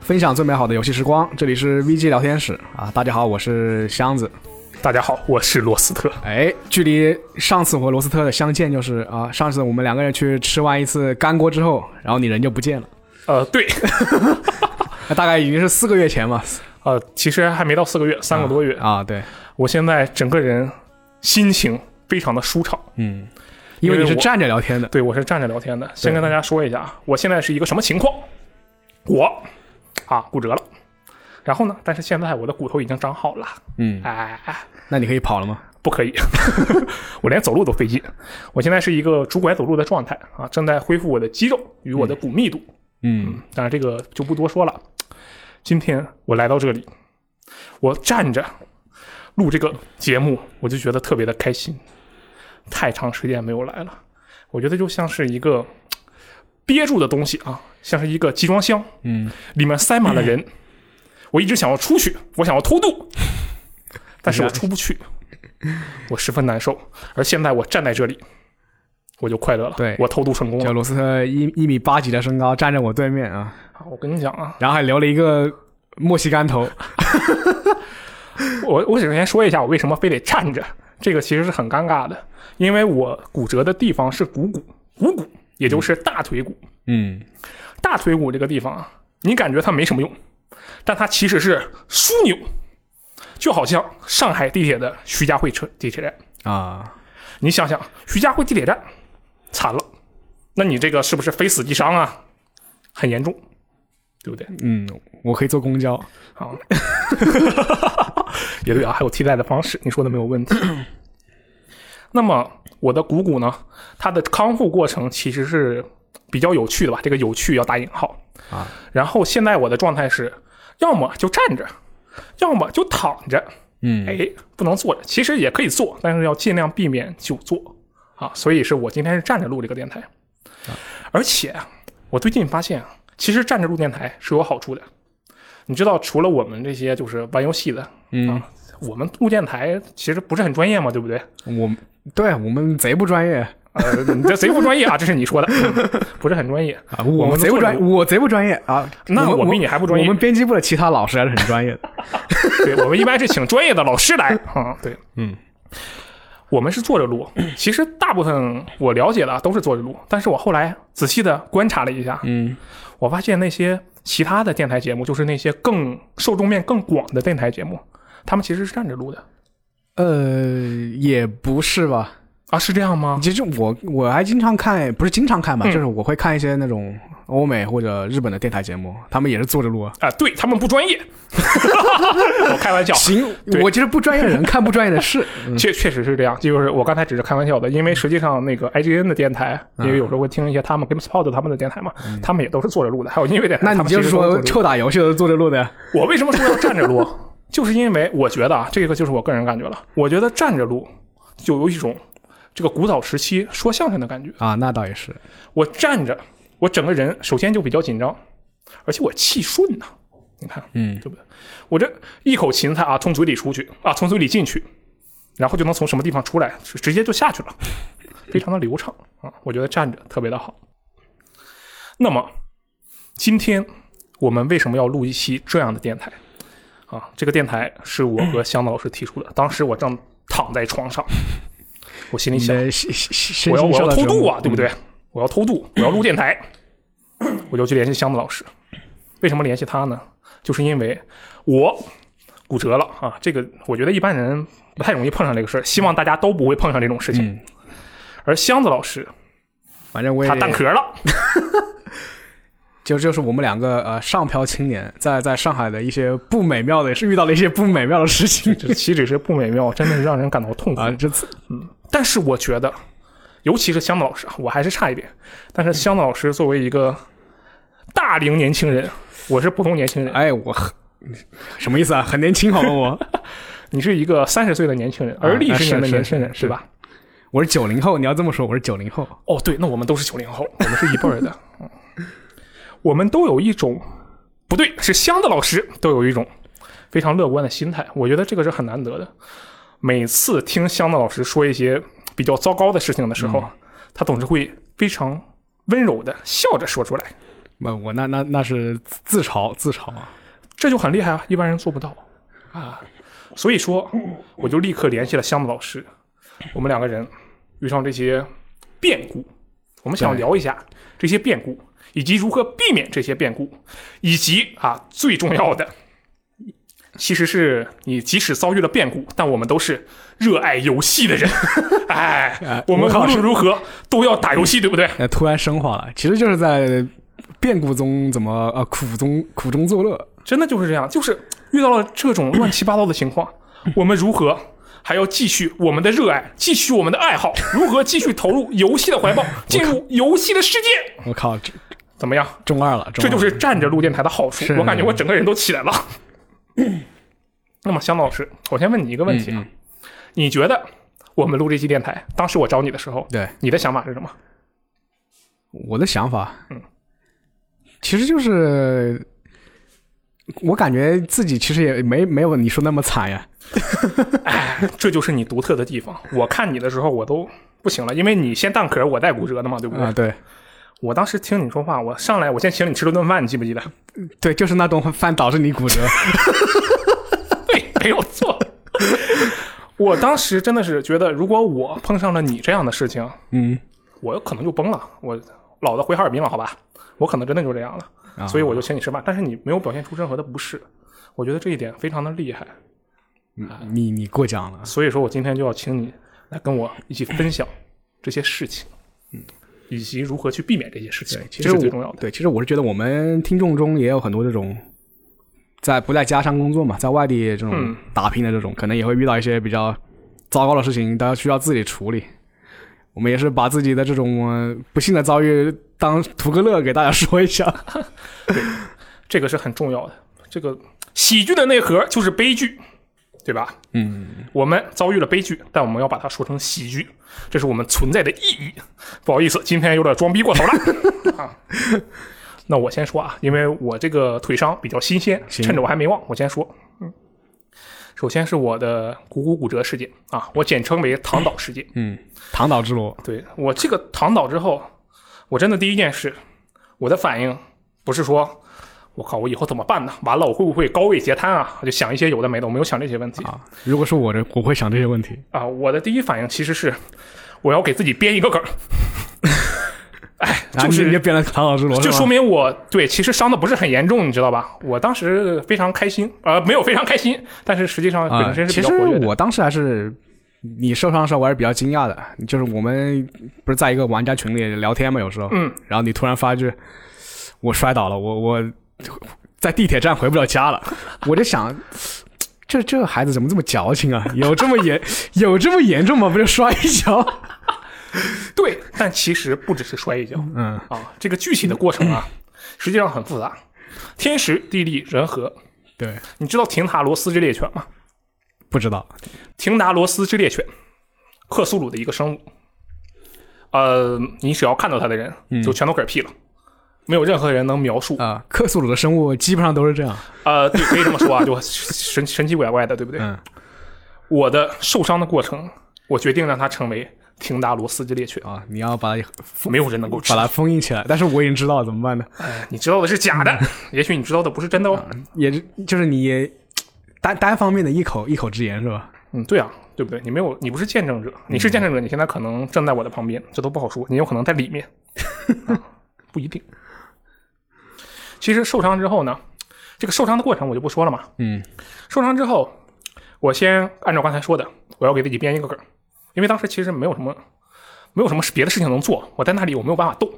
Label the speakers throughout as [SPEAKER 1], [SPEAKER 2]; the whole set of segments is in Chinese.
[SPEAKER 1] 分享最美好的游戏时光。这里是 VG 聊天室啊，大家好，我是箱子。
[SPEAKER 2] 大家好，我是罗斯特。
[SPEAKER 1] 哎，距离上次我和罗斯特的相见就是啊，上次我们两个人去吃完一次干锅之后，然后你人就不见了，
[SPEAKER 2] 呃，对，
[SPEAKER 1] 那大概已经是四个月前嘛，
[SPEAKER 2] 呃，其实还没到四个月，三个多月，
[SPEAKER 1] 啊，对，
[SPEAKER 2] 我现在整个人心情非常的舒畅。
[SPEAKER 1] 嗯，因为你是站着聊天的，
[SPEAKER 2] 对我是站着聊天的，先跟大家说一下啊，我现在是一个什么情况？我啊骨折了，然后呢，但是现在我的骨头已经长好了，
[SPEAKER 1] 嗯，
[SPEAKER 2] 哎，
[SPEAKER 1] 那你可以跑了吗？
[SPEAKER 2] 不可以， 我连走路都费劲。我现在是一个拄拐走路的状态啊，正在恢复我的肌肉与我的骨密度。
[SPEAKER 1] 嗯，
[SPEAKER 2] 当然这个就不多说了。今天我来到这里，我站着录这个节目，我就觉得特别的开心。太长时间没有来了，我觉得就像是一个嘖憋住的东西啊，像是一个集装箱，
[SPEAKER 1] 嗯，
[SPEAKER 2] 里面塞满了人。我一直想要出去，我想要偷渡，但是我出不去，我十分难受。而现在我站在这里，我就快乐了。
[SPEAKER 1] 对
[SPEAKER 2] 我偷渡成功
[SPEAKER 1] 嗯叫
[SPEAKER 2] 了。
[SPEAKER 1] 罗斯特一一米八几的身高，站在我对面啊，
[SPEAKER 2] 啊我跟你讲啊，
[SPEAKER 1] 然后还留了一个墨西干头，
[SPEAKER 2] 我我首先说一下，我为什么非得站着，这个其实是很尴尬的，因为我骨折的地方是股骨，股骨也就是大腿骨，
[SPEAKER 1] 嗯，
[SPEAKER 2] 大腿骨这个地方啊，你感觉它没什么用，但它其实是枢纽，就好像上海地铁的徐家汇车地铁站，
[SPEAKER 1] 啊，
[SPEAKER 2] 你想想徐家汇地铁站惨了，那你这个是不是非死即伤啊？很严重，对不对？
[SPEAKER 1] 嗯，我可以坐公交，
[SPEAKER 2] 啊，也对啊，还有替代的方式，你说的没有问题。那么我的股骨呢，它的康复过程其实是比较有趣的吧？这个有趣要打引号
[SPEAKER 1] 啊。
[SPEAKER 2] 然后现在我的状态是，要么就站着，要么就躺着，
[SPEAKER 1] 嗯，
[SPEAKER 2] 哎，不能坐着。其实也可以坐，但是要尽量避免久坐啊。所以是我今天是站着录这个电台，而且啊我最近发现啊，其实站着录电台是有好处的。你知道，除了我们这些就是玩游戏的，
[SPEAKER 1] 嗯
[SPEAKER 2] 啊，我们录电台其实不是很专业嘛，对不对？
[SPEAKER 1] 我们对我们贼不专业
[SPEAKER 2] 呃，你这贼不专业啊，这是你说的，不是很专业。
[SPEAKER 1] 啊，
[SPEAKER 2] 我
[SPEAKER 1] 我
[SPEAKER 2] 们
[SPEAKER 1] 贼不
[SPEAKER 2] 做
[SPEAKER 1] 专，
[SPEAKER 2] 的
[SPEAKER 1] 我贼不专业啊。
[SPEAKER 2] 那
[SPEAKER 1] 我
[SPEAKER 2] 我
[SPEAKER 1] 们
[SPEAKER 2] 比你还不专业
[SPEAKER 1] 我们编辑部的其他老师还是很专业的。
[SPEAKER 2] 对，我们一般是请专业的老师来啊、对，
[SPEAKER 1] 嗯，
[SPEAKER 2] 我们是坐着录。其实大部分我了解的啊都是坐着录，但是我后来仔细的观察了一下，
[SPEAKER 1] 嗯，
[SPEAKER 2] 我发现那些其他的电台节目，就是那些更受众面更广的电台节目，他们其实是站着录的
[SPEAKER 1] 呃，也不是吧。
[SPEAKER 2] 啊，是这样吗？
[SPEAKER 1] 其实我我还经常看，不是经常看吧，
[SPEAKER 2] 嗯
[SPEAKER 1] 就是我会看一些那种欧美或者日本的电台节目，他们也是坐着录啊。
[SPEAKER 2] 啊，对他们不专业， 我开玩笑，啊
[SPEAKER 1] 行，
[SPEAKER 2] 对
[SPEAKER 1] 我觉得不专业的人看不专业的 事。嗯
[SPEAKER 2] 确确实是这样，就是我刚才只是开玩笑的，因为实际上那个 IGN 的电台，
[SPEAKER 1] 嗯
[SPEAKER 2] 因为有时候会听一些他们 GameSpot 他们的电台嘛，他们也都是坐着录的，还有音乐电台。
[SPEAKER 1] 那你
[SPEAKER 2] 他们其
[SPEAKER 1] 就是
[SPEAKER 2] 实都
[SPEAKER 1] 说
[SPEAKER 2] 是坐着录
[SPEAKER 1] 臭打游戏的都坐着录的呀？
[SPEAKER 2] 的我为什么说要站着录？啊 就是因为我觉得啊，这个就是我个人感觉了，我觉得站着录就有一种这个古早时期说相声的感觉。
[SPEAKER 1] 啊，那倒也是。
[SPEAKER 2] 我站着，我整个人首先就比较紧张，而且我气顺呐、你看，
[SPEAKER 1] 嗯
[SPEAKER 2] 对不对？我这一口芹菜啊，从嘴里出去啊，从嘴里进去，然后就能从什么地方出来，直直接就下去了，非常的流畅啊！我觉得站着特别的好。那么，今天我们为什么要录一期这样的电台？啊，这个电台是我和香子老师提出的。当时我正躺在床上，我心里
[SPEAKER 1] 你
[SPEAKER 2] 想，
[SPEAKER 1] 的身身
[SPEAKER 2] 我要
[SPEAKER 1] 心
[SPEAKER 2] 我
[SPEAKER 1] 受
[SPEAKER 2] 要
[SPEAKER 1] 到嗯
[SPEAKER 2] 偷
[SPEAKER 1] 折
[SPEAKER 2] 渡
[SPEAKER 1] 磨
[SPEAKER 2] 啊，对不？对？我要偷渡，我要录电台，我就去联系箱子老师。为什么联系他呢？就是因为我骨折了啊！这个我觉得一般人不太容易碰上这个事儿，希望大家都不会碰上这种事
[SPEAKER 1] 嗯
[SPEAKER 2] 情。
[SPEAKER 1] 哎
[SPEAKER 2] 而箱子老师
[SPEAKER 1] 反正我也
[SPEAKER 2] 他蛋壳了，
[SPEAKER 1] 就就是我们两个呃上漂青年在在上海的一些不美妙的，是遇到了一些不美妙的事情
[SPEAKER 2] 这岂止是不美妙，真的是让人感到痛苦
[SPEAKER 1] 啊。这次
[SPEAKER 2] 但是我觉得，尤其是香子老师，我还是差一点。但是香子老师作为一个大龄年轻人，我是普通年轻人，
[SPEAKER 1] 哎我很什么意思啊？很年轻好吗？我
[SPEAKER 2] 你是一个三十岁的年轻人，而立十年的年轻人，
[SPEAKER 1] 啊是是
[SPEAKER 2] 对吧？
[SPEAKER 1] 我是九零后，你要这么说，我是九零后。
[SPEAKER 2] 哦，对，那我们都是九零后，我们是一辈儿 的，嗯我们都有一种不对，是香的老师都有一种非常乐观的心态，我觉得这个是很难得的。每次听香的老师说一些比较嗯糟糕的事情的时候，他总是会非常温柔的笑着说出来。
[SPEAKER 1] 那我那那那是自嘲自嘲啊，
[SPEAKER 2] 这就很厉害啊，一般人做不到啊。所以说，我就立刻联系了箱子老师，我们两个人遇上这些变故，我们想
[SPEAKER 1] 对
[SPEAKER 2] 聊一下这些变故，以及如何避免这些变故，以及啊最重要的，其实是你即使遭遇了变故，但我们都是热爱游戏 的人，哎
[SPEAKER 1] 哎，
[SPEAKER 2] 我们
[SPEAKER 1] 我好
[SPEAKER 2] 无论如何都要打游戏，对不对？
[SPEAKER 1] 那呃突然升华了，其实就是在变故中怎么呃苦中苦中作乐，
[SPEAKER 2] 真的就是这样，就是遇到了这种乱七八糟的 情况，我们如何还要继续我们的热爱，继续我们的爱 好，如何继续投入游戏的怀抱，进入游戏的世界？
[SPEAKER 1] 我靠，这
[SPEAKER 2] 怎么样？
[SPEAKER 1] 中二了，中
[SPEAKER 2] 这
[SPEAKER 1] 二
[SPEAKER 2] 就
[SPEAKER 1] 了
[SPEAKER 2] 是站着录电台的好处
[SPEAKER 1] 哦是。
[SPEAKER 2] 我感觉我整个人都起来了。那么，香老师，我先问你一个问题啊，
[SPEAKER 1] 嗯
[SPEAKER 2] 你觉得我们录这期电台，当时我找你的时候，
[SPEAKER 1] 对
[SPEAKER 2] 你的想法是什么？
[SPEAKER 1] 我的想法，
[SPEAKER 2] 嗯，
[SPEAKER 1] 其实就是我感觉自己其实也没没有你说那么惨呀，
[SPEAKER 2] 这就是你独特的地方。我看你的时候，我都不行了，因为你先蛋壳，我带骨折的嘛，对不对？
[SPEAKER 1] 啊、对
[SPEAKER 2] 我当时听你说话，我上来我先请你吃了顿饭，你记不 记得？
[SPEAKER 1] 对，就是那顿饭导致你骨折，
[SPEAKER 2] 对，没有错。 我当时真的是觉得，如果我碰上了你这样的事情，
[SPEAKER 1] 嗯，
[SPEAKER 2] 我可能就崩了。我老子回哈尔滨了，好吧？我可能真的就这样了，
[SPEAKER 1] 啊
[SPEAKER 2] 所以我就请你吃饭。但是你没有表现出任何的不适，我觉得这一点非常的厉害。
[SPEAKER 1] 你你过奖了，
[SPEAKER 2] 所以说我今天就要请你来跟我一起分享这些事情，嗯，以及如何去避免这些事情，
[SPEAKER 1] 其实
[SPEAKER 2] 这是
[SPEAKER 1] 我
[SPEAKER 2] 最重要的。
[SPEAKER 1] 对，其实我是觉得我们听众中也有很多这种在不在家乡工作嘛，在外地这种
[SPEAKER 2] 嗯
[SPEAKER 1] 打拼的这种，可能也会遇到一些比较糟糕的事情，大家需要自己处理。我们也是把自己的这种呃不幸的遭遇当图个乐给大家 说一下。
[SPEAKER 2] 这个是很重要的。这个喜剧的内核就是悲剧，对吧？
[SPEAKER 1] 嗯，
[SPEAKER 2] 我们遭遇了悲剧，但我们要把它说成喜剧，这是我们存在的意义。不好意思，今天有点装逼过头了啊。那我先说啊，因为我这个腿伤比较新鲜，
[SPEAKER 1] 行
[SPEAKER 2] 趁着我还没忘，我先说。嗯，首先是我的股骨骨折事件啊，我简称为躺倒事件。
[SPEAKER 1] 嗯，唐岛之罗，
[SPEAKER 2] 对我这个躺倒之后，我真的第一件事，我的反应不是说，我靠，我以后怎么办呢？完了，我会不会高位截瘫啊？我就想一些有的没的，我没有想这些问题啊啊
[SPEAKER 1] 啊，如果是我的，我会想这些问题。
[SPEAKER 2] 我的第一反应其实是，我要给自己编一个 梗儿，哎
[SPEAKER 1] 啊
[SPEAKER 2] 就是
[SPEAKER 1] 你也变成唐岛之罗，
[SPEAKER 2] 就是
[SPEAKER 1] 吧
[SPEAKER 2] 说明我对其实伤的不是很严重，你知道吧？我当时非常开心，呃，没有非常开心，但是实际上
[SPEAKER 1] 啊
[SPEAKER 2] 本，身是
[SPEAKER 1] 其
[SPEAKER 2] 比较
[SPEAKER 1] 实
[SPEAKER 2] 活跃的。
[SPEAKER 1] 我当时还是你受伤的时候，我还是比较惊讶的。就是我们不是在一个玩家群里聊天嘛，有时候，
[SPEAKER 2] 嗯，
[SPEAKER 1] 然后你突然发一句我摔倒了，我我在地铁站回不了家 了，我就想。这这孩子怎么这么矫情啊？有这么严 有这么严重吗？不就摔一 跤？
[SPEAKER 2] 对，但其实不只是摔一跤，
[SPEAKER 1] 嗯
[SPEAKER 2] 啊，这个具体的过程啊，实际上很复杂，天时地利人和。
[SPEAKER 1] 对，
[SPEAKER 2] 你知道廷塔罗斯之猎犬吗？
[SPEAKER 1] 不知道。
[SPEAKER 2] 廷达罗斯之猎犬，克苏鲁的一个生物。呃，你只要看到它的人，就全都嗝屁了，没有任何人能描述。
[SPEAKER 1] 嗯啊，克苏鲁的生物基本上都是这样。
[SPEAKER 2] 呃，对，可以这么说啊，就神神奇鬼怪的，对不对？
[SPEAKER 1] 嗯
[SPEAKER 2] 我的受伤的过程，我决定让它成为廷达罗斯之猎犬，
[SPEAKER 1] 啊，你要把它
[SPEAKER 2] 没有人能够知
[SPEAKER 1] 把
[SPEAKER 2] 道。
[SPEAKER 1] 它封印起来，但是我已经知道了，怎么办呢？
[SPEAKER 2] 哎你知道的是假
[SPEAKER 1] 嗯
[SPEAKER 2] 的，也许你知道的不是真的哦。
[SPEAKER 1] 也是就是你也单单方面的一口一口之言是吧？
[SPEAKER 2] 嗯，对啊，对不对？你没有，你不是见证者，你是
[SPEAKER 1] 嗯
[SPEAKER 2] 见证者，你现在可能站在我的旁边，这都不好说，你有可能在里 面，啊、不一定。其实受伤之后呢，这个受伤的过程我就不说了嘛。
[SPEAKER 1] 嗯，
[SPEAKER 2] 受伤之后，我先按照刚才说的，我要给自己编一个梗儿，因为当时其实没有什么，没有什么别的事情能做，我在那里我没有办法动，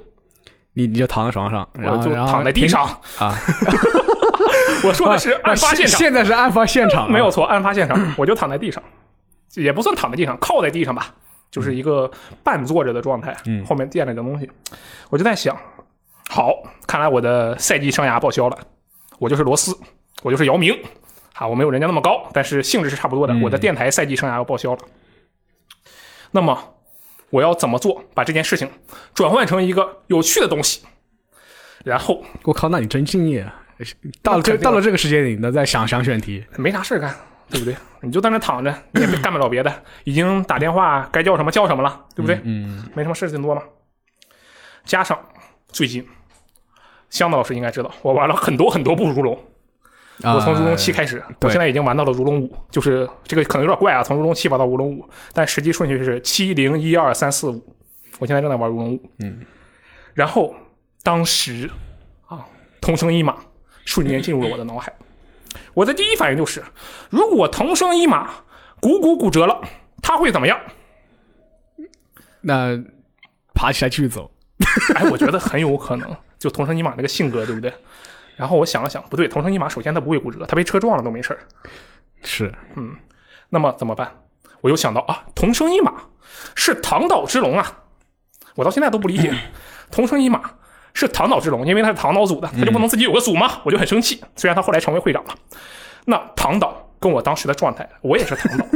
[SPEAKER 1] 你你就躺在床上，然
[SPEAKER 2] 我
[SPEAKER 1] 后
[SPEAKER 2] 就
[SPEAKER 1] 然后
[SPEAKER 2] 躺在地上。
[SPEAKER 1] 啊。
[SPEAKER 2] 我 说的是案发现场，
[SPEAKER 1] 现在是案发现场，啊
[SPEAKER 2] 没有错，案发现场，我就躺在地上，也不算躺在地上，靠在地上吧，就是一个半坐着的状态，
[SPEAKER 1] 嗯
[SPEAKER 2] 后面垫了个东西，我就在想，好，看来我的赛季生涯报销了，我就是罗斯，我就是姚明，啊，我没有人家那么高，但是性质是差不多的，我的电台赛季生涯要报销了，那么我要怎么做，把这件事情转换成一个有趣的东西，然后
[SPEAKER 1] 我靠，那你真敬业啊！到了
[SPEAKER 2] 那肯定
[SPEAKER 1] 这到
[SPEAKER 2] 啊
[SPEAKER 1] 了这个时间，你能在想想选题，
[SPEAKER 2] 没啥事儿干，对不对？你就在那躺着，你也干不了别的，已经打电话该叫什么叫什么了，对不对？
[SPEAKER 1] 嗯，
[SPEAKER 2] 没什么事情多嘛。加上最近香的老师应该知道，我玩了很多很多部如龙，我从如龙七
[SPEAKER 1] 呃
[SPEAKER 2] 开始，我
[SPEAKER 1] 对
[SPEAKER 2] 现在已经玩到了如龙五，就是这个可能有点怪啊，从如龙七玩到如龙五，但实际顺序是七零一二三四五，我现在正在玩如龙五，嗯，然后当时啊，同生一马瞬间进入了我的脑海，我的第一反应就是，如果同生一马股骨骨折了，他会怎么样？
[SPEAKER 1] 那爬起来继续走，
[SPEAKER 2] 哎，我觉得很有可能，就同生一马那个性格，对不对？然后我想了想，不对，同生一马首先他不会骨折，他被车撞了都没事儿。
[SPEAKER 1] 是
[SPEAKER 2] 那么怎么办？我又想到啊，同生一马是唐岛之龙啊，我到现在都不理解，同生一马是唐岛之龙，因为他是唐岛组的，他就不能自己有个组吗？我就很生气。虽然他后来成为会长了，那唐岛跟我当时的状态，我也是唐岛，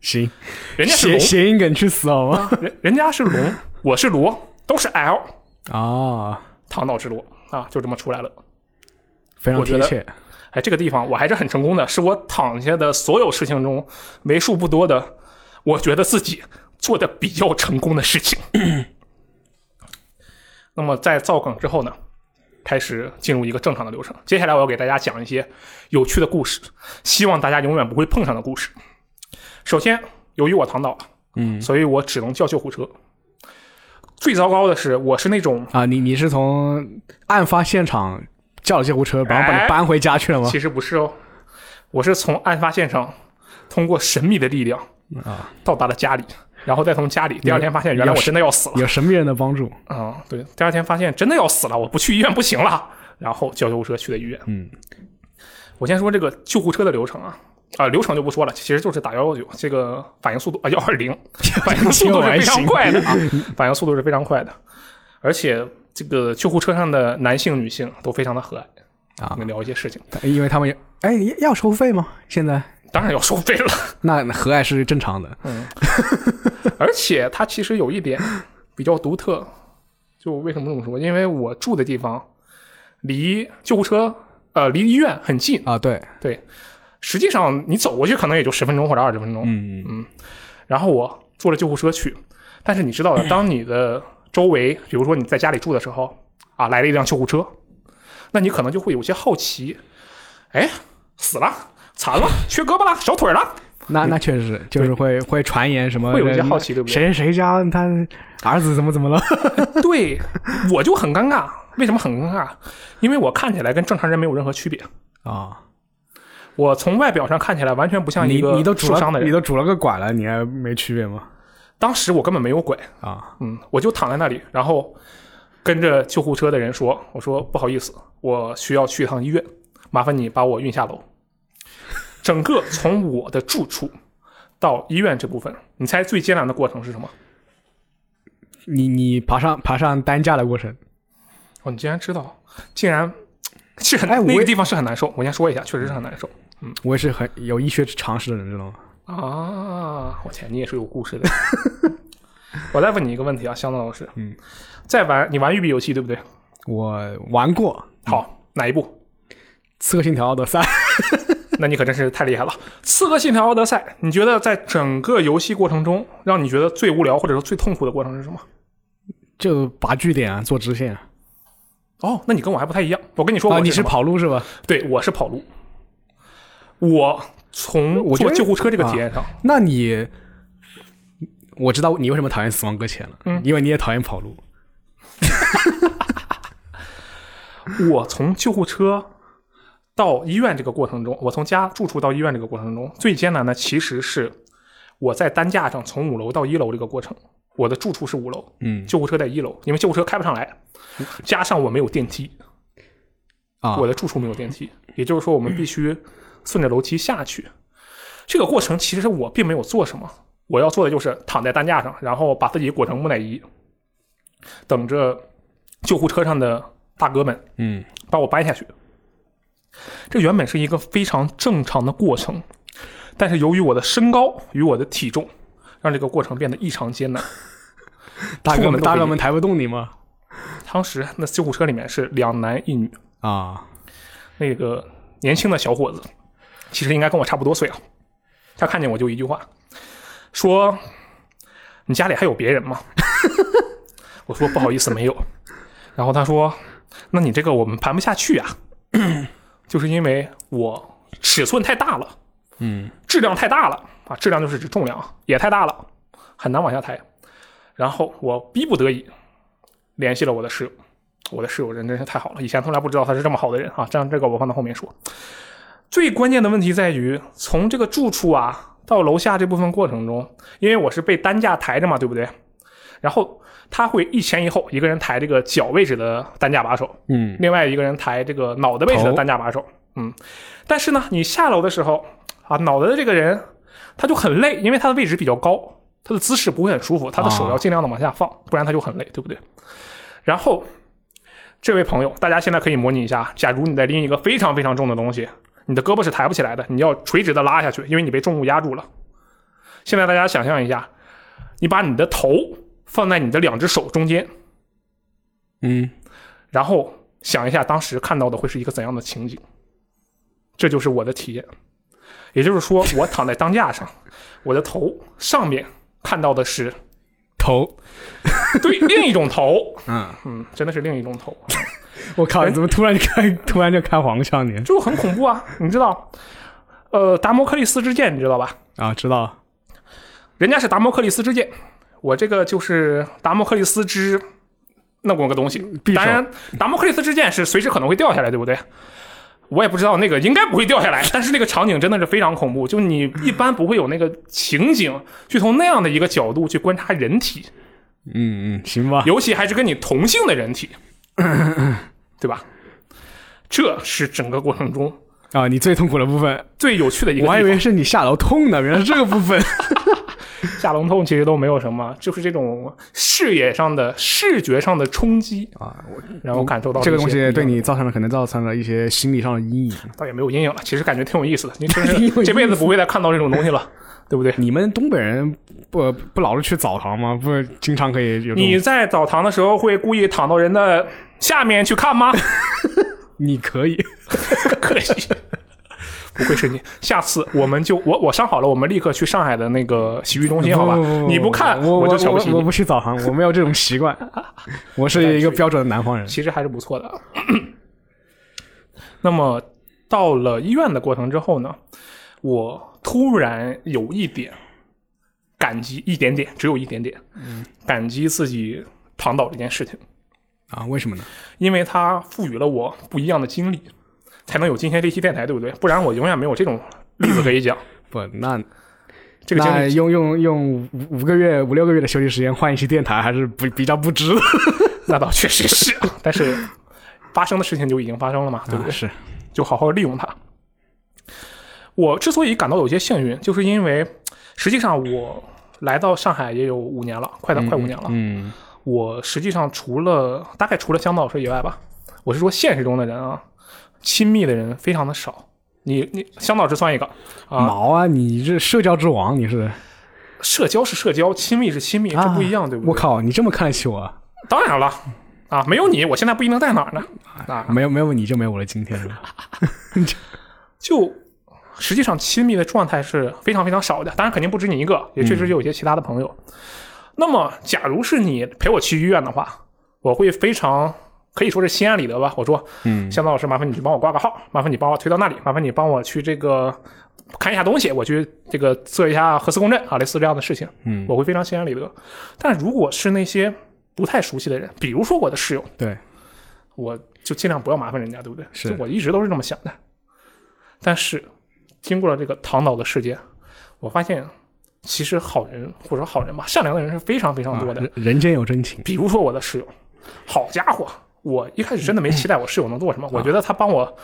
[SPEAKER 1] 行，
[SPEAKER 2] 人家是
[SPEAKER 1] 谐
[SPEAKER 2] 龙，
[SPEAKER 1] 谐音梗去死好 吗？
[SPEAKER 2] 人人家是龙，我是罗，都是 L，
[SPEAKER 1] 啊，
[SPEAKER 2] 唐岛之罗啊，就这么出来了。
[SPEAKER 1] 非常
[SPEAKER 2] 我觉
[SPEAKER 1] 贴
[SPEAKER 2] 得
[SPEAKER 1] 切。
[SPEAKER 2] 哎，这个地方我还是很成功的，是我躺下的所有事情中为数不多的，我觉得自己做的比较成功的事情。那么在造梗之后呢，开始进入一个正常的流程。接下来我要给大家讲一些有趣的故事，希望大家永远不会碰上的故事。首先，由于我躺倒了，嗯，所以我只能叫救护车。最糟糕的是，我是那种
[SPEAKER 1] 啊，你你是从案发现场叫了救护车，然后把
[SPEAKER 2] 哎
[SPEAKER 1] 你搬回家去了吗？
[SPEAKER 2] 其实不是哦，我是从案发现场通过神秘的力量
[SPEAKER 1] 啊
[SPEAKER 2] 到达了家里，然后再从家里第二天发现原来我真的要死了
[SPEAKER 1] 有神秘人的帮助，
[SPEAKER 2] 啊、对，第二天发现真的要死了，我不去医院不行了，然后叫救护车去的医院。
[SPEAKER 1] 嗯，
[SPEAKER 2] 我先说这个救护车的流程啊。啊、流程就不说了，其实就是打幺幺九，这个反应速度啊幺二 零，反应速度是非常快的啊，反应速度是非常快的，而且这个救护车上的男性、女性都非常的和蔼
[SPEAKER 1] 啊
[SPEAKER 2] 能聊一些事情，
[SPEAKER 1] 因为他们有哎要要收费吗？现在
[SPEAKER 2] 当然要收费了。
[SPEAKER 1] 那和蔼是正常的，
[SPEAKER 2] 嗯而且它其实有一点比较独特，就为什么这么说？因为我住的地方离救护车呃离医院很近，
[SPEAKER 1] 啊，对，
[SPEAKER 2] 对，实际上你走过去可能也就十分钟或者二十分钟，
[SPEAKER 1] 嗯嗯
[SPEAKER 2] 然后我坐了救护车去，但是你知道的，当你的周围，比如说你在家里住的时候啊，来了一辆救护车，那你可能就会有些好奇，哎，死了。残了，缺胳膊了，少腿了，
[SPEAKER 1] 那那确实是就是会会传言什么，
[SPEAKER 2] 会有一些好奇对不对
[SPEAKER 1] 谁谁谁家他儿子怎么怎么了？
[SPEAKER 2] 对，我就很尴尬。为什么很尴尬？因为我看起来跟正常人没有任何区别。
[SPEAKER 1] 啊，
[SPEAKER 2] 我从外表上看起来完全不像一
[SPEAKER 1] 你
[SPEAKER 2] 个
[SPEAKER 1] 你都拄
[SPEAKER 2] 受伤的
[SPEAKER 1] 了你
[SPEAKER 2] 人。
[SPEAKER 1] 都拄了个拐了，你还没区别吗？
[SPEAKER 2] 当时我根本没有拐，
[SPEAKER 1] 啊，
[SPEAKER 2] 嗯，我就躺在那里，然后跟着救护车的人说：“我说不好意思，我需要去一趟医院，麻烦你把我运下楼。”整个从我的住处到医院这部分，你猜最艰难的过程是什么？
[SPEAKER 1] 你你爬上爬上担架的过程，
[SPEAKER 2] 哦，你竟然知道，竟然是很、
[SPEAKER 1] 哎我
[SPEAKER 2] 那个
[SPEAKER 1] 也
[SPEAKER 2] 地方是很难受。我先说一下，确实是很难受。
[SPEAKER 1] 我也是很有医学常识的人，知道吗？
[SPEAKER 2] 啊，我天，你也是有故事的。 我再问你一个问题啊，香浪老师，
[SPEAKER 1] 嗯，
[SPEAKER 2] 在玩你玩育碧游戏对不对？
[SPEAKER 1] 我玩过《
[SPEAKER 2] 好，哪一部？
[SPEAKER 1] 刺客信条：奥德赛》，
[SPEAKER 2] 那你可真是太厉害了，《刺客信条：奥德赛》，你觉得在整个游戏过程中，让你觉得最无聊或者说最痛苦的过程是什么？
[SPEAKER 1] 就拔据点啊，做支线
[SPEAKER 2] 哦，那你跟我还不太一样。我跟你说，我
[SPEAKER 1] 啊，你
[SPEAKER 2] 是
[SPEAKER 1] 是
[SPEAKER 2] 跑，
[SPEAKER 1] 跑路是吧？
[SPEAKER 2] 对，我是跑路。我从
[SPEAKER 1] 我觉
[SPEAKER 2] 坐
[SPEAKER 1] 得
[SPEAKER 2] 救护车这个体验上，
[SPEAKER 1] 那你，我知道你为什么讨厌《死亡搁浅》了，
[SPEAKER 2] 嗯
[SPEAKER 1] 因为你也讨厌跑路。
[SPEAKER 2] 我从救护车到医院这个过程中，我从家住处到医院这个过程中，最艰难的其实是我在担架上从五楼到一楼这个过程。我的住处是五楼，
[SPEAKER 1] 嗯
[SPEAKER 2] 救护车在一楼，因为救护车开不上来，加上我没有电梯，
[SPEAKER 1] 啊
[SPEAKER 2] 我的住处没有电梯，也就是说我们必须顺着楼梯下去。这个过程其实我并没有做什么，我要做的就是躺在担架上，然后把自己裹成木乃伊，等着救护车上的大哥们
[SPEAKER 1] 嗯，
[SPEAKER 2] 把我掰下去。这原本是一个非常正常的过程，但是由于我的身高与我的体重，让这个过程变得异常艰难。
[SPEAKER 1] 大
[SPEAKER 2] 我
[SPEAKER 1] 哥
[SPEAKER 2] 们
[SPEAKER 1] 们
[SPEAKER 2] 都
[SPEAKER 1] 大
[SPEAKER 2] 不
[SPEAKER 1] 哥
[SPEAKER 2] 一
[SPEAKER 1] 们抬不动你吗？
[SPEAKER 2] 当时那救护车里面是两男一女，
[SPEAKER 1] 啊，
[SPEAKER 2] 那个年轻的小伙子，其实应该跟我差不多岁啊。他看见我就一句话，说：“ 你家里还有别人吗？”我说：“不好意思，没有。”然后他说：“那你这个我们盘不下去啊， 就是因为我尺寸太大了，
[SPEAKER 1] 嗯，
[SPEAKER 2] 质量太大了啊，质量就是指重量啊也太大了，很难往下抬。然后我逼不得已联系了我的室友，我的室友人真是太好了，以前从来不知道他是这么好的人啊。这样这个我放到后面说。最关键的问题在于，从这个住处啊到楼下这部分过程中，因为我是被担架抬着嘛，对不对？然后他会一前一后，一个人抬这个脚位置的担架把手，
[SPEAKER 1] 嗯，
[SPEAKER 2] 另外一个人抬这个脑袋位置的担架把手。嗯，但是呢，你下楼的时候啊，脑袋的这个人他就很累，因为他的位置比较高，他的姿势不会很舒服，他的手要尽量的往下放，不然他就很累，对不对？然后这位朋友，大家现在可以模拟一下，假如你在拎一个非常非常重的东西，你的胳膊是抬不起来的，你要垂直的拉下去，因为你被重物压住了。现在大家想象一下，你把你的头放在你的两只手中间，
[SPEAKER 1] 嗯，
[SPEAKER 2] 然后想一下当时看到的会是一个怎样的情景。这就是我的体验，也就是说，我躺在担架上，我的头上面看到的是
[SPEAKER 1] 头，
[SPEAKER 2] 对另一种头，
[SPEAKER 1] 嗯，
[SPEAKER 2] 嗯，真的是另一种头，
[SPEAKER 1] 我靠，怎么突然就开，突然就开黄腔你
[SPEAKER 2] 就很恐怖啊！你知道，呃，达摩克里斯之剑，你知道吧？
[SPEAKER 1] 啊？知道，
[SPEAKER 2] 人家是达摩克里斯之剑，我这个就是达摩克里斯之那么个东西。
[SPEAKER 1] 匕首
[SPEAKER 2] 当然，达摩克里斯之剑是随时可能会掉下来，对不对？我也不知道那个应该不会掉下来，但是那个场景真的是非常恐怖，就你一般不会有那个情景去从那样的一个角度去观察人体，
[SPEAKER 1] 嗯嗯，行吧，
[SPEAKER 2] 尤其还是跟你同性 的人体，对吧？这是整个过程中
[SPEAKER 1] 啊，你最痛苦的部分，
[SPEAKER 2] 最有趣的一个
[SPEAKER 1] 我
[SPEAKER 2] 地方。
[SPEAKER 1] 还以为是你下楼痛呢，原来是这个部 分，
[SPEAKER 2] 下龙痛其实都没有什么，就是这种视野上的、视觉上的冲击
[SPEAKER 1] 啊，
[SPEAKER 2] 然后感受到
[SPEAKER 1] 这个东
[SPEAKER 2] 一些
[SPEAKER 1] 西对
[SPEAKER 2] 不一样
[SPEAKER 1] 你造成了可能造成了一些心理上的阴影。
[SPEAKER 2] 倒也没有阴影了，其实感觉挺有意思的。你真
[SPEAKER 1] 挺有意思
[SPEAKER 2] 是这辈子不会再看到这种东西了，对 不对？
[SPEAKER 1] 你们东北人不不老是去澡堂吗？不是经常可以有这种
[SPEAKER 2] 你在澡堂的时候会故意躺到人的下面去看吗？
[SPEAKER 1] 你可以
[SPEAKER 2] 可惜，不愧是你。下次我们就我我上好了，我们立刻去上海的那个洗浴中心，好吧？ 你不看
[SPEAKER 1] 我
[SPEAKER 2] 就
[SPEAKER 1] 我
[SPEAKER 2] 瞧不起
[SPEAKER 1] 我我
[SPEAKER 2] 你。
[SPEAKER 1] 不去澡堂，我没有这种习 惯，我是一个标准的南方人。
[SPEAKER 2] 其实还是不错的。 那么到了医院的过程之后呢，我突然有一点感激，一点点，
[SPEAKER 1] 嗯
[SPEAKER 2] 只有一点点，感激自己躺倒这件事情，
[SPEAKER 1] 啊，为什么呢？
[SPEAKER 2] 因为它赋予了我不一样的经历，才能有今天这期电台，对不对？不然我永远没有这种例子可以讲。
[SPEAKER 1] 不，那
[SPEAKER 2] 这个经
[SPEAKER 1] 那
[SPEAKER 2] 历
[SPEAKER 1] 用用用五五个月、五六个月的休息时间换一期电台，还是不比较不值的。
[SPEAKER 2] 那倒确实是，啊但是发生的事情就已经发生了嘛，对不对？
[SPEAKER 1] 是，
[SPEAKER 2] 就好好利用它。我之所以感到有些幸运，就是因为实际上我来到上海也有五年了，快到快五年了。
[SPEAKER 1] 嗯
[SPEAKER 2] 我实际上除了大概除了香港老师以外吧，我是说现实中的人啊，亲密的人非常的少。你你香港老师算一个啊，
[SPEAKER 1] 毛啊，你这社交之王，你是
[SPEAKER 2] 社交是社交，亲密是亲密，这不一样，对不对？
[SPEAKER 1] 啊我！靠，你这么看得起我啊？
[SPEAKER 2] 当然了啊，没有你，我现在不一定在哪儿呢啊。
[SPEAKER 1] 没有没有你就没有我的今天了。
[SPEAKER 2] 就实际上亲密的状态是非常非常少的，当然肯定不止你一个，也确实
[SPEAKER 1] 嗯
[SPEAKER 2] 有一些其他的朋友。那么，假如是你陪我去医院的话，我会非常可以说是心安理得吧。我说，
[SPEAKER 1] 嗯，
[SPEAKER 2] 香港老师，麻烦你去帮我挂个号，麻烦你帮我推到那里，麻烦你帮我去这个看一下东西，我去这个做一下核磁共振啊，类似这样的事情，
[SPEAKER 1] 嗯
[SPEAKER 2] 我会非常心安理得。但如果是那些不太熟悉的人，比如说我的室友，
[SPEAKER 1] 对，
[SPEAKER 2] 我就尽量不要麻烦人家，对不对？
[SPEAKER 1] 是
[SPEAKER 2] 就我一直都是这么想的。但是经过了这个唐岛的事件，我发现其实好人或者好人吧，善良的人是非常非常多的。
[SPEAKER 1] 人人间有真情。
[SPEAKER 2] 比如说我的室友，好家伙，我一开始真的没期待我室友能做什么，
[SPEAKER 1] 嗯啊
[SPEAKER 2] 我觉得他帮我。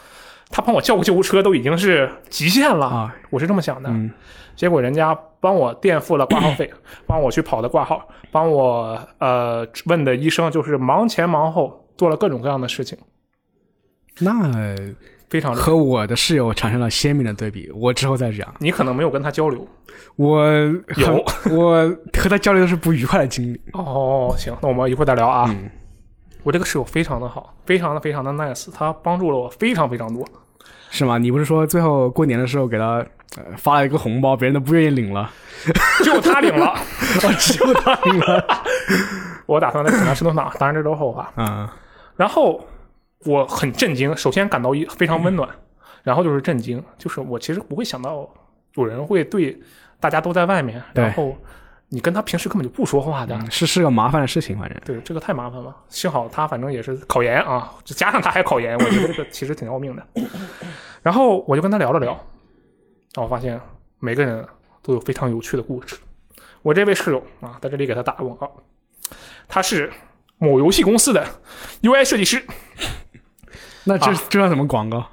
[SPEAKER 2] 他帮我叫个救护车都已经是极限了，
[SPEAKER 1] 啊
[SPEAKER 2] 我是这么想的。结果人家帮我垫付了挂号费，帮我去跑的挂号，帮我呃问的医生，就是忙前忙后做了各种各样的事情，
[SPEAKER 1] 那
[SPEAKER 2] 非常累。
[SPEAKER 1] 和我的室友产生了鲜明的对比，我之后再讲。
[SPEAKER 2] 你可能没有跟他交流。
[SPEAKER 1] 我
[SPEAKER 2] 有
[SPEAKER 1] 很我和他交流的是不愉快的经历。
[SPEAKER 2] 哦，行，那我们一会儿再聊啊。
[SPEAKER 1] 嗯
[SPEAKER 2] 我这个室友非常的好，非常的非常的 nice，他帮助了我非常非常多。
[SPEAKER 1] 是吗？你不是说最后过年的时候给他、呃、发了一个红包，别人都不愿意领了，
[SPEAKER 2] 只有他领 了，
[SPEAKER 1] 哦只有 他领了。
[SPEAKER 2] 我打算再请他吃顿饭，当然这都是后话。
[SPEAKER 1] 啊、
[SPEAKER 2] 然后我很震惊，首先感到一非常温暖，
[SPEAKER 1] 嗯
[SPEAKER 2] 然后就是震惊，就是我其实不会想到有人会对大家都在外面，
[SPEAKER 1] 对
[SPEAKER 2] 然后你跟他平时根本就不说话的，
[SPEAKER 1] 是是个麻烦的事情，反正
[SPEAKER 2] 对，这个太麻烦了。幸好他反正也是考研啊，就加上他还考研，我觉得这个其实挺要命的。然后我就跟他聊了聊，然后发现每个人都有非常有趣的故事。我这位室友啊，在这里给他打个广告，他是某游戏公司的 UI 设计师。
[SPEAKER 1] 那这、
[SPEAKER 2] 啊
[SPEAKER 1] 这算什么广告？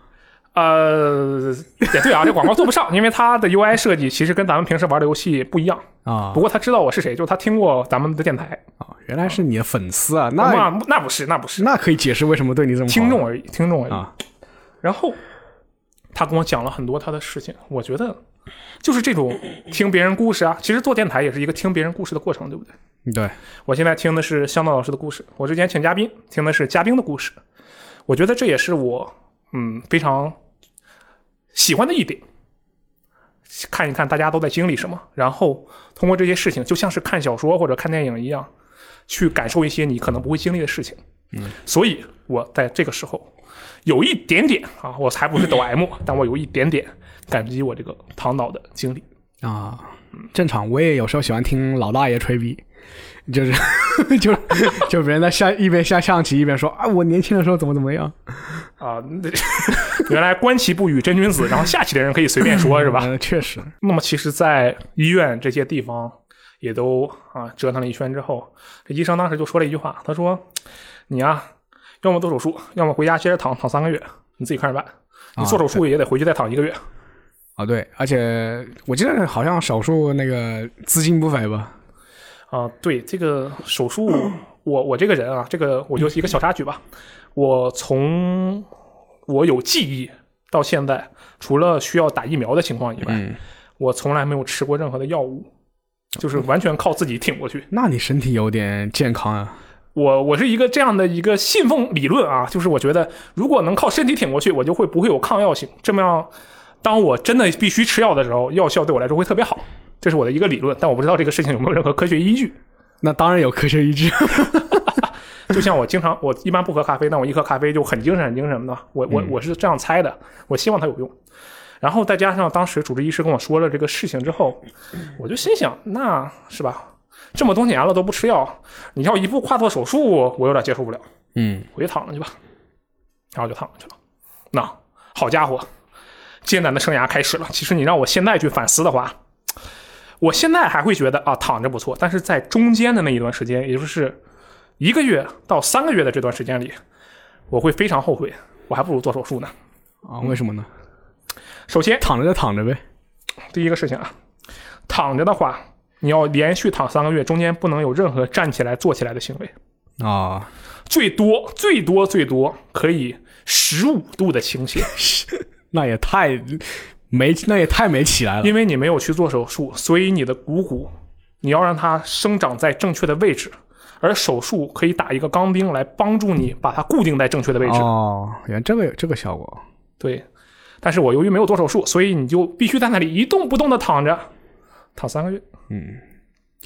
[SPEAKER 2] 呃，也对啊，这广告做不上，因为他的 UI 设计其实跟咱们平时玩的游戏不一样。
[SPEAKER 1] 啊
[SPEAKER 2] 不过他知道我是谁，就是他听过咱们的电台。
[SPEAKER 1] 啊，原来是你的粉丝啊，那
[SPEAKER 2] 那那不是，那不是。
[SPEAKER 1] 那可以解释为什么对你这么好
[SPEAKER 2] 听众而已，听众而已。
[SPEAKER 1] 啊
[SPEAKER 2] 然后他跟我讲了很多他的事情，我觉得就是这种听别人故事啊，其实做电台也是一个听别人故事的过程，对不对？
[SPEAKER 1] 对，
[SPEAKER 2] 我现在听的是香道老师的故事，我之前请嘉宾听的是嘉宾的故事，我觉得这也是我嗯非常喜欢的一点。看一看大家都在经历什么，然后通过这些事情，就像是看小说或者看电影一样，去感受一些你可能不会经历的事情。嗯，所以我在这个时候有一点点啊，我才不是抖 M，但我有一点点感激我这个唐导的经历。
[SPEAKER 1] 啊，正常。我也有时候喜欢听老大爷吹逼，就是 就就别人在下一边下象棋一边说啊，我年轻的时候怎么怎么样，
[SPEAKER 2] 啊，那 原来观其不语真君子，然后下棋的人可以随便说，是吧？
[SPEAKER 1] 呃确实，
[SPEAKER 2] 那么其实，在医院这些地方也都啊折腾了一圈之后，这医生当时就说了一句话，他说：“你呀、要么做手术，要么回家接着躺躺三个月，你自己看着办。你做手术也得回去再躺一个月。
[SPEAKER 1] 啊，对，而且我记得好像手术那个资金不菲吧？
[SPEAKER 2] 啊，对这个手术，我我这个人啊，这个我就是一个小插曲吧。我从我有记忆到现在，除了需要打疫苗的情况以外，
[SPEAKER 1] 嗯
[SPEAKER 2] 我从来没有吃过任何的药物，就是完全靠自己挺过去。
[SPEAKER 1] 那你身体有点健康啊？
[SPEAKER 2] 我我是一个这样的一个信奉理论啊，就是我觉得如果能靠身体挺过去，我就会不会有抗药性。这么样，当我真的必须吃药的时候，药效对我来说会特别好。这是我的一个理论，但我不知道这个事情有没有任何科学依据。
[SPEAKER 1] 那当然有科学依据。
[SPEAKER 2] 就像我经常，我一般不喝咖啡，但我一喝咖啡就很精神、很精神的。我我我是这样猜的，我希望它有用。然后再加上当时主治医师跟我说了这个事情之后，我就心想，那是吧？这么多年了都不吃药，你要一步跨做手术，我有点接受不了，
[SPEAKER 1] 嗯，
[SPEAKER 2] 回去躺着去吧。然后就躺着去了。那好家伙，艰难的生涯开始了。其实你让我现在去反思的话，我现在还会觉得啊，躺着不错。但是在中间的那一段时间，也就是一个月到三个月的这段时间里，我会非常后悔，我还不如做手术呢。
[SPEAKER 1] 啊，为什么呢？
[SPEAKER 2] 首先，
[SPEAKER 1] 躺着就躺着呗。
[SPEAKER 2] 第一个事情啊，躺着的话，你要连续躺三个月，中间不能有任何站起来、坐起来的行为，
[SPEAKER 1] 啊，
[SPEAKER 2] 最多最多最多可以十五度的倾斜。
[SPEAKER 1] 那也太没，那也太没起来了。
[SPEAKER 2] 因为你没有去做手术，所以你的股骨你要让它生长在正确的位置，而手术可以打一个钢钉来帮助你把它固定在正确的位置。
[SPEAKER 1] 哦，原来这个这个效果。
[SPEAKER 2] 对，但是我由于没有做手术，所以你就必须在那里一动不动的躺着，躺三个月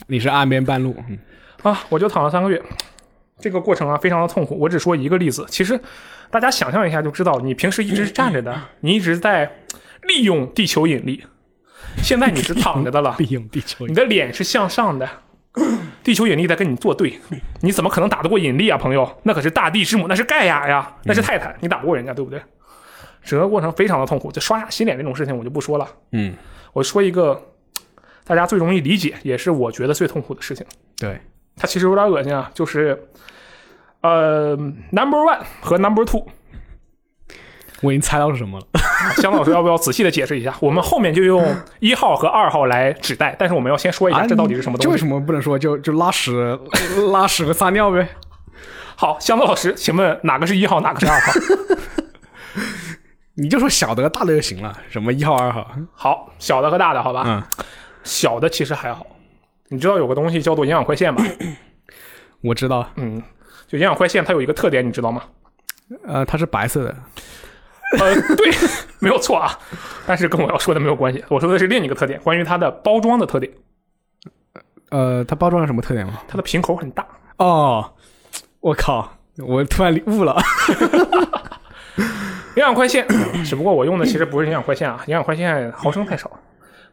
[SPEAKER 1] 你是岸边半路，嗯
[SPEAKER 2] 啊，我就躺了三个月。这个过程啊，非常的痛苦。我只说一个例子，其实大家想象一下就知道，你平时一直是站着的，你一直在利用地球引力，现在你是躺着的了，
[SPEAKER 1] 利用地球
[SPEAKER 2] 你的脸是向上的，地球引力在跟你作对，你怎么可能打得过引力啊，朋友？那可是大地之母，那是盖亚呀，
[SPEAKER 1] 嗯
[SPEAKER 2] 那是泰坦，你打不过人家，对不对？整个过程非常的痛苦，就刷牙洗脸这种事情我就不说了，
[SPEAKER 1] 嗯，
[SPEAKER 2] 我说一个大家最容易理解，也是我觉得最痛苦的事情，
[SPEAKER 1] 对，
[SPEAKER 2] 它其实有点恶心啊，就是呃，number one 和 number two，
[SPEAKER 1] 我已经猜到是什么了。
[SPEAKER 2] 香老师要不要仔细的解释一下？我们后面就用一号和二号来指代，但是我们要先说一下这到底是什么
[SPEAKER 1] 啊这
[SPEAKER 2] 东
[SPEAKER 1] 为
[SPEAKER 2] 西
[SPEAKER 1] 什。么不能说就就拉屎拉屎和撒尿呗？
[SPEAKER 2] 好，香子老师，请问哪个是一号，哪个是二号？
[SPEAKER 1] 你就说小的和大的就行了，什么一号二号，
[SPEAKER 2] 好，小的和大的，好吧？
[SPEAKER 1] 嗯，
[SPEAKER 2] 小的其实还好。你知道有个东西叫做营养快线吧？
[SPEAKER 1] 我知道，
[SPEAKER 2] 嗯，就营养快线它有一个特点，你知道吗？
[SPEAKER 1] 呃，它是白色的，
[SPEAKER 2] 呃，对， 没有错啊。但是跟我要说的没有关系，我说的是另一个特点，关于它的包装的特点。
[SPEAKER 1] 呃，它包装有什么特点吗？
[SPEAKER 2] 它的瓶口很大，
[SPEAKER 1] 哦，我靠，我突然悟了，
[SPEAKER 2] 营养快线，只不过我用的其实不是营养快线啊，营养快线毫升太少，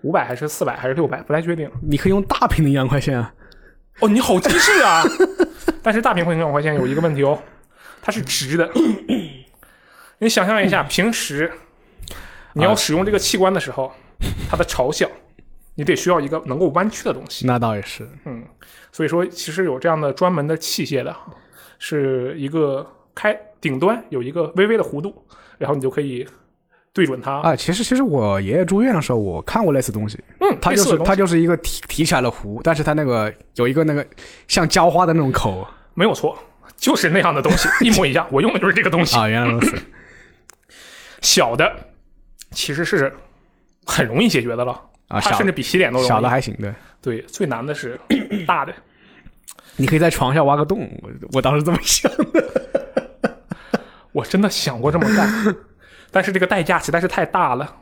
[SPEAKER 2] 五百还是四百还是六百，不太确定。
[SPEAKER 1] 你可以用大瓶的营养快线啊。
[SPEAKER 2] 哦，你好机智啊！ 但是大屏混凝土环线有一个问题哦，它是 直的。你想象一下，平时你
[SPEAKER 1] 嗯
[SPEAKER 2] 要使用这个器官的时候，它的朝向，你得需要一个能够弯曲的东西。
[SPEAKER 1] 那倒也是，
[SPEAKER 2] 所以说，其实有这样的专门的器械的，是一个开顶端有一个微微的弧度，然后你就可以对准它。
[SPEAKER 1] 啊，其实其实我爷爷住院的时候，我看过类似东西。
[SPEAKER 2] 嗯，
[SPEAKER 1] 它
[SPEAKER 2] 类
[SPEAKER 1] 就
[SPEAKER 2] 似的
[SPEAKER 1] 是
[SPEAKER 2] 东西
[SPEAKER 1] 它就是一个提提起来的壶，但是它那个有一个那个像浇花的那种口
[SPEAKER 2] 没有错，就是那样的东西，一模一样。我用的就是这个东西。
[SPEAKER 1] 啊，原来如此。
[SPEAKER 2] 小的其实是很容易解决的了
[SPEAKER 1] 啊
[SPEAKER 2] 它
[SPEAKER 1] 小
[SPEAKER 2] 甚至比洗脸都容易。
[SPEAKER 1] 小的还行，对，
[SPEAKER 2] 对，最难的是 大的。
[SPEAKER 1] 你可以在床下挖个洞，我我当时这么想。
[SPEAKER 2] 我真的想过这么干， 但是这个代价实在是太大了。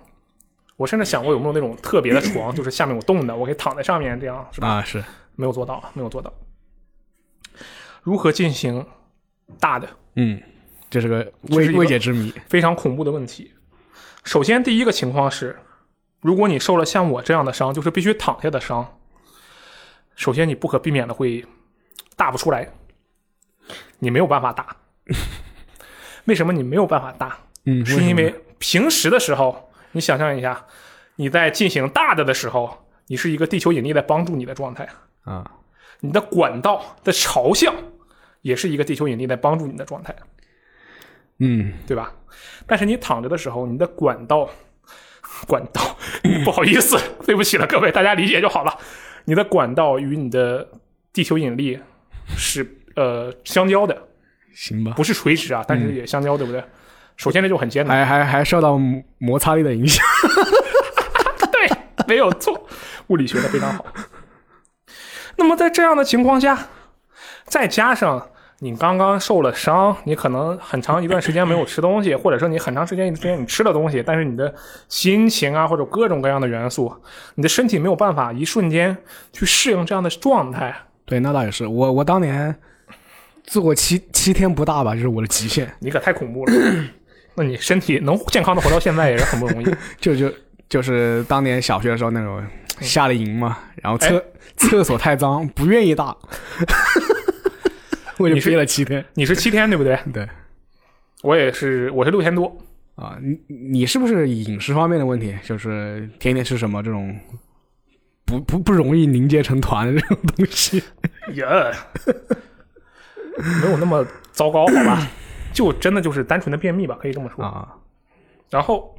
[SPEAKER 2] 我甚至想过有没有那种特别的床，就是下面有洞的，我可以躺在上面，这样是吧？
[SPEAKER 1] 啊，是
[SPEAKER 2] 没有做到，没有做到。如何进行大的
[SPEAKER 1] 嗯，这是个
[SPEAKER 2] 这是
[SPEAKER 1] 未
[SPEAKER 2] 一个
[SPEAKER 1] 未解之谜。
[SPEAKER 2] 非常恐怖的问题？首先，第一个情况是，如果你受了像我这样的伤，就是必须躺下的伤，首先你不可避免的会大不出来，你没有办法大。 为什么你没有办法大？
[SPEAKER 1] 嗯，
[SPEAKER 2] 是
[SPEAKER 1] 什
[SPEAKER 2] 因
[SPEAKER 1] 么
[SPEAKER 2] 为平时的时候，你想象一下，你在进行大的的时候，你是一个地球引力在帮助你的状态，
[SPEAKER 1] 啊，
[SPEAKER 2] 你的管道的朝向也是一个地球引力在帮助你的状态，
[SPEAKER 1] 嗯，
[SPEAKER 2] 对吧？但是你躺着的时候，你的管道， 管道， 不好意思， 对不起了，各位，大家理解就好了。你的管道与你的地球引力是呃相交的，
[SPEAKER 1] 行吧。
[SPEAKER 2] 不是垂直啊，但是也相交，对不对？首先这就很艰难。
[SPEAKER 1] 还还还受到摩摩擦力的影响。
[SPEAKER 2] 对，没有错，物理学的非常好。那么在这样的情况下，再加上你刚刚受了伤，你可能很长一段时间没有吃东西，或者说你很长时间之间你吃了东西，但是你的心情啊或者各种各样的元素，你的身体没有办法一瞬间去适应这样的状态。
[SPEAKER 1] 对，那倒也是。我我当年做过七七天不大吧，就是我的极限，
[SPEAKER 2] 你可太恐怖了。那你身体能健康的活到现在也是很不容易。
[SPEAKER 1] 就就就是当年小学的时候那种
[SPEAKER 2] 嗯
[SPEAKER 1] 夏令营嘛，然后
[SPEAKER 2] 哎
[SPEAKER 1] 厕、厕所太脏，不愿意 大，我就
[SPEAKER 2] 你是
[SPEAKER 1] 憋了七天。
[SPEAKER 2] 你是七天对不对？
[SPEAKER 1] 对
[SPEAKER 2] 我也是，我是六天多。
[SPEAKER 1] 啊，你你是不是饮食方面的问题？就是天天吃什么这种不不不容易凝结成团的这种东西？
[SPEAKER 2] 也没有那么糟糕，好 吧？就真的就是单纯的便秘吧，可以这么说。
[SPEAKER 1] 啊，
[SPEAKER 2] 然后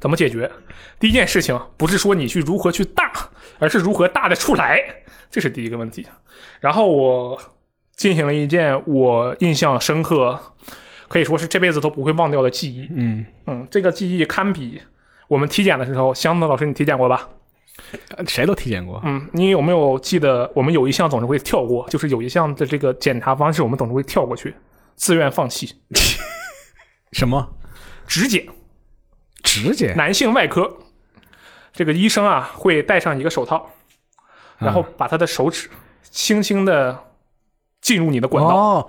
[SPEAKER 2] 怎么解决？第一件事情不是说你去如何去大，而是如何大的出来，这是第一个问题。然后我进行了一件我印象深刻，可以说是这辈子都不会忘掉的记忆。
[SPEAKER 1] 嗯，
[SPEAKER 2] 嗯，这个记忆堪比我们体检的时候，箱子老师你体检过吧？
[SPEAKER 1] 呃谁都体检过。
[SPEAKER 2] 嗯，你有没有记得我们有一项总是会跳过，就是有一项的这个检查方式，我们总是会跳过去，自愿放弃
[SPEAKER 1] 什么
[SPEAKER 2] 指检，
[SPEAKER 1] 指甲？
[SPEAKER 2] 男性外科，这个医生啊会戴上一个手套，然后把他的手指轻轻的进入你的管道，
[SPEAKER 1] 哦，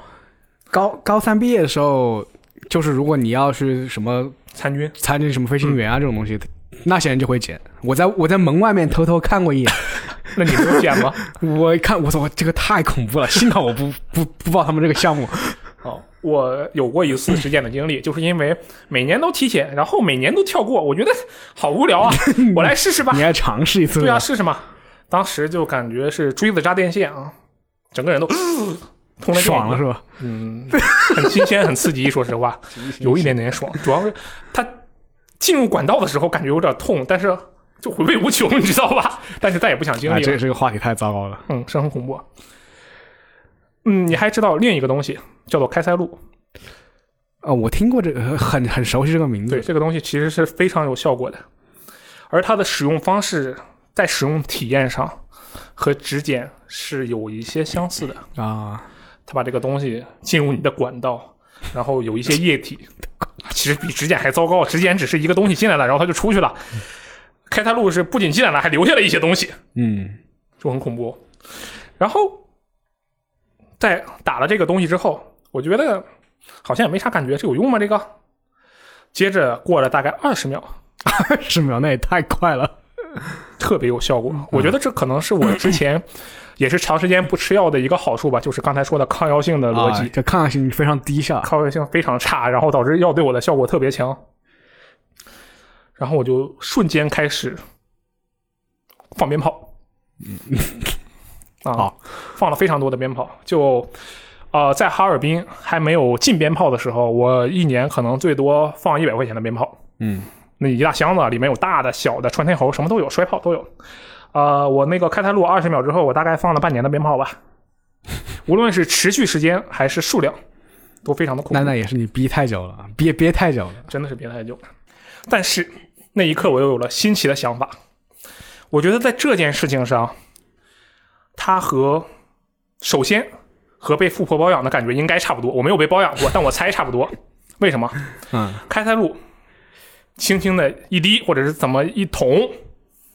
[SPEAKER 1] 高高三毕业的时候，就是如果你要去什么
[SPEAKER 2] 参军。
[SPEAKER 1] 参军、什么飞行
[SPEAKER 2] 嗯
[SPEAKER 1] 员啊、这种东西，那些人就会剪。我在我在门外面偷偷看过 一眼，
[SPEAKER 2] 那你有检吗？
[SPEAKER 1] 我一看，我操，这个太恐怖了！幸好我不不不报他们这个项目。
[SPEAKER 2] 哦，我有过一次实践的经历，就是因为每年都体检，然后每年都跳过，我觉得好无聊啊，我来试试吧
[SPEAKER 1] 你。还尝试一次？
[SPEAKER 2] 对啊，，试试嘛。当时就感觉是锥子扎电线啊，整个人都 通了电
[SPEAKER 1] 爽了是吧？
[SPEAKER 2] 嗯， 很新鲜，很刺激。说实话，有一点点爽，主要是它进入管道的时候感觉有点痛，但是就回味无穷，你知道吧？ 但是再也不想经
[SPEAKER 1] 啊，
[SPEAKER 2] 历了，
[SPEAKER 1] 这这个话题太糟糕了。
[SPEAKER 2] 嗯，是很恐怖。嗯，你还知道另一个东西叫做开塞露，
[SPEAKER 1] 呃，我听过这个，很很熟悉这个名
[SPEAKER 2] 对，
[SPEAKER 1] 字。
[SPEAKER 2] 这个东西其实是非常有效果的，而它的使用方式在使用体验上和指检是有一些相似的。
[SPEAKER 1] 啊，
[SPEAKER 2] 它把这个东西进入你的管道，然后有一些液体，其实比指检还糟糕。指检只是一个东西进来了，然后它就出去了。开塞露是不仅进来了，还留下了一些东西，
[SPEAKER 1] 嗯，
[SPEAKER 2] 就很恐怖。然后在打了这个东西之后，我觉得好像也没啥感觉，这有用吗？这个？接着过了大概二十秒，
[SPEAKER 1] 二十秒那也太快了。
[SPEAKER 2] 特别有效果。我觉得这可能是我之前 也是长时间不吃药的一个好处吧，就是刚才说的抗药性的逻辑
[SPEAKER 1] 啊，，这抗药性非常低下。
[SPEAKER 2] 抗药性非常差，然后导致药对我的效果特别强。然后我就瞬间开始放鞭炮，啊
[SPEAKER 1] 好，
[SPEAKER 2] 放了非常多的鞭炮。就呃，在哈尔滨还没有禁鞭炮的时候，我一年可能最多放一百块钱的鞭炮。
[SPEAKER 1] 嗯，
[SPEAKER 2] 那一大箱子，里面有大的、小的、穿天猴，什么都有，摔炮都有。呃，我那个开泰路二十秒之后，我大概放了半年的鞭炮吧，无论是持续时间还是数量，都非常的恐
[SPEAKER 1] 那
[SPEAKER 2] 怖，
[SPEAKER 1] 那也是你憋太久了，憋憋太久了。
[SPEAKER 2] 真的是憋太久了。但是那一刻，我又有了新奇的想法。我觉得在这件事情上，它和首先和被富婆包养的感觉应该差不多。我没有被包养过，但我猜差不多。为什么？
[SPEAKER 1] 嗯，
[SPEAKER 2] 开塞露，轻轻的一滴或者是怎么一捅，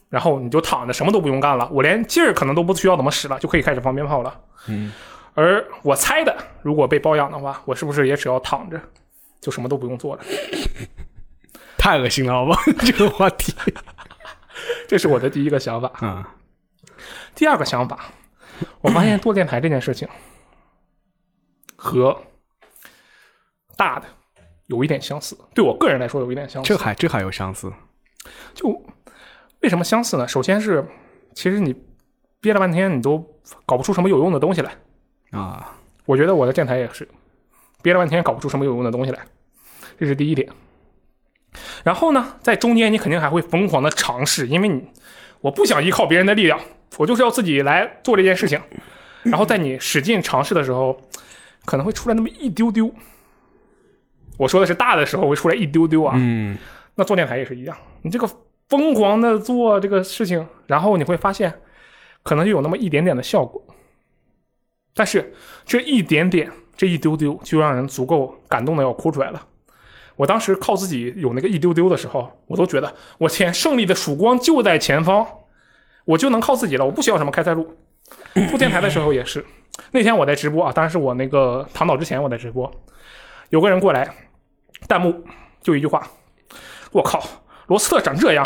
[SPEAKER 2] 然后你就躺着什么都不用干了，我连劲儿可能都不需要怎么使了，就可以开始放鞭炮了。
[SPEAKER 1] 嗯，
[SPEAKER 2] 而我猜的，如果被包养的话，我是不是也只要躺着，就什么都不用做了？
[SPEAKER 1] 太恶心了，好吧？ 这个话题。
[SPEAKER 2] 这是我的第一个想法。
[SPEAKER 1] 嗯，
[SPEAKER 2] 第二个想法，我发现做电台这件事情和大的有一点相似，对我个人来说有一点相似。
[SPEAKER 1] 这还这还有相似。
[SPEAKER 2] 就为什么相似呢？首先是，其实你憋了半天，你都搞不出什么有用的东西来。
[SPEAKER 1] 啊，
[SPEAKER 2] 我觉得我的电台也是，憋了半天搞不出什么有用的东西来，这是第一点。然后呢，在中间你肯定还会疯狂的尝试，因为你我不想依靠别人的力量，我就是要自己来做这件事情。然后在你使劲尝试的时候，可能会出来那么一丢丢。我说的是大的时候会出来一丢丢啊，
[SPEAKER 1] 嗯，
[SPEAKER 2] 那做电台也是一样，你这个疯狂的做这个事情，然后你会发现，可能就有那么一点点的效果，但是这一点点，这一丢丢，就让人足够感动的要哭出来了。我当时靠自己有那个一丢丢的时候，我都觉得我天，胜利的曙光就在前方，我就能靠自己了，我不需要什么开塞露。做电台的时候也是，那天我在直播啊，当然是我那个躺倒之前我在直播，有个人过来，弹幕就一句话，我靠，罗斯特长这样，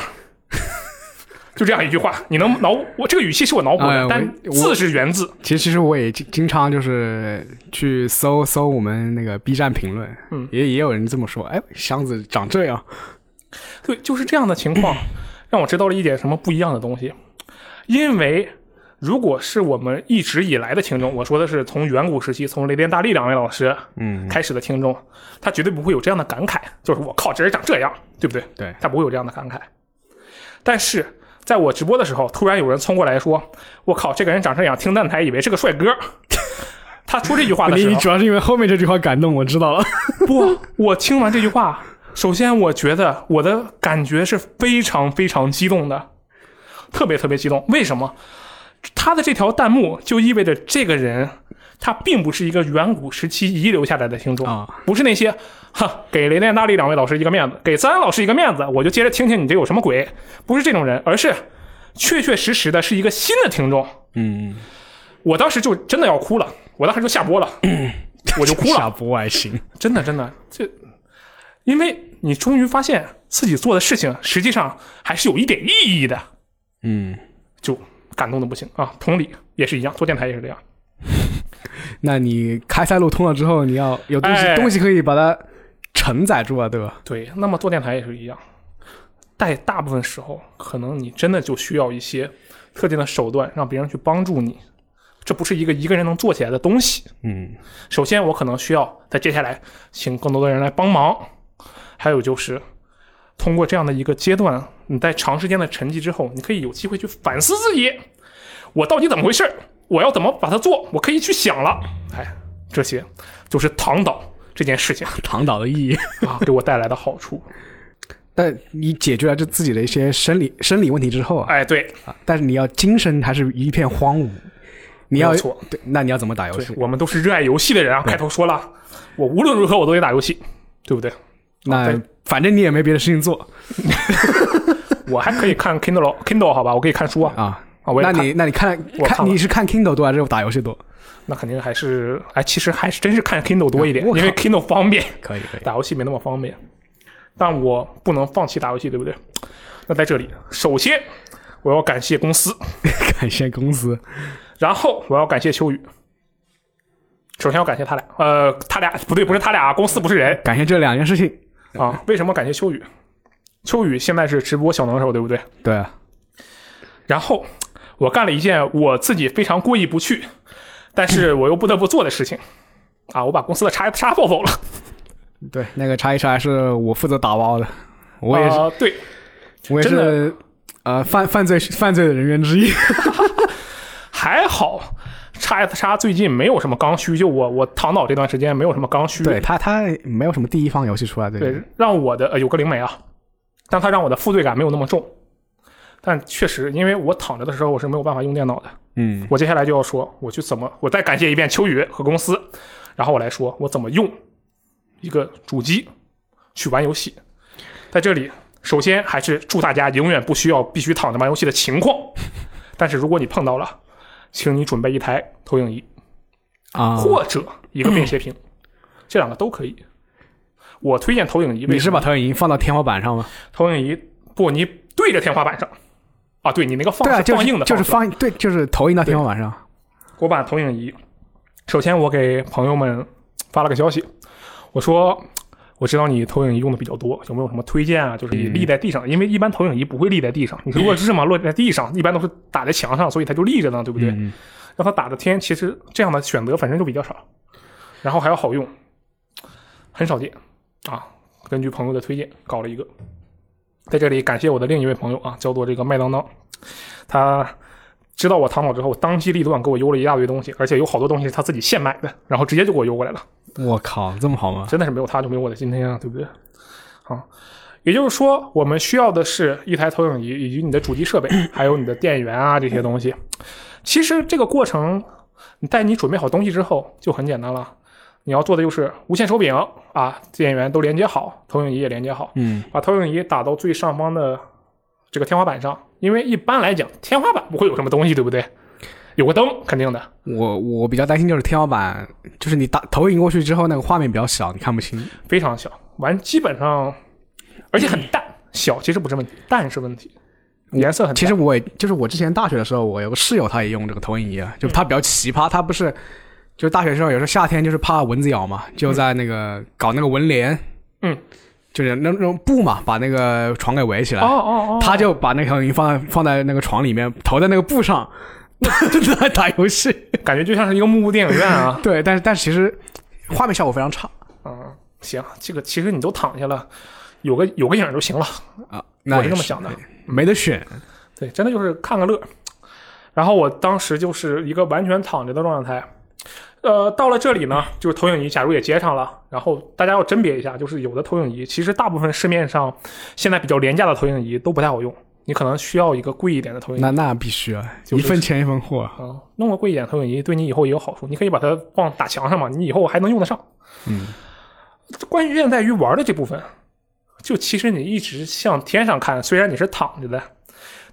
[SPEAKER 2] 就这样一句话，你能脑补我这个语气是我脑补的，
[SPEAKER 1] 哎我
[SPEAKER 2] 但
[SPEAKER 1] 我
[SPEAKER 2] 字是原字，
[SPEAKER 1] 其实其实我也经经常就是去搜搜我们那个 B 站评论，
[SPEAKER 2] 嗯
[SPEAKER 1] 也也有人这么说，哎，箱子长这样，
[SPEAKER 2] 对，就是这样的情 况，让我知道了一点什么不一样的东西。因为如果是我们一直以来的听众，我说的是从远古时期，从雷电大力两位老师
[SPEAKER 1] 嗯，
[SPEAKER 2] 开始的听众，他绝对不会有这样的感慨，就是我靠，这人长这样，对不对？
[SPEAKER 1] 对，
[SPEAKER 2] 他不会有这样的感慨。但是在我直播的时候，突然有人冲过来说：“我靠，这个人长这样，听弹台以为是个帅哥。”他说这句话 的
[SPEAKER 1] 你
[SPEAKER 2] 时
[SPEAKER 1] 你
[SPEAKER 2] 候，
[SPEAKER 1] 主要是因为后面这句话感动，我知 道了。
[SPEAKER 2] 不，我听完这句话，首先我觉得我的感觉是非常非常激动的，特别特别激动。为什么？他的这条弹幕就意味着这个人他并不是一个远古时期遗留下来的听众
[SPEAKER 1] 啊
[SPEAKER 2] 不是那些哈给雷电大力两位老师一个面子，给三老师一个面子，我就接着听听你这有什么鬼，不是这种人，而是确确实实的是一个新的听众。
[SPEAKER 1] 嗯，
[SPEAKER 2] 我当时就真的要哭了，我当时就下播了，我就哭了
[SPEAKER 1] 下。播还 行，
[SPEAKER 2] 真的真的，这因为你终于发现自己做的事情实际上还是有一点意义的，
[SPEAKER 1] 嗯，
[SPEAKER 2] 就感动的不行啊。同理也是一样，做电台也是这样。
[SPEAKER 1] 那你开塞露通了之后，你要有东西、
[SPEAKER 2] 哎
[SPEAKER 1] 东西可以把它承载住啊，对 吧？
[SPEAKER 2] 对，那么做电台也是一样，在大部分时候，可能你真的就需要一些特定的手段，让别人去帮助你。这不是一个一个人能做起来的东西。
[SPEAKER 1] 嗯，
[SPEAKER 2] 首先，我可能需要在接下来请更多的人来帮忙，还有就是通过这样的一个阶段，你在长时间的沉寂之后，你可以有机会去反思自己，我到底怎么回事儿，我要怎么把它做，我可以去想了。哎，这些就是躺倒这件事情
[SPEAKER 1] 躺倒的意义。
[SPEAKER 2] 啊，给我带来的好处。
[SPEAKER 1] 但你解决了这自己的一些生理生理问题之后啊，
[SPEAKER 2] 哎，对，
[SPEAKER 1] 但是你要精神还是一片荒芜，你要
[SPEAKER 2] 没有错
[SPEAKER 1] 对，嗯那你要怎么打游
[SPEAKER 2] 对哦
[SPEAKER 1] 戏？
[SPEAKER 2] 我们都是热爱游戏的人啊。开头说了，我无论如何我都得打游戏，对不对？
[SPEAKER 1] 那
[SPEAKER 2] 对
[SPEAKER 1] 反正你也没别的事情做
[SPEAKER 2] 我还可以看 Kindle，Kindle 好吧，我可以看书啊。
[SPEAKER 1] 啊。
[SPEAKER 2] 啊，我也
[SPEAKER 1] 那
[SPEAKER 2] 看
[SPEAKER 1] 你那你看
[SPEAKER 2] 我看
[SPEAKER 1] 看
[SPEAKER 2] 了
[SPEAKER 1] 你是看 Kindle 多还是打游戏多？
[SPEAKER 2] 那肯定还是哎，其实还是真是看 Kindle 多一点，
[SPEAKER 1] 啊我靠
[SPEAKER 2] 因为 Kindle 方便，
[SPEAKER 1] 可以可以，
[SPEAKER 2] 打游戏没那么方便。但我不能放弃打游戏，对不对？那在这里，首先我要感谢公司，
[SPEAKER 1] 感谢公司，
[SPEAKER 2] 然后我要感谢秋雨。首先要感谢他俩，呃，他俩不对，不是他俩，啊公司不是人
[SPEAKER 1] 感谢这两件事情。嗯
[SPEAKER 2] 啊。为什么感谢秋雨？秋雨现在是直播小能手，对不对？
[SPEAKER 1] 对啊，
[SPEAKER 2] 然后我干了一件我自己非常过意不去，但是我又不得不做的事
[SPEAKER 1] 嗯
[SPEAKER 2] 情啊，我把公司的叉叉抱走了。
[SPEAKER 1] 对，那个叉一叉是我负责打包的，我也是，
[SPEAKER 2] 啊对，
[SPEAKER 1] 我也
[SPEAKER 2] 真
[SPEAKER 1] 是，呃，犯犯罪犯罪的人员之一。
[SPEAKER 2] 还好叉 S 叉最近没有什么刚需，就我我躺倒这段时间没有什么刚需，
[SPEAKER 1] 对他，他没有什么第一方游戏出来，对
[SPEAKER 2] 嗯对，让我的、呃、有个灵媒啊，但它让我的负罪感没有那么重。但确实，因为我躺着的时候我是没有办法用电脑的。
[SPEAKER 1] 嗯，
[SPEAKER 2] 我接下来就要说，我去怎么，我再感谢一遍秋雨和公司，然后我来说我怎么用一个主机去玩游戏。在这里，首先还是祝大家永远不需要必须躺着玩游戏的情况，但是如果你碰到了，请你准备一台投影仪
[SPEAKER 1] 啊，
[SPEAKER 2] 或者一个便携屏，这两个都可以。我推荐投影仪，为
[SPEAKER 1] 你
[SPEAKER 2] 什
[SPEAKER 1] 是
[SPEAKER 2] 么
[SPEAKER 1] 把投影仪放到天花板上吗？
[SPEAKER 2] 投影仪不，你对着天花板上啊，对你那个放
[SPEAKER 1] 对啊，
[SPEAKER 2] 是
[SPEAKER 1] 就
[SPEAKER 2] 放映
[SPEAKER 1] 是
[SPEAKER 2] 的
[SPEAKER 1] 就是
[SPEAKER 2] 方式
[SPEAKER 1] 放对，就是投影到天花板上。
[SPEAKER 2] 我把投影仪。首先，我给朋友们发了个消息，我说我知道你投影仪用的比较多，有没有什么推荐啊？就是你立在地上，
[SPEAKER 1] 嗯
[SPEAKER 2] 因为一般投影仪不会立在地上，你如果是嘛落在地上，一般都是打在墙上，所以它就立着呢，对不对？
[SPEAKER 1] 嗯
[SPEAKER 2] 让它打着天，其实这样的选择本身就比较少，然后还要好用，很少见啊。根据朋友的推荐搞了一个，在这里感谢我的另一位朋友啊，叫做这个麦当当，他知道我躺倒之后，当机立断给我邮了一大堆东西，而且有好多东西是他自己现买的，然后直接就给我邮过来了，
[SPEAKER 1] 我靠，这么好吗？
[SPEAKER 2] 真的是没有他就没有我的今天啊，对不对？啊，也就是说，我们需要的是一台投影仪，以及你的主机 设备，还有你的电源啊这些东西。其实这个过程，你在你准备好东西之后就很简单了。你要做的就是无线手柄啊，电源都连接好，投影仪也连接好，
[SPEAKER 1] 嗯，
[SPEAKER 2] 把投影仪打到最上方的这个天花板上，因为一般来讲，天花板不会有什么东西，对不对？有个灯肯定的，
[SPEAKER 1] 我我比较担心就是天花板，就是你打投影过去之后，那个画面比较小，你看不清。
[SPEAKER 2] 非常小，完基本上，而且很淡，小其实不是问题，淡是问题，颜色很淡
[SPEAKER 1] 其实我也就是我之前大学的时候，我有个室友，他也用这个投影仪，啊，
[SPEAKER 2] 嗯
[SPEAKER 1] 就他比较奇葩，他不是就大学的时候有时候夏天就是怕蚊子咬嘛，就在那个搞那个蚊帘，
[SPEAKER 2] 嗯，
[SPEAKER 1] 就是那那种布嘛，把那个床给围起来。
[SPEAKER 2] 哦哦哦，
[SPEAKER 1] 他就把那个投影仪放在放在那个床里面，投在那个布上， 在打游戏。
[SPEAKER 2] 感觉就像是一个幕布电影院啊，
[SPEAKER 1] 对，但是但是其实画面效果非常差
[SPEAKER 2] 嗯，行，这个其实你都躺下了，有个有个影儿就行了，
[SPEAKER 1] 啊。那
[SPEAKER 2] 我
[SPEAKER 1] 也
[SPEAKER 2] 是这么
[SPEAKER 1] 是
[SPEAKER 2] 想嗯的，
[SPEAKER 1] 没得选。
[SPEAKER 2] 对，真的就是看个乐。然后我当时就是一个完全躺着的状态，呃，到了这里呢，就是投影仪假如也接上了，然后大家要甄别一下，就是有的投影仪其实大部分市面上现在比较廉价的投影仪都不太好用，你可能需要一个贵一点的投影仪。
[SPEAKER 1] 那那必须啊，
[SPEAKER 2] 就
[SPEAKER 1] 一
[SPEAKER 2] 是
[SPEAKER 1] 分钱一分货。
[SPEAKER 2] 啊，弄个贵一点投影仪对你以后也有好处，你可以把它放打墙上嘛，你以后还能用得上。
[SPEAKER 1] 嗯，
[SPEAKER 2] 关键在于玩的这部分，就其实你一直向天上看，虽然你是躺着的，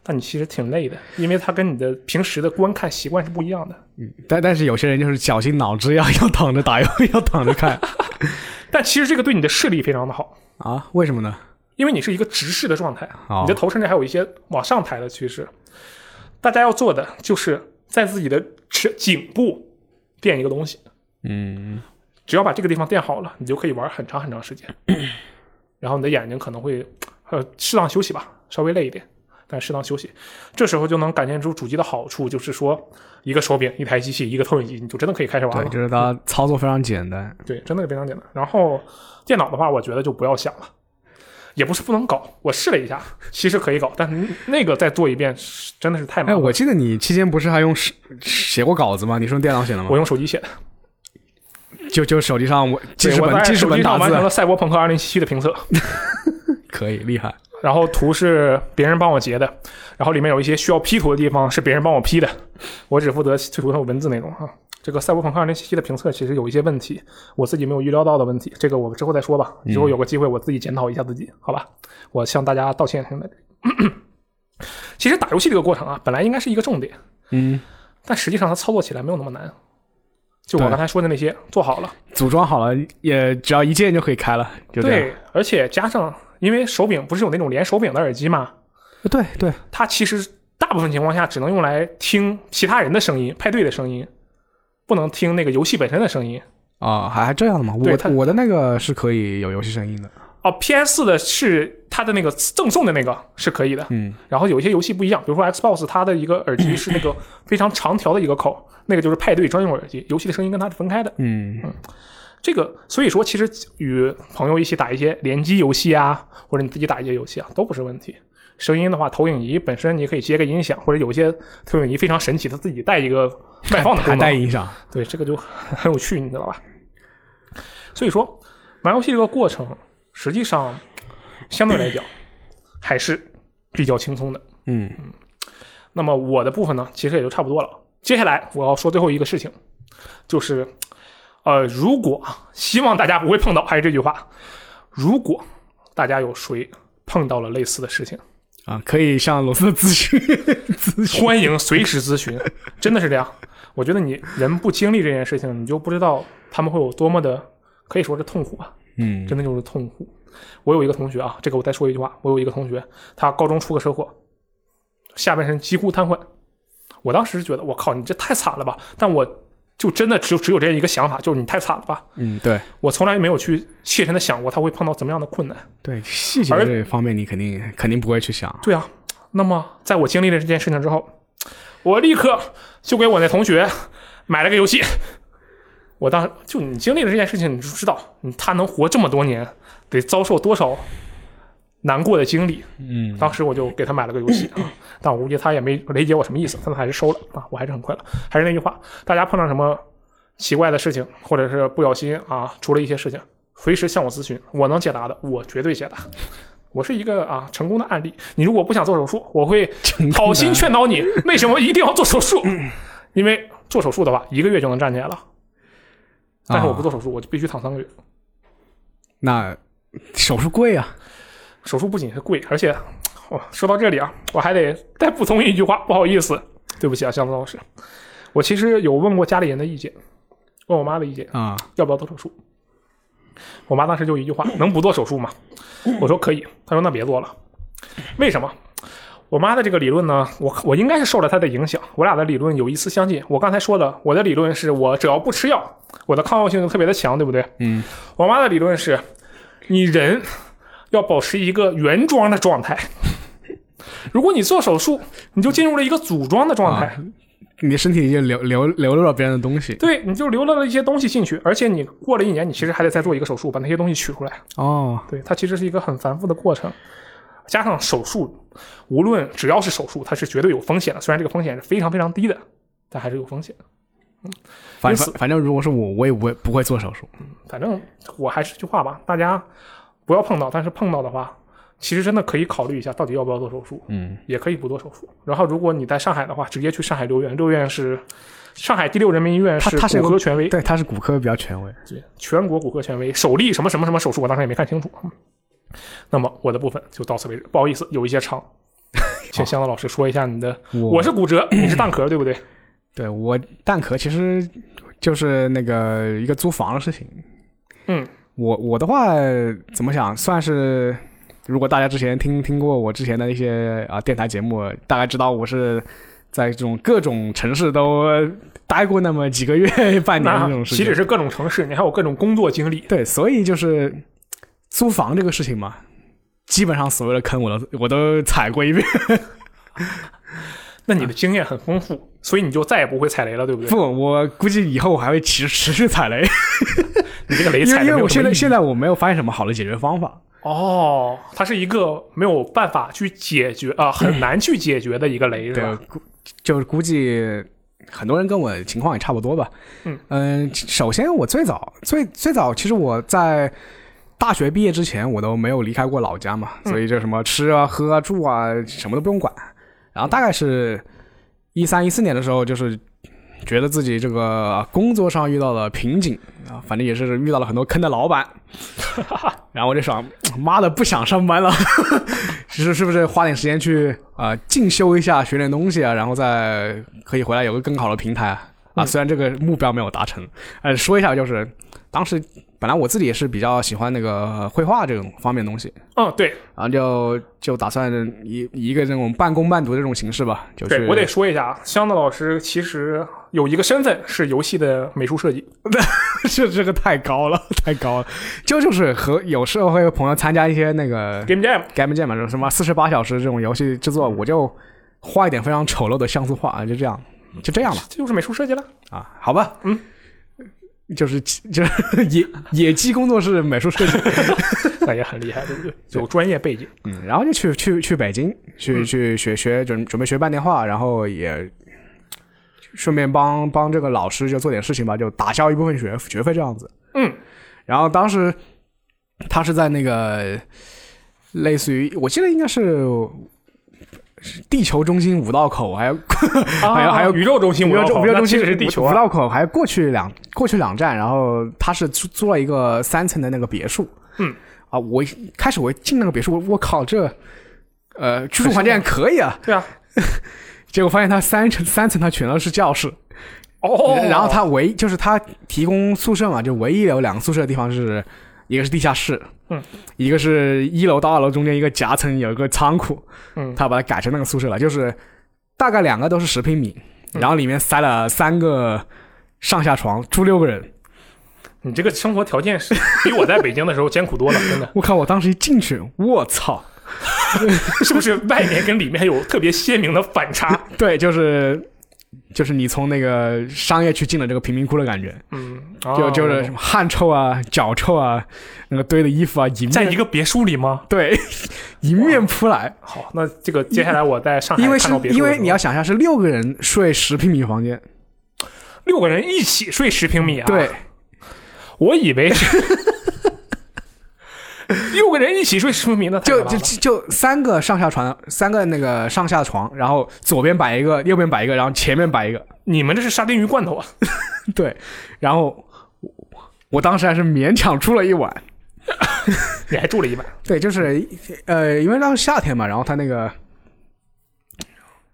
[SPEAKER 2] 但你其实挺累的，因为它跟你的平时的观看习惯是不一样的。
[SPEAKER 1] 但但是有些人就是绞尽脑汁要要躺着打，要 要躺着看
[SPEAKER 2] 但其实这个对你的视力非常的好，
[SPEAKER 1] 啊？为什么呢？
[SPEAKER 2] 因为你是一个直视的状态，
[SPEAKER 1] 哦
[SPEAKER 2] 你的头甚至还有一些往上抬的趋势。大家要做的就是在自己的尺颈部垫一个东西，
[SPEAKER 1] 嗯，
[SPEAKER 2] 只要把这个地方垫好了，你就可以玩很长很长 时间。然后你的眼睛可能会呃适当休息吧，稍微累一点，但适当休息，这时候就能感觉出主机的好处，就是说一个手柄、一台机器、一个投影仪，你就真的可以开始玩
[SPEAKER 1] 对，
[SPEAKER 2] 了。
[SPEAKER 1] 就是它操作非常简单。
[SPEAKER 2] 对，真的是非常简单。然后电脑的话，我觉得就不要想了，也不是不能搞，我试了一下，其实可以搞，但是那个再做一遍是真的是太麻
[SPEAKER 1] 哎，
[SPEAKER 2] 烦了。
[SPEAKER 1] 我记得你期间不是还用手写过稿子吗？你是用电脑写的吗
[SPEAKER 2] 我？用手机写的，
[SPEAKER 1] 就就手机上我记
[SPEAKER 2] 对
[SPEAKER 1] 事
[SPEAKER 2] 我在
[SPEAKER 1] 本记事
[SPEAKER 2] 手
[SPEAKER 1] 本
[SPEAKER 2] 机
[SPEAKER 1] 打
[SPEAKER 2] 上完成了
[SPEAKER 1] 字，
[SPEAKER 2] 《赛博朋克2077》的评测，
[SPEAKER 1] 可以厉害。
[SPEAKER 2] 然后图是别人帮我截的，然后里面有一些需要 P 图的地方是别人帮我 P 的，我只负责最图上文字内容哈。这个《赛博朋克2077》的评测其实有一些问题，我自己没有预料到的问题，这个我们之后再说吧。
[SPEAKER 1] 嗯
[SPEAKER 2] 之后有个机会我自己检讨一下自己，好吧？我向大家道歉。现在， 其实打游戏这个过程啊，本来应该是一个重点，
[SPEAKER 1] 嗯，
[SPEAKER 2] 但实际上它操作起来没有那么难。就我
[SPEAKER 1] 对
[SPEAKER 2] 刚才说的那些做好了，
[SPEAKER 1] 组装好了，也只要一键就可以开了，就这样。
[SPEAKER 2] 对，而且加上因为手柄不是有那种连手柄的耳机吗？
[SPEAKER 1] 对对
[SPEAKER 2] 它其实大部分情况下只能用来听其他人的声音、派对的声音，不能听那个游戏本身的声音。
[SPEAKER 1] 啊，还还这样的吗？
[SPEAKER 2] 对
[SPEAKER 1] 我
[SPEAKER 2] 它
[SPEAKER 1] 我的那个是可以有游戏声音的。
[SPEAKER 2] 哦，PS 4的是它的那个赠送的那个是可以的，
[SPEAKER 1] 嗯，
[SPEAKER 2] 然后有一些游戏不一样，比如说 Xbox 它的一个耳机是那个非常长条的一个口，那个就是派对专用耳机，游戏的声音跟它是分开的。
[SPEAKER 1] 嗯，
[SPEAKER 2] 这个所以说，其实与朋友一起打一些联机游戏啊，或者你自己打一些游戏啊，都不是问题。声音的话，投影仪本身你可以接个音响，或者有一些投影仪非常神奇，它自己带一个外放的
[SPEAKER 1] 还
[SPEAKER 2] 功
[SPEAKER 1] 带
[SPEAKER 2] 能。
[SPEAKER 1] 音响。
[SPEAKER 2] 对，这个就很 很有趣，你知道吧？所以说，玩游戏这个过程，实际上相对来讲还是比较轻松的。
[SPEAKER 1] 嗯，
[SPEAKER 2] 那么我的部分呢，其实也就差不多了。接下来我要说最后一个事情，就是，呃，如果希望大家不会碰到，还是这句话，如果大家有谁碰到了类似的事情，
[SPEAKER 1] 啊，可以向罗斯咨询 咨询。
[SPEAKER 2] 欢迎随时咨询，真的是这样。我觉得你人不经历这件事情，你就不知道他们会有多么的，可以说是痛苦吧。
[SPEAKER 1] 嗯
[SPEAKER 2] 真的就是痛苦。我有一个同学啊，这个我再说一句话，我有一个同学，他高中出个车祸，下半身几乎瘫痪。我当时觉得，我靠，你这太惨了吧！但我就真的只有只有这样一个想法，就是你太惨了吧！
[SPEAKER 1] 嗯，对
[SPEAKER 2] 我从来没有去切身的想过他会碰到怎么样的困难。
[SPEAKER 1] 对，细节
[SPEAKER 2] 而
[SPEAKER 1] 这方面你肯定肯定不会去想。
[SPEAKER 2] 对啊，那么在我经历了这件事情之后，我立刻就给我那同学买了个游戏。我当时就你经历了这件事情，你就知道你他能活这么多年，得遭受多少难过的经历。
[SPEAKER 1] 嗯
[SPEAKER 2] 当时我就给他买了个游戏啊，但我估计他也没理解我什么意思，他们还是收了啊，我还是很快乐。还是那句话，大家碰到什么奇怪的事情，或者是不小心啊出了一些事情，随时向我咨询，我能解答的，我绝对解答。我是一个啊成功的案例。你如果不想做手术，我会好心劝导你，为什么一定要做手术？因为做手术的话，一个月就能站起来了。但是我不做手术，我就必须躺三个月。
[SPEAKER 1] 那手术贵啊，
[SPEAKER 2] 手术不仅是贵，而且我说到这里啊，我还得再补充一句话，不好意思，对不起啊，向子老师，我其实有问过家里人的意见，问我妈的意见，
[SPEAKER 1] 啊，
[SPEAKER 2] 要不要做手术？我妈当时就一句话：“能不做手术吗？”我说可以。她说那别做了。为什么？我妈的这个理论呢，我我应该是受了她的影响，我俩的理论有一丝相近。我刚才说的，我的理论是我只要不吃药，我的抗药性就特别的强，对不对？
[SPEAKER 1] 嗯。
[SPEAKER 2] 我妈的理论是，你人要保持一个原装的状态。如果你做手术，你就进入了一个组装的状态，
[SPEAKER 1] 啊你的身体已经流流流入了别人的东西。
[SPEAKER 2] 对，你就留了一些东西进去，而且你过了一年，你其实还得再做一个手术，把那些东西取出来。
[SPEAKER 1] 哦，
[SPEAKER 2] 对，它其实是一个很繁复的过程，加上手术，无论只要是手术，它是绝对有风险的，虽然这个风险是非常非常低的，但还是有风险。
[SPEAKER 1] 反反
[SPEAKER 2] 因此
[SPEAKER 1] 反正如果是我，我也不会不会做手术。
[SPEAKER 2] 反正我还是句话吧，大家不要碰到，但是碰到的话，其实真的可以考虑一下到底要不要做手术，
[SPEAKER 1] 嗯，
[SPEAKER 2] 也可以不做手术。然后如果你在上海的话，直接去上海六院，六院是上海第六人民医院
[SPEAKER 1] 它它是
[SPEAKER 2] 是骨
[SPEAKER 1] 有
[SPEAKER 2] 科权威，
[SPEAKER 1] 对，他是骨科比较权威。
[SPEAKER 2] 对，全国骨科权威首例什么什么什么手术，我当时也没看清楚。那么我的部分就到此为止，不好意思，有一些 长，请香子老师说一下你的。
[SPEAKER 1] 我
[SPEAKER 2] 我是骨折，
[SPEAKER 1] 嗯
[SPEAKER 2] 你是蛋壳，对不对？
[SPEAKER 1] 对我蛋壳其实就是那个一个租房的事情。
[SPEAKER 2] 嗯，
[SPEAKER 1] 我我的话怎么想，算是如果大家之前听听过我之前的一些啊、电台节目，大概知道我是在这种各种城市都待过那么几个月 半年
[SPEAKER 2] 那
[SPEAKER 1] 这哎种事
[SPEAKER 2] 岂
[SPEAKER 1] 情
[SPEAKER 2] 止。是各种城市，你还有各种工作经历。
[SPEAKER 1] 对，所以就是租房这个事情嘛，基本上所有的坑我都我都踩过一遍。
[SPEAKER 2] 那你的经验很丰富，所以你就再也不会踩雷了，对不对
[SPEAKER 1] 不，？ 我估计以后我还会持持续踩雷，
[SPEAKER 2] 你这个雷
[SPEAKER 1] 因
[SPEAKER 2] 踩
[SPEAKER 1] 为
[SPEAKER 2] 的
[SPEAKER 1] 因为我现在
[SPEAKER 2] 现
[SPEAKER 1] 现在我没有发现什么好的解决方法。
[SPEAKER 2] 哦，它是一个没有办法去解决 啊、很难去解决的一个雷，是
[SPEAKER 1] 对啊
[SPEAKER 2] 吧？，
[SPEAKER 1] 估就是估计很多人跟我情况也差不多吧。
[SPEAKER 2] 嗯
[SPEAKER 1] 嗯、首先我最早最最早，其实我在大学毕业之前，我都没有离开过老家嘛，
[SPEAKER 2] 嗯
[SPEAKER 1] 所以就什么吃啊、喝啊、住啊，什么都不用管。然后大概是一三一四年的时候，就是。觉得自己这个工作上遇到了瓶颈啊，反正也是遇到了很多坑的老 板，然后我就想，妈的，不想上班了，其实是不是花点时间去啊、呃进修一下，学点东西啊，然后再可以回来有个更好的平台啊？
[SPEAKER 2] 嗯
[SPEAKER 1] 啊，虽然这个目标没有达成，呃，说一下就是当时本来我自己也是比较喜欢那个绘画这种方面的东西，
[SPEAKER 2] 嗯，对，
[SPEAKER 1] 然后就就打算以以一个这种半工半读的这种形式吧，就去
[SPEAKER 2] 对我得说一下啊，香子老师其实有一个身份是游戏的美术设计，
[SPEAKER 1] 这这个太高了， 太高了，就就是和有时候会有朋友参加一些那个
[SPEAKER 2] Game Jam，
[SPEAKER 1] Game Jam 啊嘛，什么四十八小时这种游戏制作，我就画一点非常丑陋的像素画，就这样，就这样吧，
[SPEAKER 2] 这就是美术设计了。
[SPEAKER 1] 啊，好吧，嗯。 就是就是 野野鸡工作室美术设计，
[SPEAKER 2] 那也很厉害，对不对？ 有专业背景，
[SPEAKER 1] 嗯，然后就去去去北京，去去学学准准备学半年画，然后也顺便帮帮这个老师就做点事情吧，就打消一部分学学费这样子。
[SPEAKER 2] 嗯，
[SPEAKER 1] 然后当时他是在那个类似于，我记得应该是是地球中心五道口，还有还有还有
[SPEAKER 2] 啊宇宙中心，
[SPEAKER 1] 五
[SPEAKER 2] 我
[SPEAKER 1] 道
[SPEAKER 2] 要
[SPEAKER 1] 口，
[SPEAKER 2] 跑
[SPEAKER 1] 五道中
[SPEAKER 2] 那
[SPEAKER 1] 心
[SPEAKER 2] 这个是地球
[SPEAKER 1] 五
[SPEAKER 2] 啊，
[SPEAKER 1] 道口还过去两过去两站，然后他是租租了一个三层的那个别墅。
[SPEAKER 2] 嗯，
[SPEAKER 1] 啊，我一开始我一进那个别墅，我我靠，这呃居住环境还可以啊，
[SPEAKER 2] 对啊，
[SPEAKER 1] 结果发现他三层三层他全都是教室，
[SPEAKER 2] 哦，
[SPEAKER 1] 然后他唯就是他提供宿舍嘛，就唯一有两个宿舍的地方是，一个是地下室，
[SPEAKER 2] 嗯，
[SPEAKER 1] 一个是一楼到二楼中间一个夹层有一个仓库，
[SPEAKER 2] 嗯
[SPEAKER 1] 他把它改成那个宿舍了，就是大概两个都是十平米，
[SPEAKER 2] 嗯
[SPEAKER 1] 然后里面塞了三个上下床，住六个人。
[SPEAKER 2] 你这个生活条件是比我在北京的时候艰苦多了，真的，
[SPEAKER 1] 我靠！我当时一进去，我操！
[SPEAKER 2] 是不是外面跟里面有特别鲜明的反差？
[SPEAKER 1] 对，就是就是你从那个商业区进了这个贫民窟的感觉，
[SPEAKER 2] 嗯，
[SPEAKER 1] 就
[SPEAKER 2] 哦
[SPEAKER 1] 就是什么汗臭啊、脚臭啊，那个堆的衣服啊，迎
[SPEAKER 2] 在
[SPEAKER 1] 面
[SPEAKER 2] 一个别墅里吗？
[SPEAKER 1] 对 迎面扑来。
[SPEAKER 2] 好，那这个接下来我在上海
[SPEAKER 1] 因为
[SPEAKER 2] 看
[SPEAKER 1] 是
[SPEAKER 2] 到别墅的时
[SPEAKER 1] 因
[SPEAKER 2] 候，
[SPEAKER 1] 为你要想象是六个人睡十平米房间，
[SPEAKER 2] 六个人一起睡十平米啊，
[SPEAKER 1] 对，
[SPEAKER 2] 我以为是 六个人一起睡十平米呢，太
[SPEAKER 1] 就
[SPEAKER 2] 可怕
[SPEAKER 1] 就
[SPEAKER 2] 了
[SPEAKER 1] 就就三个上下床，三个那个上下床，然后左边摆一个，右边摆一个，然后前面摆一个，
[SPEAKER 2] 你们这是沙丁鱼罐头啊！
[SPEAKER 1] 对，然后我我当时还是勉强住了一晚，
[SPEAKER 2] 你还住了一晚，
[SPEAKER 1] 对，就是呃，因为当时夏天嘛，然后他那个。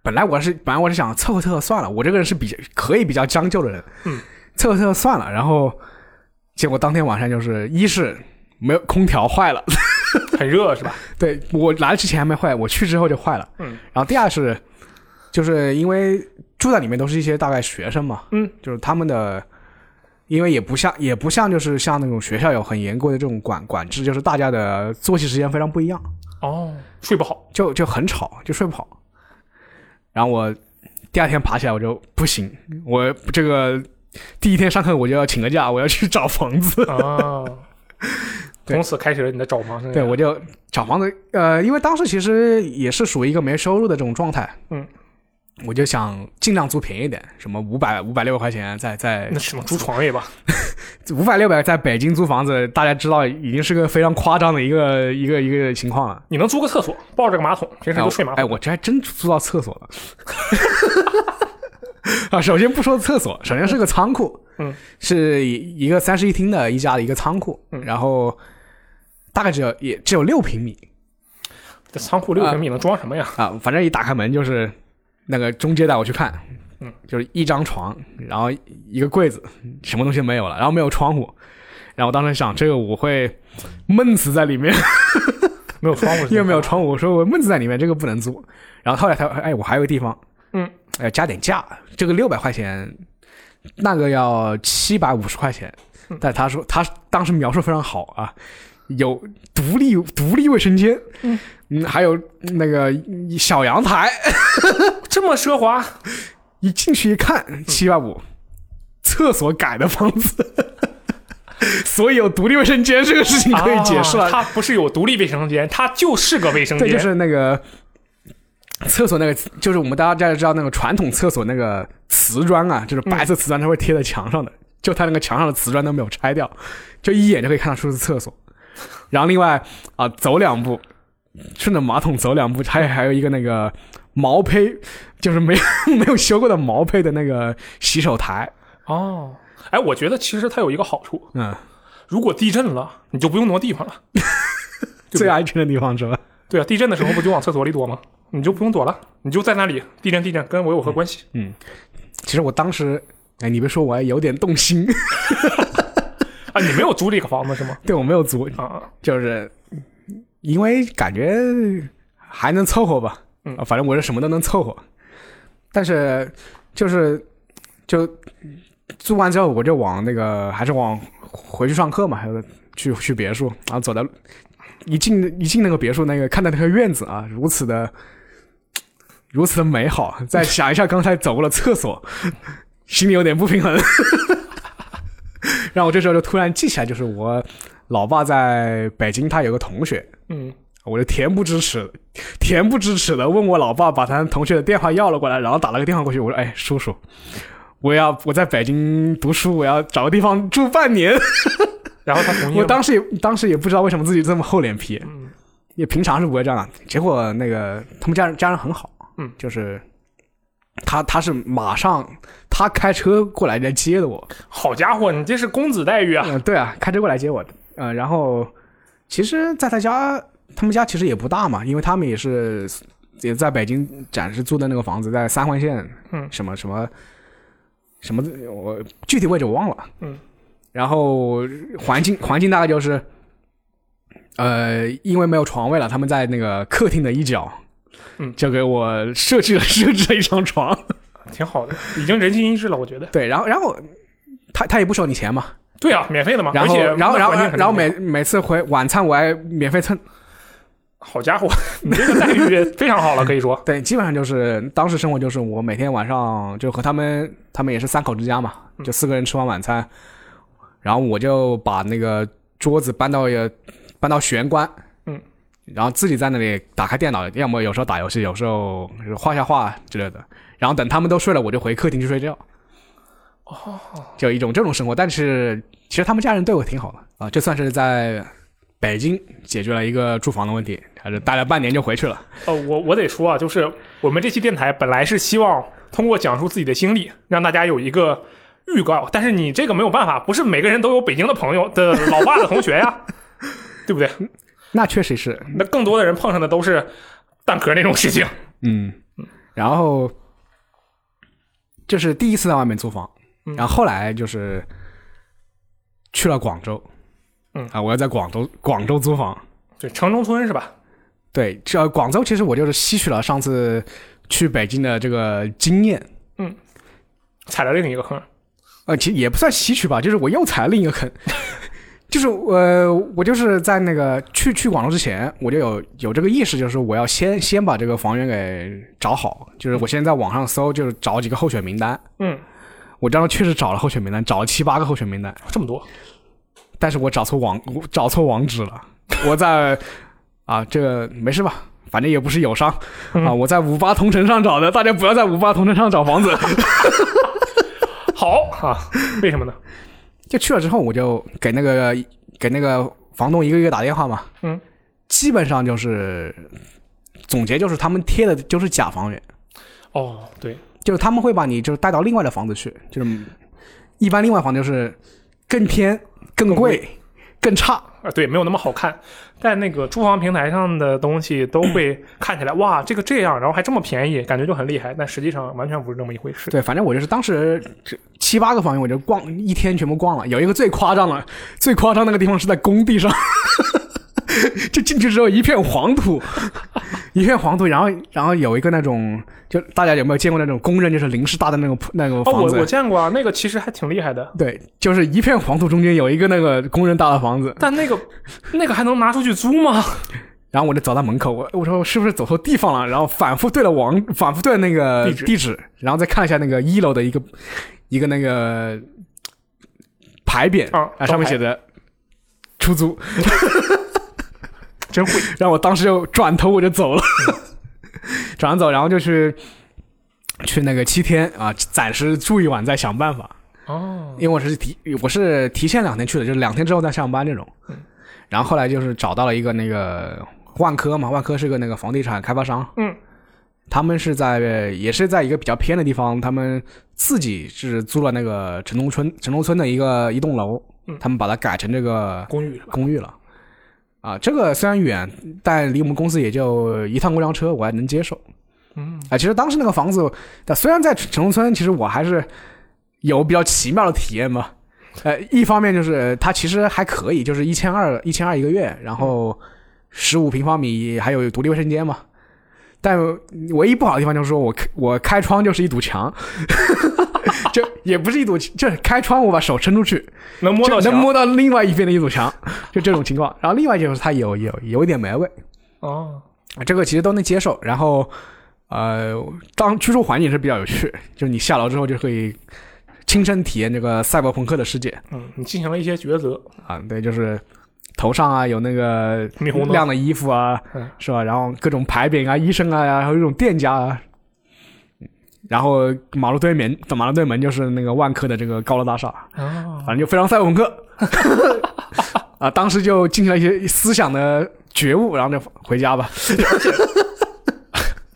[SPEAKER 1] 本来我是本来我是想凑合凑合算了，我这个人是比较可以比较将就的人，
[SPEAKER 2] 嗯，
[SPEAKER 1] 凑合凑合算了。然后结果当天晚上就是一是没有空调坏了，
[SPEAKER 2] 很热是吧？
[SPEAKER 1] 对我来之前还没坏，我去之后就坏了。
[SPEAKER 2] 嗯，
[SPEAKER 1] 然后第二是，就是因为住在里面都是一些大概学生嘛，
[SPEAKER 2] 嗯，
[SPEAKER 1] 就是他们的，因为也不像也不像就是像那种学校有很严格的这种管管制，就是大家的作息时间非常不一样，
[SPEAKER 2] 哦，睡不好，
[SPEAKER 1] 就就很吵，就睡不好。然后我第二天爬起来我就不行，我这个第一天上课我就要请个假，我要去找房子。
[SPEAKER 2] 啊，
[SPEAKER 1] 对
[SPEAKER 2] 从此开始了你的找房生涯。
[SPEAKER 1] 对，我就找房子，呃，因为当时其实也是属于一个没收入的这种状态，
[SPEAKER 2] 嗯，
[SPEAKER 1] 我就想尽量租便宜一点，什么五百五百六百块钱在，在
[SPEAKER 2] 那只能租床位吧？
[SPEAKER 1] 五百六百在北京租房子，大家知道已经是个非常夸张的一个一个一个情况了。
[SPEAKER 2] 你能租个厕所，抱着个马桶，平时
[SPEAKER 1] 哎
[SPEAKER 2] 都
[SPEAKER 1] 我
[SPEAKER 2] 睡马
[SPEAKER 1] 哎，
[SPEAKER 2] 桶。
[SPEAKER 1] 我这还真租到厕所了。 啊，首先不说厕所，首先是个仓库，
[SPEAKER 2] 嗯，
[SPEAKER 1] 是一个三室一厅的一家的一个仓库，
[SPEAKER 2] 嗯
[SPEAKER 1] 然后大概只有也只有六平米，
[SPEAKER 2] 这仓库六平米能装什么呀？
[SPEAKER 1] 啊，反正一打开门就是那个中介带我去看，
[SPEAKER 2] 嗯，
[SPEAKER 1] 就是一张床，然后一个柜子，什么东西都没有了，然后没有窗户，然后我当时想这个我会闷死在里面，
[SPEAKER 2] 没有窗户，
[SPEAKER 1] 因为没有。窗户，我说我闷死在里面，这个不能租。然后后来他哎，我还有个地方，
[SPEAKER 2] 嗯，
[SPEAKER 1] 哎加点价，这个六百块钱，那个要七百五十块钱，
[SPEAKER 2] 嗯
[SPEAKER 1] 但他说他当时描述非常好啊。有独立独立卫生间，
[SPEAKER 2] 嗯
[SPEAKER 1] 嗯，还有那个小阳台，
[SPEAKER 2] 这么奢华，
[SPEAKER 1] 一进去一看，七万五，厕所改的房子， 所以有独立卫生间这个事情可以解释了。
[SPEAKER 2] 啊它不是有独立卫生间，它就是个卫生间。
[SPEAKER 1] 对，就是那个厕所那个，就是我们大家知道那个传统厕所那个瓷砖啊，就是白色瓷砖，它会贴在墙上的，就它那个墙上的瓷砖都没有拆掉，就一眼就可以看得出是厕所。然后另外啊，走两步，顺着马桶走两步，还有还有一个那个毛坯，就是没有 没有修过的毛坯的那个洗手台，
[SPEAKER 2] 哦。哎，我觉得其实它有一个好处，
[SPEAKER 1] 嗯，
[SPEAKER 2] 如果地震了，你就不用挪地方了。对
[SPEAKER 1] 最安全的地方是吧？
[SPEAKER 2] 对啊，地震的时候不就往厕所里躲吗？你就不用躲了，你就在那里。地震，地震，跟我有何关系？
[SPEAKER 1] 其实我当时哎，你别说，我还有点动心。
[SPEAKER 2] 啊，你没有租这个房子是吗？
[SPEAKER 1] 对我没有租，
[SPEAKER 2] 啊，
[SPEAKER 1] 就是因为感觉还能凑合吧，
[SPEAKER 2] 嗯
[SPEAKER 1] 啊反正我是什么都能凑合。但是就是就租完之后，我就往那个还是往回去上课嘛，还有去去别墅，然后走到一进一进那个别墅，那个看到那个院子啊，如此的如此的美好。再想一下刚才走过了厕所，心里有点不平衡。 然后我这时候就突然记起来，就是我老爸在北京，他有个同学，
[SPEAKER 2] 嗯，
[SPEAKER 1] 我就恬不知耻，恬不知耻的问我老爸把他同学的电话要了过来，然后打了个电话过去，我说：“哎，叔叔，我要我在北京读书，我要找个地方住半年。
[SPEAKER 2] 然后他同”意
[SPEAKER 1] 我
[SPEAKER 2] 了吗，
[SPEAKER 1] 当时也当时也不知道为什么自己这么厚脸皮，
[SPEAKER 2] 嗯
[SPEAKER 1] 也平常是不会这样的。结果那个他们家人家人很好，
[SPEAKER 2] 嗯，
[SPEAKER 1] 就是他他是马上他开车过来来接的我，
[SPEAKER 2] 好家伙，你这是公子待遇啊！
[SPEAKER 1] 嗯、对啊，开车过来接我的。呃，然后其实，在他家，他们家其实也不大嘛，因为他们也是也在北京暂时租的那个房子，在三环线，
[SPEAKER 2] 嗯
[SPEAKER 1] 什么什么什么，我具体位置我忘了，
[SPEAKER 2] 嗯。
[SPEAKER 1] 然后环境环境大概就是，呃，因为没有床位了，他们在那个客厅的一角，
[SPEAKER 2] 嗯
[SPEAKER 1] 就给我设置了设置了一张床， 嗯
[SPEAKER 2] 挺好的，已经人尽一致了，我觉得。
[SPEAKER 1] 对，然后然后他他也不收你钱嘛，
[SPEAKER 2] 对啊，免费的嘛，
[SPEAKER 1] 然
[SPEAKER 2] 而
[SPEAKER 1] 后，
[SPEAKER 2] 且
[SPEAKER 1] 然后，然后，
[SPEAKER 2] 环境很
[SPEAKER 1] 然后每
[SPEAKER 2] 良好
[SPEAKER 1] 每次回晚餐我还免费蹭，
[SPEAKER 2] 好家伙， 你这个待遇非常好了，可 以说，
[SPEAKER 1] 对，基本上就是当时生活就是我每天晚上就和他们，他们也是三口之家嘛，就四个人吃完晚餐，然后我就把那个桌子搬到呃搬到玄关，
[SPEAKER 2] 嗯，
[SPEAKER 1] 然后自己在那里打开电脑，要么有时候打游戏，有时候就是画下画之类的，然后等他们都睡了，我就回客厅去睡觉。哦，就一种这种生活，但是其实他们家人对我挺好的啊，这算是在北京解决了一个住房的问题，还是待了半年就回去了。
[SPEAKER 2] 呃，我我得说啊，就是我们这期电台本来是希望通过讲述自己的经历，让大家有一个预告，但是你这个没有办法，不是每个人都有北京的朋友的老爸的同学呀、 对不对？
[SPEAKER 1] 那确实是，
[SPEAKER 2] 那更多的人碰上的都是蛋壳那种事情。
[SPEAKER 1] 嗯，然后就是第一次在外面租房，
[SPEAKER 2] 嗯
[SPEAKER 1] 然后后来就是去了广州，
[SPEAKER 2] 嗯
[SPEAKER 1] 啊，我要在广州广州租房，
[SPEAKER 2] 对，城中村是吧？
[SPEAKER 1] 对，这广州其实我就是吸取了上次去北京的这个经验，
[SPEAKER 2] 踩了另一个坑。
[SPEAKER 1] 呃，其实也不算吸取吧，就是我又踩了另一个坑，就是呃，我就是在那个去去广州之前，我就有有这个意识，就是我要先先把这个房源给找好，就是我先在网上搜，就是找几个候选名单。
[SPEAKER 2] 嗯，
[SPEAKER 1] 我当时确实找了候选名单，找了七八个候选名单，
[SPEAKER 2] 这么多，
[SPEAKER 1] 但是我找错网，我找错网址了。我在啊，这个没事吧？反正也不是友商啊，我在五八同城上找的，大家不要在五八同城上找房子。
[SPEAKER 2] 好啊？为什么呢？
[SPEAKER 1] 就去了之后，我就给那个给那个房东一个一个打电话嘛，
[SPEAKER 2] 嗯，
[SPEAKER 1] 基本上就是总结就是他们贴的就是假房源，
[SPEAKER 2] 哦，对，
[SPEAKER 1] 就是他们会把你就是带到另外的房子去，就是一般另外房就是更偏、更贵、更差，
[SPEAKER 2] 啊，对，没有那么好看。在那个租房平台上的东西都 会看起来，哇，这个这样，然后还这么便宜，感觉就很厉害，但实际上完全不是这么一回事。
[SPEAKER 1] 对，反正我就是当时这七八个房源，我就逛一天全部逛了。有一个最夸张的，最夸张那个地方是在工地上， 就进去之后一片黄土， 一片黄土，然后然后有一个那种，就大家有没有见过那种工人就是临时搭的那种那种
[SPEAKER 2] 哦，
[SPEAKER 1] 房
[SPEAKER 2] 我
[SPEAKER 1] 子？嗯
[SPEAKER 2] 我见过啊，那个其实还挺厉害的，
[SPEAKER 1] 对，就是一片黄土中间有一个那个工人搭的房子，
[SPEAKER 2] 但那 个那个还能拿出去租吗？
[SPEAKER 1] 然后我就走到门口，我我说是不是走错地方了？然后反复对了网，反复对了那个
[SPEAKER 2] 地址
[SPEAKER 1] 然后再看了一下那个一楼的一个一个那个牌匾
[SPEAKER 2] 啊
[SPEAKER 1] 上面写着出租，
[SPEAKER 2] 真会，
[SPEAKER 1] 然后我当时就转头我就走了，
[SPEAKER 2] 嗯
[SPEAKER 1] 转头走，然后就去去那个七天啊，暂时住一晚再想办法。
[SPEAKER 2] 哦，
[SPEAKER 1] 因为我是提我是提前两天去的，就是两天之后再上班这种。
[SPEAKER 2] 嗯
[SPEAKER 1] 然后后来就是找到了一个那个万科嘛，万科是个那个房地产开发商，
[SPEAKER 2] 嗯，
[SPEAKER 1] 他们是在也是在一个比较偏的地方，他们自己是租了那个城中村城中村的一个一栋楼
[SPEAKER 2] 嗯，
[SPEAKER 1] 他们把它改成这个
[SPEAKER 2] 公寓是吧？
[SPEAKER 1] 公寓了。啊，这个虽然远，但离我们公司也就一趟公交车，我还能接受。
[SPEAKER 2] 嗯，
[SPEAKER 1] 啊，其实当时那个房子，但虽然在城中村，其实我还是有比较奇妙的体验吗？呃，一方面就是它其实还可以，就是一千二一千二一个月，然后十五平方米，还有独立卫生间嘛。但唯一不好的地方就是说我开我开窗就是一堵墙， 就也不是一堵，就是开窗我把手伸出去，
[SPEAKER 2] 能摸到
[SPEAKER 1] 就
[SPEAKER 2] 墙
[SPEAKER 1] 能摸到另外一边的一堵墙， 就这种情况。然后另外就是它有有有一点霉味，
[SPEAKER 2] 哦，
[SPEAKER 1] 这个其实都能接受。然后，呃，当居住环境也是比较有趣，就是你下楼之后就可以亲身体验这个赛博朋克的世界
[SPEAKER 2] 嗯，你进行了一些抉择，
[SPEAKER 1] 啊。对，就是头上啊有那个
[SPEAKER 2] 霓虹灯
[SPEAKER 1] 亮的衣服啊
[SPEAKER 2] 嗯，
[SPEAKER 1] 是吧？然后各种牌匾啊、医生啊，然后这种店家啊。然后马路对面，马路对门就是那个万科的这个高楼大厦，
[SPEAKER 2] 啊，
[SPEAKER 1] 反正就非常赛博朋克。 啊，当时就进行了一些思想的觉悟，然后就回家吧。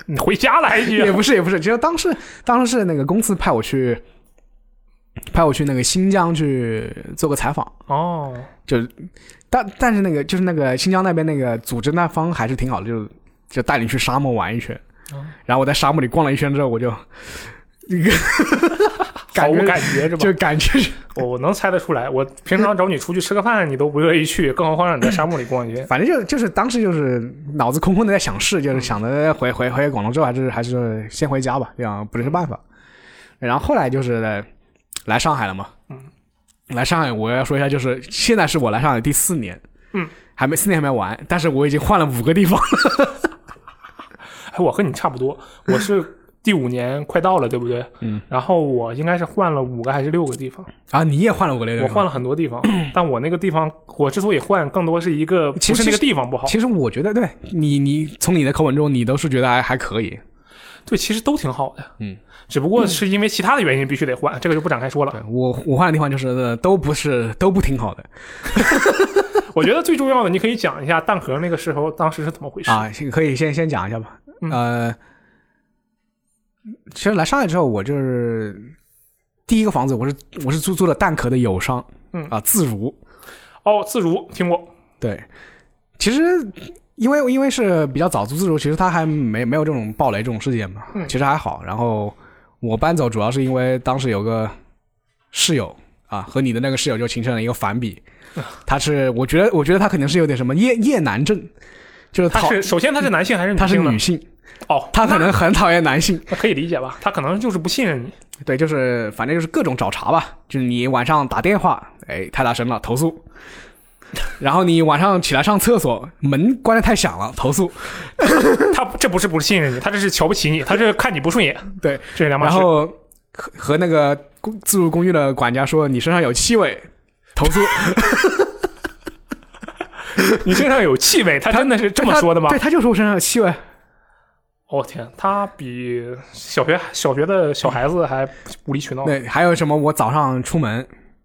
[SPEAKER 2] 你回家来一
[SPEAKER 1] 也
[SPEAKER 2] 句，
[SPEAKER 1] 不是也不是，其实当时当时是那个公司派我去，派我去那个新疆去做个采访，
[SPEAKER 2] 哦，
[SPEAKER 1] 就是但但是那个就是那个新疆那边那个组织那方还是挺好的，就就带你去沙漠玩一圈，
[SPEAKER 2] 哦
[SPEAKER 1] 然后我在沙漠里逛了一圈之后，我就一个
[SPEAKER 2] 毫
[SPEAKER 1] 感
[SPEAKER 2] 无
[SPEAKER 1] 觉
[SPEAKER 2] 感觉是吧？
[SPEAKER 1] 就感觉是
[SPEAKER 2] 我我能猜得出来，我平常找你出去吃个饭，你都不乐意去，更何况让你在沙漠里逛街。
[SPEAKER 1] 反正就就是当时就是脑子空空的在想事，就是想着哎回回回广东之后还是还是先回家吧，这样不是办法。然后后来就是来上海了嘛，嗯，来上海我要说一下，就是现在是我来上海第四年，
[SPEAKER 2] 嗯，
[SPEAKER 1] 还没四年还没完，但是我已经换了五个地方，
[SPEAKER 2] 哎，我和你差不多，我是第五年快到了，对不对？
[SPEAKER 1] 嗯。
[SPEAKER 2] 然后我应该是换了五个还是六个地方，
[SPEAKER 1] 啊，你也换了五个地方，
[SPEAKER 2] 我换了很多地方，但我那个地方，我之所以换，更多是一个不
[SPEAKER 1] 其实
[SPEAKER 2] 是那个地方不好，
[SPEAKER 1] 其实我觉得，对你，你从你的口吻中，你都是觉得还还可以。
[SPEAKER 2] 对，其实都挺好的，
[SPEAKER 1] 嗯，
[SPEAKER 2] 只不过是因为其他的原因必须得换，这个就不展开说了。
[SPEAKER 1] 我我换的地方就是呃都不是都不挺好的
[SPEAKER 2] 我觉得最重要的，你可以讲一下蛋壳那个时候当时是怎么回事。
[SPEAKER 1] 啊，先可以先先讲一下吧。
[SPEAKER 2] 嗯
[SPEAKER 1] 呃，其实来上海之后，我就是第一个房子，我是我是租租了蛋壳的友商，
[SPEAKER 2] 嗯
[SPEAKER 1] 啊，自如
[SPEAKER 2] 哦，自如听过，
[SPEAKER 1] 对。其实因为因为是比较早租自如，其实它还没没有这种暴雷这种事件嘛，
[SPEAKER 2] 嗯
[SPEAKER 1] 其实还好。然后我搬走主要是因为当时有个室友啊，和你的那个室友就形成了一个反比，
[SPEAKER 2] 啊
[SPEAKER 1] 他是我觉得我觉得他肯定是有点什么夜夜男症，就是
[SPEAKER 2] 他
[SPEAKER 1] 讨
[SPEAKER 2] 是首先他是男性还是女
[SPEAKER 1] 他是
[SPEAKER 2] 性呢？
[SPEAKER 1] 女性。
[SPEAKER 2] 哦，
[SPEAKER 1] 他可能很讨厌男性，
[SPEAKER 2] 那可以理解吧？他可能就是不信任你。
[SPEAKER 1] 对，就是反正就是各种找茬吧，就是你晚上打电话，哎，太大声了，投诉。然后你晚上起来上厕所，门关的太响了，投诉。
[SPEAKER 2] 他这不是不信任你，他这是瞧不起你，他这是看你不顺眼，
[SPEAKER 1] 对，
[SPEAKER 2] 这是两码
[SPEAKER 1] 然
[SPEAKER 2] 事。
[SPEAKER 1] 后和和那个公自助公寓的管家说你身上有气味，投诉。
[SPEAKER 2] 你身上有气 味，他真的是这么
[SPEAKER 1] 他
[SPEAKER 2] 说的吗
[SPEAKER 1] 对，？他就说我身上有气味。
[SPEAKER 2] 我、天，他比小学小学的小孩子还无理取闹。
[SPEAKER 1] 对，还有什么？我早上出门，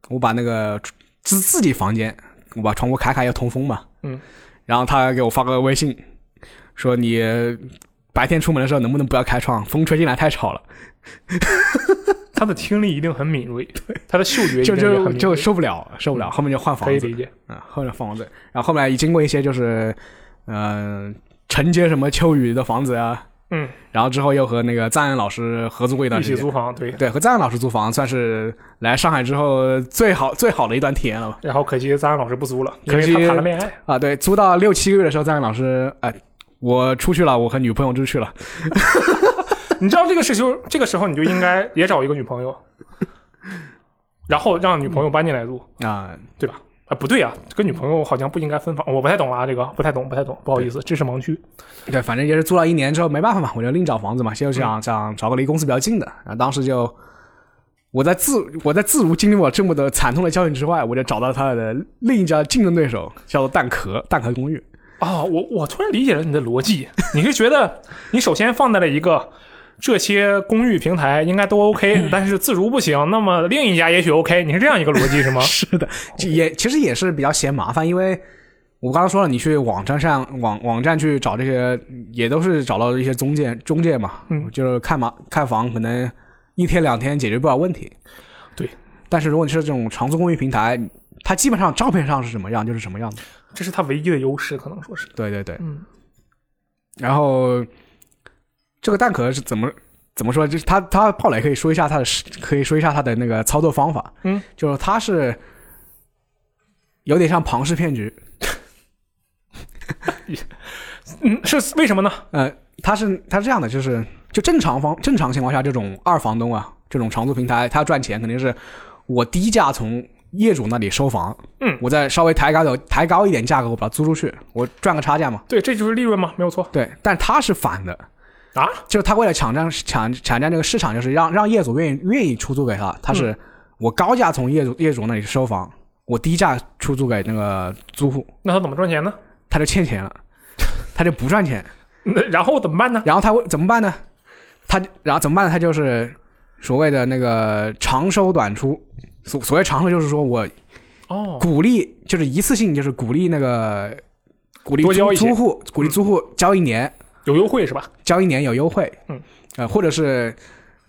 [SPEAKER 1] 我把那个自自己房间，我把窗户开开要通风嘛。
[SPEAKER 2] 嗯。
[SPEAKER 1] 然后他给我发个微信，说你白天出门的时候能不能不要开窗，风吹进来太吵了，
[SPEAKER 2] 他的听力一定很敏锐，他的嗅觉一
[SPEAKER 1] 就
[SPEAKER 2] 定也很
[SPEAKER 1] 就
[SPEAKER 2] 敏
[SPEAKER 1] 就
[SPEAKER 2] 锐，
[SPEAKER 1] 受不了，受不了。后面就换房
[SPEAKER 2] 嗯可以
[SPEAKER 1] 子，
[SPEAKER 2] 理解。
[SPEAKER 1] 嗯，后面换房子。然后后面经过一些就是，呃，承接什么秋雨的房子啊，
[SPEAKER 2] 嗯，
[SPEAKER 1] 然后之后又和那个赞恩老师合租过一段
[SPEAKER 2] 一
[SPEAKER 1] 时
[SPEAKER 2] 起
[SPEAKER 1] 间。
[SPEAKER 2] 租房对，
[SPEAKER 1] 对，和赞恩老师租房算是来上海之后最好最好的一段体验了吧。
[SPEAKER 2] 然后可惜张安老师不租了，因
[SPEAKER 1] 可
[SPEAKER 2] 为
[SPEAKER 1] 惜
[SPEAKER 2] 他谈了恋爱。
[SPEAKER 1] 啊，对，租到六七个月的时候，赞恩老师，哎，我出去了，我和女朋友出去了，
[SPEAKER 2] 你知道这个事情，这个时候你就应该也找一个女朋友，然后让女朋友搬进来住。
[SPEAKER 1] 啊，
[SPEAKER 2] 对吧？啊，不对啊，跟女朋友好像不应该分房，我不太懂啊，这个不太懂，不太懂，不好意思，知识盲区。
[SPEAKER 1] 对，反正也是租了一年之后没办法嘛，我就另找房子嘛，就想想找个离公司比较近的，然后当时就。我在自我在自如经历过这么的惨痛的教训之外，我就找到他的另一家竞争对手，叫做蛋壳蛋壳公寓。？
[SPEAKER 2] 啊、我我突然理解了你的逻辑，你是觉得你首先放在了一个这些公寓平台应该都 OK，但是自如不行，那么另一家也许 OK，你是这样一个逻辑是 吗
[SPEAKER 1] 是的，就也其实也是比较嫌麻烦，因为我刚刚说了，你去网站上网网站去找这些，也都是找到一些中介中介嘛，
[SPEAKER 2] 嗯
[SPEAKER 1] 就是看嘛看房可能一天两天解决不了问题。
[SPEAKER 2] 对，
[SPEAKER 1] 但是如果你是这种长租公寓平台，它基本上照片上是什么样就是什么样的。
[SPEAKER 2] 这是他唯一的优势，可能说是，
[SPEAKER 1] 对对对，
[SPEAKER 2] 嗯，
[SPEAKER 1] 然后这个蛋壳是怎么怎么说？就是他他炮垒可以说一下他的，可以说一下他的那个操作方法。
[SPEAKER 2] 嗯，
[SPEAKER 1] 就是他是有点像庞氏骗局，
[SPEAKER 2] 嗯，是为什么呢？
[SPEAKER 1] 呃，他是他是这样的，就是就正常方正常情况下，这种二房东啊，这种长租平台，他赚钱肯定是我低价从业主那里收房，
[SPEAKER 2] 嗯，
[SPEAKER 1] 我再稍微抬高点抬高一点价格，我把它租出去，我赚个差价嘛。
[SPEAKER 2] 对，这就是利润嘛，没有错
[SPEAKER 1] 对，但他是反的，
[SPEAKER 2] 啊。
[SPEAKER 1] 就是他为了抢占抢抢占这个市场，就是让让业主愿意愿意出租给他，他
[SPEAKER 2] 嗯
[SPEAKER 1] 是我高价从业主业主那里收房，我低价出租给那个租户，
[SPEAKER 2] 那他怎么赚钱呢？
[SPEAKER 1] 他就欠钱了， 他就不赚钱。
[SPEAKER 2] 那然后怎么办呢？
[SPEAKER 1] 然后他会怎么办呢？他然后怎么办呢？他就是所谓的那个长收短出。所所谓长收，就是说我
[SPEAKER 2] 哦，
[SPEAKER 1] 鼓励，就是一次性，就是鼓励那个鼓励
[SPEAKER 2] 多交
[SPEAKER 1] 租
[SPEAKER 2] 一些嗯
[SPEAKER 1] 租户，鼓励租户交一年，
[SPEAKER 2] 有优惠是吧？
[SPEAKER 1] 交一年有优惠，
[SPEAKER 2] 嗯，
[SPEAKER 1] 呃，或者是，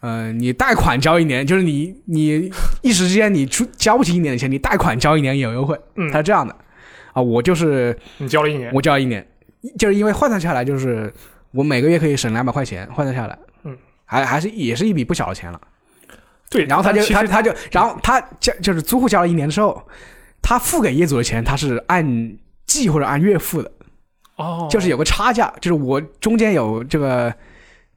[SPEAKER 1] 呃，你贷款交一年，就是你你一时之间你出交不起一年的钱，你贷款交一年也有优惠，
[SPEAKER 2] 嗯
[SPEAKER 1] 它是这样的，啊，我就是
[SPEAKER 2] 你交了一年，
[SPEAKER 1] 我交一年，就是因为换算下来就是我每个月可以省两百块钱，换算下来，
[SPEAKER 2] 嗯，
[SPEAKER 1] 还还是也是一笔不小的钱了。
[SPEAKER 2] 对，
[SPEAKER 1] 然后他就
[SPEAKER 2] 但其
[SPEAKER 1] 他
[SPEAKER 2] 实
[SPEAKER 1] 他就然后他交就是租户交了一年之后，他付给业主的钱他是按季或者按月付的。
[SPEAKER 2] 哦，
[SPEAKER 1] 就是有个差价，就是我中间有这个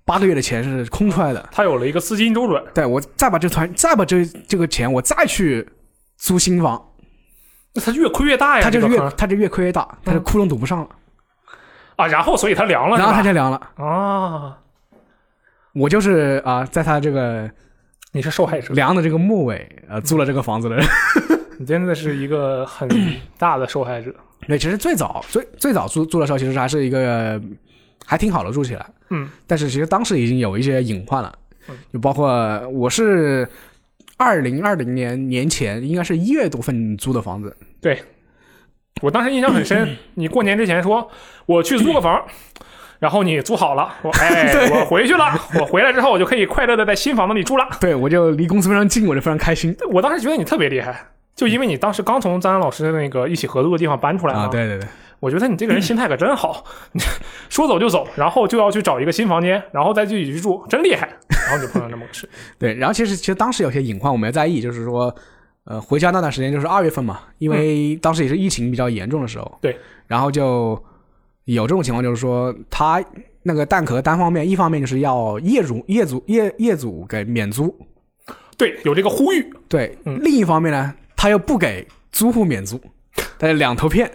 [SPEAKER 1] 八个月的钱是空出来的，
[SPEAKER 2] 他有了一个资金周转，
[SPEAKER 1] 对我再把这团再把这这个钱我再去租新房，
[SPEAKER 2] 那他越亏越大哎呀，
[SPEAKER 1] 他就是
[SPEAKER 2] 这
[SPEAKER 1] 越
[SPEAKER 2] 个坑
[SPEAKER 1] 他就越亏越大，他就窟窿堵不上了，
[SPEAKER 2] 啊，然后所以他凉了，
[SPEAKER 1] 然后他
[SPEAKER 2] 是吧
[SPEAKER 1] 就凉了。
[SPEAKER 2] 啊，
[SPEAKER 1] 我就是啊、在他这个
[SPEAKER 2] 你是受害者，
[SPEAKER 1] 凉的这个末尾，呃，租了这个房子的人。
[SPEAKER 2] 你真的是一个 很大的受害者。
[SPEAKER 1] 对，其实最早最最早租租的时候，其实还是一个呃还挺好的住起来，
[SPEAKER 2] 嗯，
[SPEAKER 1] 但是其实当时已经有一些隐患了，就包括我是二零二零年年前，应该是一月多份租的房子，
[SPEAKER 2] 我当时印象很
[SPEAKER 1] 嗯
[SPEAKER 2] 深，你过年之前说我去租个房，然后你租好了，我 哎，我回去了，我回来之后我就可以快乐的在新房子里住了。
[SPEAKER 1] 对我就离公司非常近，我就非常开心
[SPEAKER 2] 我当时觉得你特别厉害，就因为你当时刚从张安老师那个一起合作的地方搬出来嘛，
[SPEAKER 1] 啊！对对对，
[SPEAKER 2] 我觉得你这个人心态可真好，你说走就走，然后就要去找一个新房间，然后再自己去住，真厉害。然后你就碰到这么个事，
[SPEAKER 1] 对，然后其实其实当时有些隐患我没在意，就是说，呃，回家那段时间就是二月份嘛，因为当时也是疫情比较严重的时候，
[SPEAKER 2] 对，
[SPEAKER 1] 然后就有这种情况，就是说他那个蛋壳单方面，一方面就是要业主业主业业主给免租，
[SPEAKER 2] 对，有这个呼吁，
[SPEAKER 1] 对，
[SPEAKER 2] 嗯
[SPEAKER 1] 另一方面呢，他又不给租户免租，他就两头骗。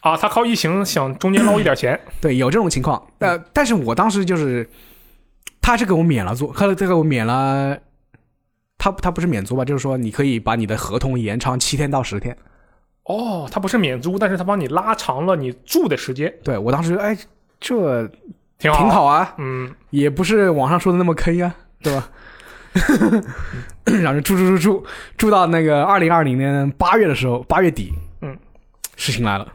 [SPEAKER 2] 啊，他靠疫情想中间捞一点钱，
[SPEAKER 1] 对，有这种情况。呃，但是我当时就是，他是给我免了租，他他给我免了，他他不是免租吧？就是说你可以把你的合同延长七天到十天。
[SPEAKER 2] 哦，他不是免租，但是他帮你拉长了你住的时间，
[SPEAKER 1] 对我当时，哎，这
[SPEAKER 2] 挺好，
[SPEAKER 1] 挺，好啊，
[SPEAKER 2] 嗯，
[SPEAKER 1] 也不是网上说的那么坑呀、对吧？然后就住住住住住到那个二零二零年八月的时候，八月底，
[SPEAKER 2] 嗯，
[SPEAKER 1] 事情来了，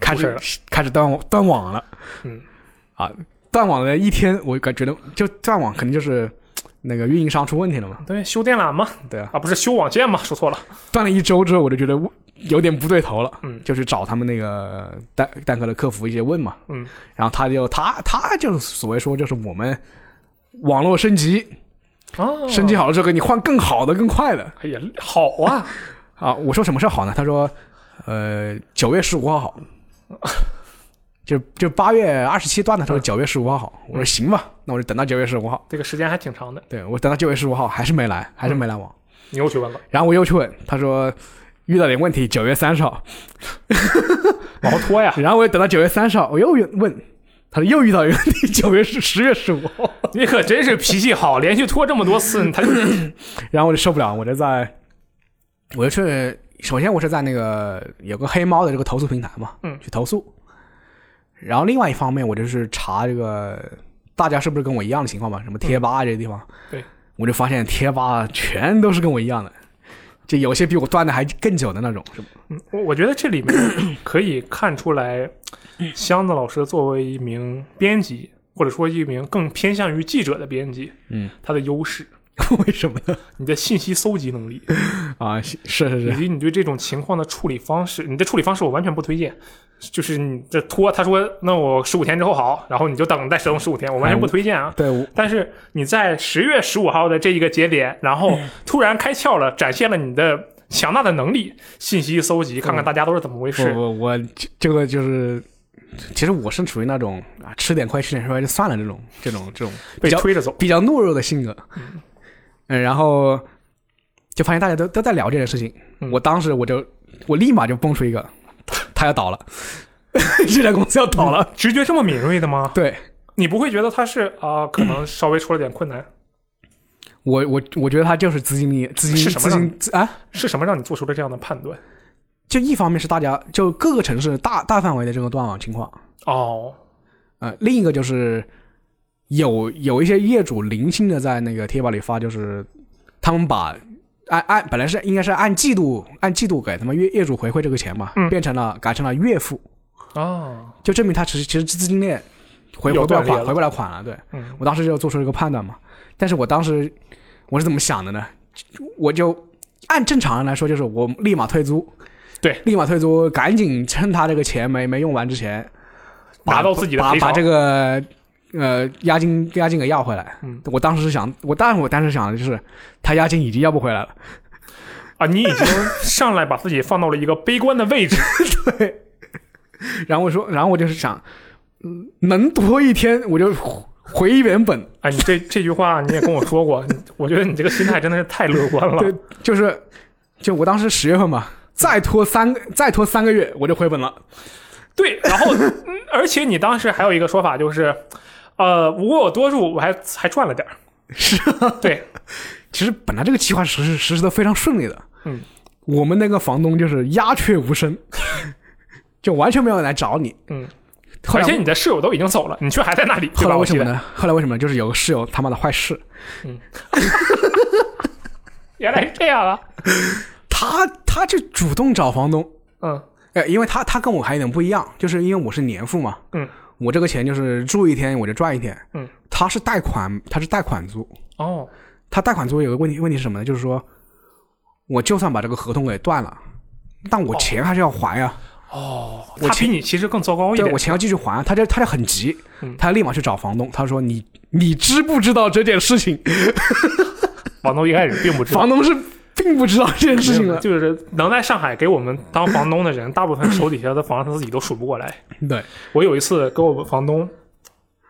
[SPEAKER 1] 开
[SPEAKER 2] 出事
[SPEAKER 1] 始
[SPEAKER 2] 了
[SPEAKER 1] 开始断网断网了，
[SPEAKER 2] 嗯，
[SPEAKER 1] 啊，断网的一天，我感觉得就断网肯定就是那个运营商出问题了嘛，
[SPEAKER 2] 对，修电缆嘛，
[SPEAKER 1] 对啊，
[SPEAKER 2] 啊，不是修网线嘛，说错了，
[SPEAKER 1] 断了一周之后，我就觉得有点不对头了，
[SPEAKER 2] 嗯
[SPEAKER 1] 就去找他们那个蛋蛋壳的客服一些问嘛，
[SPEAKER 2] 嗯，
[SPEAKER 1] 然后他就他他就是所谓说就是我们网络升级，
[SPEAKER 2] 哦，
[SPEAKER 1] 升级好了之后给你换更好的、更快的
[SPEAKER 2] 哎呀，好啊，
[SPEAKER 1] 啊！我说什么时候好呢？他说，呃，九月十五号好，就就八月二十七断的，他说九月十五号好。我说行吧，那我就等到九月十五号。
[SPEAKER 2] 这个时间还挺长的，
[SPEAKER 1] 对我等到九月十五号还是没来，还是没来网。
[SPEAKER 2] 你又去问了，
[SPEAKER 1] 然后我又去问，他说遇到点问题，九月三十号。，
[SPEAKER 2] 往后拖呀
[SPEAKER 1] 然后我又等到九月三十号，我又问，他说又遇到一个问题，九月十十月十五号。
[SPEAKER 2] 你可真是脾气好，连续拖这么多次，他就
[SPEAKER 1] 然后我就受不了，我就在，我就去，首先我是在那个有个黑猫的这个投诉平台嘛，
[SPEAKER 2] 嗯
[SPEAKER 1] 去投诉。然后另外一方面，我就是查这个大家是不是跟我一样的情况嘛，什么贴吧这些地方，
[SPEAKER 2] 嗯对，
[SPEAKER 1] 我就发现贴吧全都是跟我一样的，就有些比我断的还更久的那种，是吧？
[SPEAKER 2] 嗯我我觉得这里面可以看出来，箱子老师作为一名编辑，或者说一名更偏向于记者的编辑，
[SPEAKER 1] 嗯，
[SPEAKER 2] 他的优势，
[SPEAKER 1] 为什么呢？
[SPEAKER 2] 你的信息搜集能力，
[SPEAKER 1] 啊，是是
[SPEAKER 2] 以
[SPEAKER 1] 是，
[SPEAKER 2] 及你对这种情况的处理方式，你的处理方式我完全不推荐，就是你这拖，他说那我十五天之后好，然后你就等再使用十五天，我完
[SPEAKER 1] 哎
[SPEAKER 2] 全不推荐啊。
[SPEAKER 1] 对，我
[SPEAKER 2] 但是你在十月十五号的这一个节点，然后
[SPEAKER 1] 嗯
[SPEAKER 2] 突然开窍了，展现了你的强大的能力，信息搜集，
[SPEAKER 1] 嗯
[SPEAKER 2] 看看大家都是怎么回事。
[SPEAKER 1] 我我我这这个就是，其实我是属于那种啊吃点亏吃点亏就算了这种这种这种
[SPEAKER 2] 被
[SPEAKER 1] 比较
[SPEAKER 2] 推着走，
[SPEAKER 1] 比较懦弱的性格，嗯，然后就发现大家都都在聊这件事情，
[SPEAKER 2] 嗯
[SPEAKER 1] 我当时我就我立马就蹦出一个，他他要倒了， 这家公司要倒了，
[SPEAKER 2] 直觉这么敏锐的吗？
[SPEAKER 1] 对
[SPEAKER 2] 你不会觉得他是啊、可能稍微出了点困难，
[SPEAKER 1] 我我我觉得他就是资金力资金
[SPEAKER 2] 是什
[SPEAKER 1] 资
[SPEAKER 2] 么
[SPEAKER 1] 金资啊。
[SPEAKER 2] 是什么让你做出了这样的判断？
[SPEAKER 1] 就一方面是大家就各个城市大大范围的这个断网情况，
[SPEAKER 2] 哦，
[SPEAKER 1] 呃，另一个就是有有一些业主零星的在那个贴吧里发，就是他们把按按本来是应该是按季度按季度给他们业业主回馈这个钱嘛，
[SPEAKER 2] 嗯
[SPEAKER 1] 变成了改成了月付，
[SPEAKER 2] 哦，
[SPEAKER 1] 就证明他其实其实资金链回
[SPEAKER 2] 有
[SPEAKER 1] 不过来
[SPEAKER 2] 断裂
[SPEAKER 1] 款
[SPEAKER 2] 了
[SPEAKER 1] 回不来款了。对
[SPEAKER 2] 嗯，
[SPEAKER 1] 我当时就做出了一个判断嘛，但是我当时 我是怎么想的呢？我就按正常人来说，就是我立马退租，
[SPEAKER 2] 对，
[SPEAKER 1] 立马退租，赶紧趁他这个钱没没用完之前，把
[SPEAKER 2] 拿到自己的
[SPEAKER 1] 把
[SPEAKER 2] 赔偿
[SPEAKER 1] 把这个呃押金押金给要回来。
[SPEAKER 2] 嗯，
[SPEAKER 1] 我当时是想，我当然我当时想的就是，他押金已经要不回来了。
[SPEAKER 2] 啊，你已经上来把自己放到了一个悲观的位置，
[SPEAKER 1] 然后我说，然后我就是想，嗯能多一天我就回回原本，
[SPEAKER 2] 啊，你这这句话你也跟我说过，你我觉得你这个心态真的是太乐观了
[SPEAKER 1] 对，就是就我当时十月份嘛，再拖三个再拖三个月我就回本了。
[SPEAKER 2] 对，然后、嗯而且你当时还有一个说法就是，呃，我有多入，我还还赚了点儿。
[SPEAKER 1] 是、
[SPEAKER 2] 对，
[SPEAKER 1] 其实本来这个计划实施实施的非常顺利的，
[SPEAKER 2] 嗯，
[SPEAKER 1] 我们那个房东就是鸦雀无声， 就完全没有人来找你。
[SPEAKER 2] 嗯，
[SPEAKER 1] 后
[SPEAKER 2] 而
[SPEAKER 1] 来
[SPEAKER 2] 且你的室友都已经走了，你却还在那里，对
[SPEAKER 1] 后来
[SPEAKER 2] 吧？我
[SPEAKER 1] 为什
[SPEAKER 2] 记
[SPEAKER 1] 么
[SPEAKER 2] 得
[SPEAKER 1] 呢？后来为什么呢？就是有个室友他妈的坏事，
[SPEAKER 2] 原来是这样啊。
[SPEAKER 1] 他他就主动找房东，
[SPEAKER 2] 嗯
[SPEAKER 1] 呃，因为他他跟我还有点不一样，就是因为我是年付嘛，
[SPEAKER 2] 嗯，
[SPEAKER 1] 我这个钱就是住一天我就赚一天，
[SPEAKER 2] 嗯，
[SPEAKER 1] 他是贷款，他是贷款租，
[SPEAKER 2] 哦，
[SPEAKER 1] 他贷款租有个问题，问题是什么呢？就是说，我就算把这个合同给断了，但我钱还是要还呀、哦我
[SPEAKER 2] 他
[SPEAKER 1] 其
[SPEAKER 2] 比你其实更糟糕哦一
[SPEAKER 1] 对
[SPEAKER 2] 点
[SPEAKER 1] 我。钱要继续还啊，他就他就很急
[SPEAKER 2] 嗯，
[SPEAKER 1] 他立马去找房东，他说你你知不知道这件事情？
[SPEAKER 2] 房东一开始并不知道
[SPEAKER 1] 房，东是并不知道这件事情的，
[SPEAKER 2] 就是能在上海给我们当房东的人，大部分手底下的房子自己都数不过来。
[SPEAKER 1] 对，
[SPEAKER 2] 我有一次跟我们房东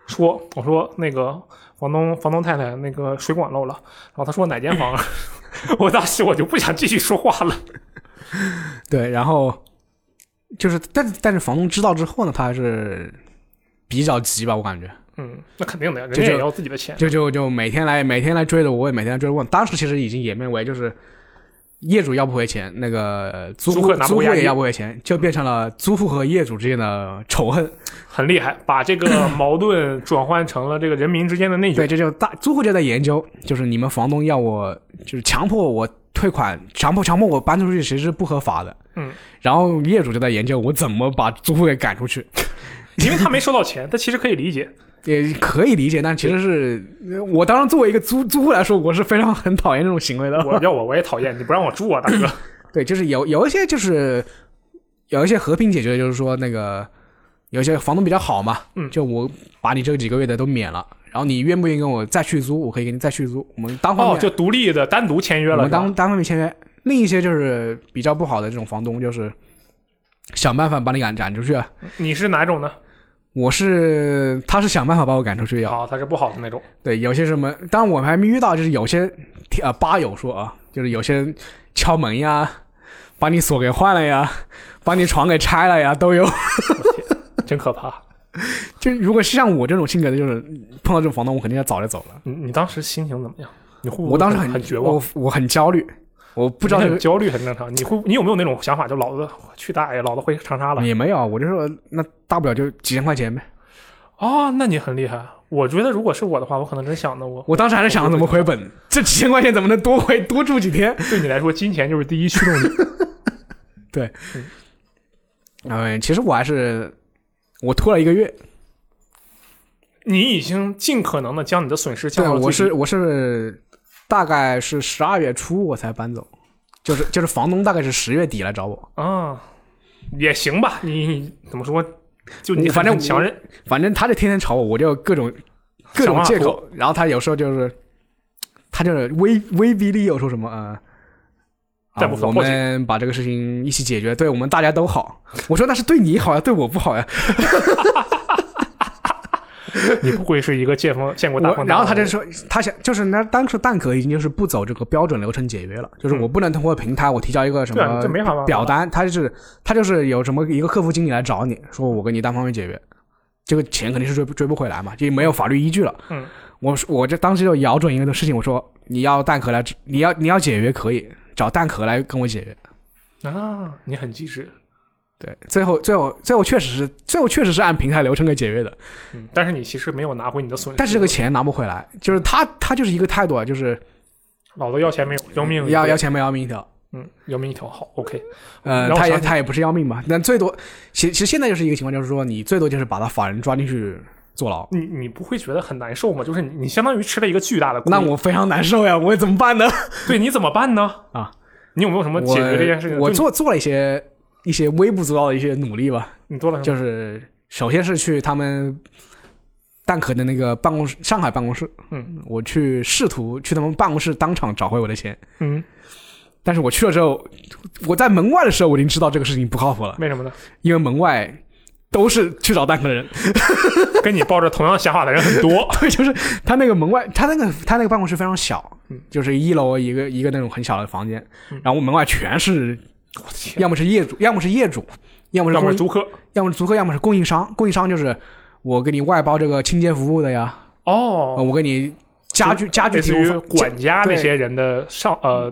[SPEAKER 2] 说，我说那个房东房东太太那个水管漏了，然后他说哪间房啊， 我当时我就不想继续说话了。
[SPEAKER 1] 对，然后就是，但但是房东知道之后呢，他还是比较急吧，我感觉，
[SPEAKER 2] 嗯，那肯定的呀，人
[SPEAKER 1] 这就
[SPEAKER 2] 家也要自己的钱。
[SPEAKER 1] 就就就每天来每天来追着我，也每天来追着问。当时其实已经演变为就是业主要不回钱，那个租
[SPEAKER 2] 租
[SPEAKER 1] 户
[SPEAKER 2] 客拿不
[SPEAKER 1] 租户
[SPEAKER 2] 回押
[SPEAKER 1] 也
[SPEAKER 2] 金
[SPEAKER 1] 要不回钱，就变成了租户和业主之间的仇恨。
[SPEAKER 2] 很厉害，把这个矛盾转换成了这个人民之间的内
[SPEAKER 1] 对，
[SPEAKER 2] 卷。
[SPEAKER 1] 这就大租户就在研究，就是你们房东要我就是强迫我退款，强迫强迫我搬出去，其实是不合法的。
[SPEAKER 2] 嗯，
[SPEAKER 1] 然后业主就在研究我怎么把租户给赶出去。
[SPEAKER 2] 因为他没收到钱，他其实可以 理解。
[SPEAKER 1] 也可以理解，但其实是呃我当然作为一个租租户来说，我是非常很讨厌这种行为的。
[SPEAKER 2] 我要我我也讨厌，你不让我住啊，大哥。
[SPEAKER 1] 对，就是有有一些就是有一些和平解决，就是说那个有一些房东比较好嘛，
[SPEAKER 2] 嗯
[SPEAKER 1] 就我把你这几个月的都免了，然后你愿不愿意跟我再续租，我可以给你再续租，我们单方
[SPEAKER 2] 哦
[SPEAKER 1] 面、，
[SPEAKER 2] 就独立的单独签约
[SPEAKER 1] 我
[SPEAKER 2] 了。
[SPEAKER 1] 们
[SPEAKER 2] 是吧
[SPEAKER 1] 单单方面签约。另一些就是比较不好的这种房东，就是想办法把你赶赶出去。啊
[SPEAKER 2] 你是哪种呢？
[SPEAKER 1] 我是他是想办法把我赶出去要。
[SPEAKER 2] 好，哦他是不好的那种。
[SPEAKER 1] 对，有些什么，当然我们还没遇到，就是有些呃吧友说啊，就是有些人敲门呀，把你锁给换了呀，把你床给拆了呀，都有。
[SPEAKER 2] 真可怕！
[SPEAKER 1] 就如果是像我这种性格的，就是碰到这种房东，我肯定要早就走了。
[SPEAKER 2] 你你当时心情怎么样？你会不会
[SPEAKER 1] 我当时
[SPEAKER 2] 很
[SPEAKER 1] 很
[SPEAKER 2] 绝望，
[SPEAKER 1] 我我很焦虑，我不知道
[SPEAKER 2] 你
[SPEAKER 1] 这
[SPEAKER 2] 很
[SPEAKER 1] 个
[SPEAKER 2] 焦虑很正常。你会你有没有那种想法，就老子去大爷，老子回长沙了？
[SPEAKER 1] 也没有，啊我就说那大不了就几千块钱呗。
[SPEAKER 2] 哦，那你很厉害。我觉得如果是我的话，我可能真想的我，
[SPEAKER 1] 我当时还是想怎么回本，这几千块钱怎么能多回多住几天？
[SPEAKER 2] 对你来说，金钱就是第一驱动力。
[SPEAKER 1] 嗯，其实我还是我拖了一个月，
[SPEAKER 2] 你已经尽可能的将你的损失降
[SPEAKER 1] 对，
[SPEAKER 2] 到
[SPEAKER 1] 我
[SPEAKER 2] 最
[SPEAKER 1] 是
[SPEAKER 2] 低。
[SPEAKER 1] 我是大概是十二月初我才搬走，就是就是房东大概是十月底来找我，
[SPEAKER 2] 啊，也行吧，你你怎么说？就你
[SPEAKER 1] 我反正
[SPEAKER 2] 很强
[SPEAKER 1] 我
[SPEAKER 2] 忍，
[SPEAKER 1] 反正他就天天吵我，我就各种各
[SPEAKER 2] 想
[SPEAKER 1] 种
[SPEAKER 2] 办法
[SPEAKER 1] 借口。然后他有时候就是，他就是威威逼利诱说什么呃。啊
[SPEAKER 2] 再不说
[SPEAKER 1] 我
[SPEAKER 2] 报警
[SPEAKER 1] 们把这个事情一起解决，对我们大家都好。我说那是对你好呀，对我不好呀。
[SPEAKER 2] 你不会是一个见风见过大
[SPEAKER 1] 我
[SPEAKER 2] 风
[SPEAKER 1] 然
[SPEAKER 2] 大
[SPEAKER 1] 后
[SPEAKER 2] 浪
[SPEAKER 1] 他
[SPEAKER 2] 的
[SPEAKER 1] 就
[SPEAKER 2] 人，
[SPEAKER 1] 说，他想就是那当时蛋壳已经就是不走这个标准流程解约了，就是我不能通过平台我提交一个什
[SPEAKER 2] 嗯对啊
[SPEAKER 1] 么
[SPEAKER 2] 这没法办法
[SPEAKER 1] 表单，他就是他就是有什么一个客服经理来找你说我跟你单方面解约，这个钱肯定是追不追不回来嘛，就没有法律依据了。
[SPEAKER 2] 嗯，
[SPEAKER 1] 我说我这当时就咬准一个事情，我说你要蛋壳来，你要你要解约可以找蛋壳来跟我解约。
[SPEAKER 2] 啊，你很机智，
[SPEAKER 1] 对，最后最后最后确实是最后确实是按平台流程给解约的，
[SPEAKER 2] 嗯，但是你其实没有拿回你的损失，
[SPEAKER 1] 但是这个钱拿不回来，就是他他就是一个态度啊，就是
[SPEAKER 2] 老子要钱没有，要命一
[SPEAKER 1] 要
[SPEAKER 2] 条
[SPEAKER 1] 要钱没要命一条。
[SPEAKER 2] 嗯，要命一条好，OK，
[SPEAKER 1] 呃，
[SPEAKER 2] 然后
[SPEAKER 1] 他也
[SPEAKER 2] 想起
[SPEAKER 1] 他也不是要命嘛，但最多，其其实现在就是一个情况，就是说你最多就是把他法人抓进去坐牢。
[SPEAKER 2] 你你不会觉得很难受吗？就是你你相当于吃了一个巨大的亏，
[SPEAKER 1] 那我非常难受呀，我怎么 办呢？
[SPEAKER 2] 对你怎么办呢？
[SPEAKER 1] 啊，
[SPEAKER 2] 你有没有什么
[SPEAKER 1] 我
[SPEAKER 2] 解决这件事情的？
[SPEAKER 1] 我
[SPEAKER 2] 就
[SPEAKER 1] 做做了一些一些微不足道的一些努力吧，
[SPEAKER 2] 你你做了什么？
[SPEAKER 1] 就是首先是去他们蛋壳的那个办公室，上海办公室，
[SPEAKER 2] 嗯，
[SPEAKER 1] 我去试图去他们办公室当场找回我的钱，
[SPEAKER 2] 嗯，
[SPEAKER 1] 但是我去了之后，我在门外的时候我已经知道这个事情不靠谱了，
[SPEAKER 2] 为什么呢？
[SPEAKER 1] 因为门外都是去找蛋壳的人。
[SPEAKER 2] 跟你抱着同样想法的人很多
[SPEAKER 1] 对，就是他那个门外，他那个他那个办公室非常小
[SPEAKER 2] 嗯，
[SPEAKER 1] 就是一楼一个一个那种很小的房间，然后门外全是，
[SPEAKER 2] 我的天，
[SPEAKER 1] 要么是业主，要么是业主，要么是
[SPEAKER 2] 要么
[SPEAKER 1] 供
[SPEAKER 2] 是租客
[SPEAKER 1] 要么是租客，要么是供应商。供应商就是我给你外包这个清洁服务的呀，呃
[SPEAKER 2] 哦，
[SPEAKER 1] 我给你家具家具
[SPEAKER 2] 类
[SPEAKER 1] 提
[SPEAKER 2] 似
[SPEAKER 1] 供
[SPEAKER 2] 于
[SPEAKER 1] 方
[SPEAKER 2] 管家那
[SPEAKER 1] 对
[SPEAKER 2] 些人的上呃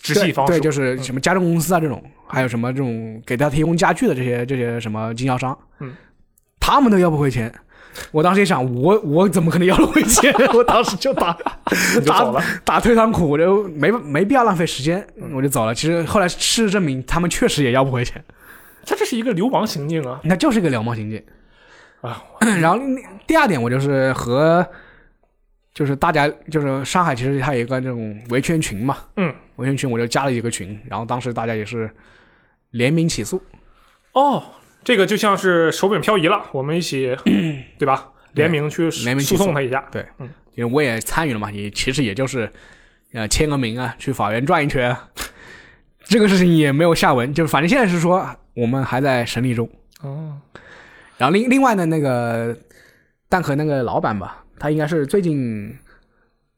[SPEAKER 2] 直
[SPEAKER 1] 嗯对
[SPEAKER 2] 系方
[SPEAKER 1] 对，
[SPEAKER 2] 式，嗯
[SPEAKER 1] 就是什么家政公司啊这种，还有什么这种给他提供家具的这些这些什么经销商，
[SPEAKER 2] 嗯，
[SPEAKER 1] 他们都要不回钱。我当时一想，我我怎么可能要得回钱？ 我当时就打
[SPEAKER 2] 你就走了。
[SPEAKER 1] 打退堂鼓，我就没没必要浪费时间，我就走了。其实后来事实证明，他们确实也要不回钱，
[SPEAKER 2] 他这是一个流氓行径啊！
[SPEAKER 1] 那就是一个流氓行径
[SPEAKER 2] 啊。
[SPEAKER 1] 然后另第二点，我就是和就是大家就是上海，其实它有一个这种维权群嘛，
[SPEAKER 2] 嗯，
[SPEAKER 1] 维权群我就加了一个群，然后当时大家也是联名起诉，
[SPEAKER 2] 哦，这个就像是手柄漂移了，我们 一起对吧？联名去
[SPEAKER 1] 联名
[SPEAKER 2] 诉
[SPEAKER 1] 起诉
[SPEAKER 2] 讼他一下。
[SPEAKER 1] 对
[SPEAKER 2] 嗯，
[SPEAKER 1] 因为我也参与了嘛，也其实也就是呃签个名啊，去法院转一圈啊、这个事情也没有下文，就是反正现在是说我们还在审理中。
[SPEAKER 2] 哦，
[SPEAKER 1] 嗯然后另另外呢，那个蛋壳那个老板吧，他应该是最近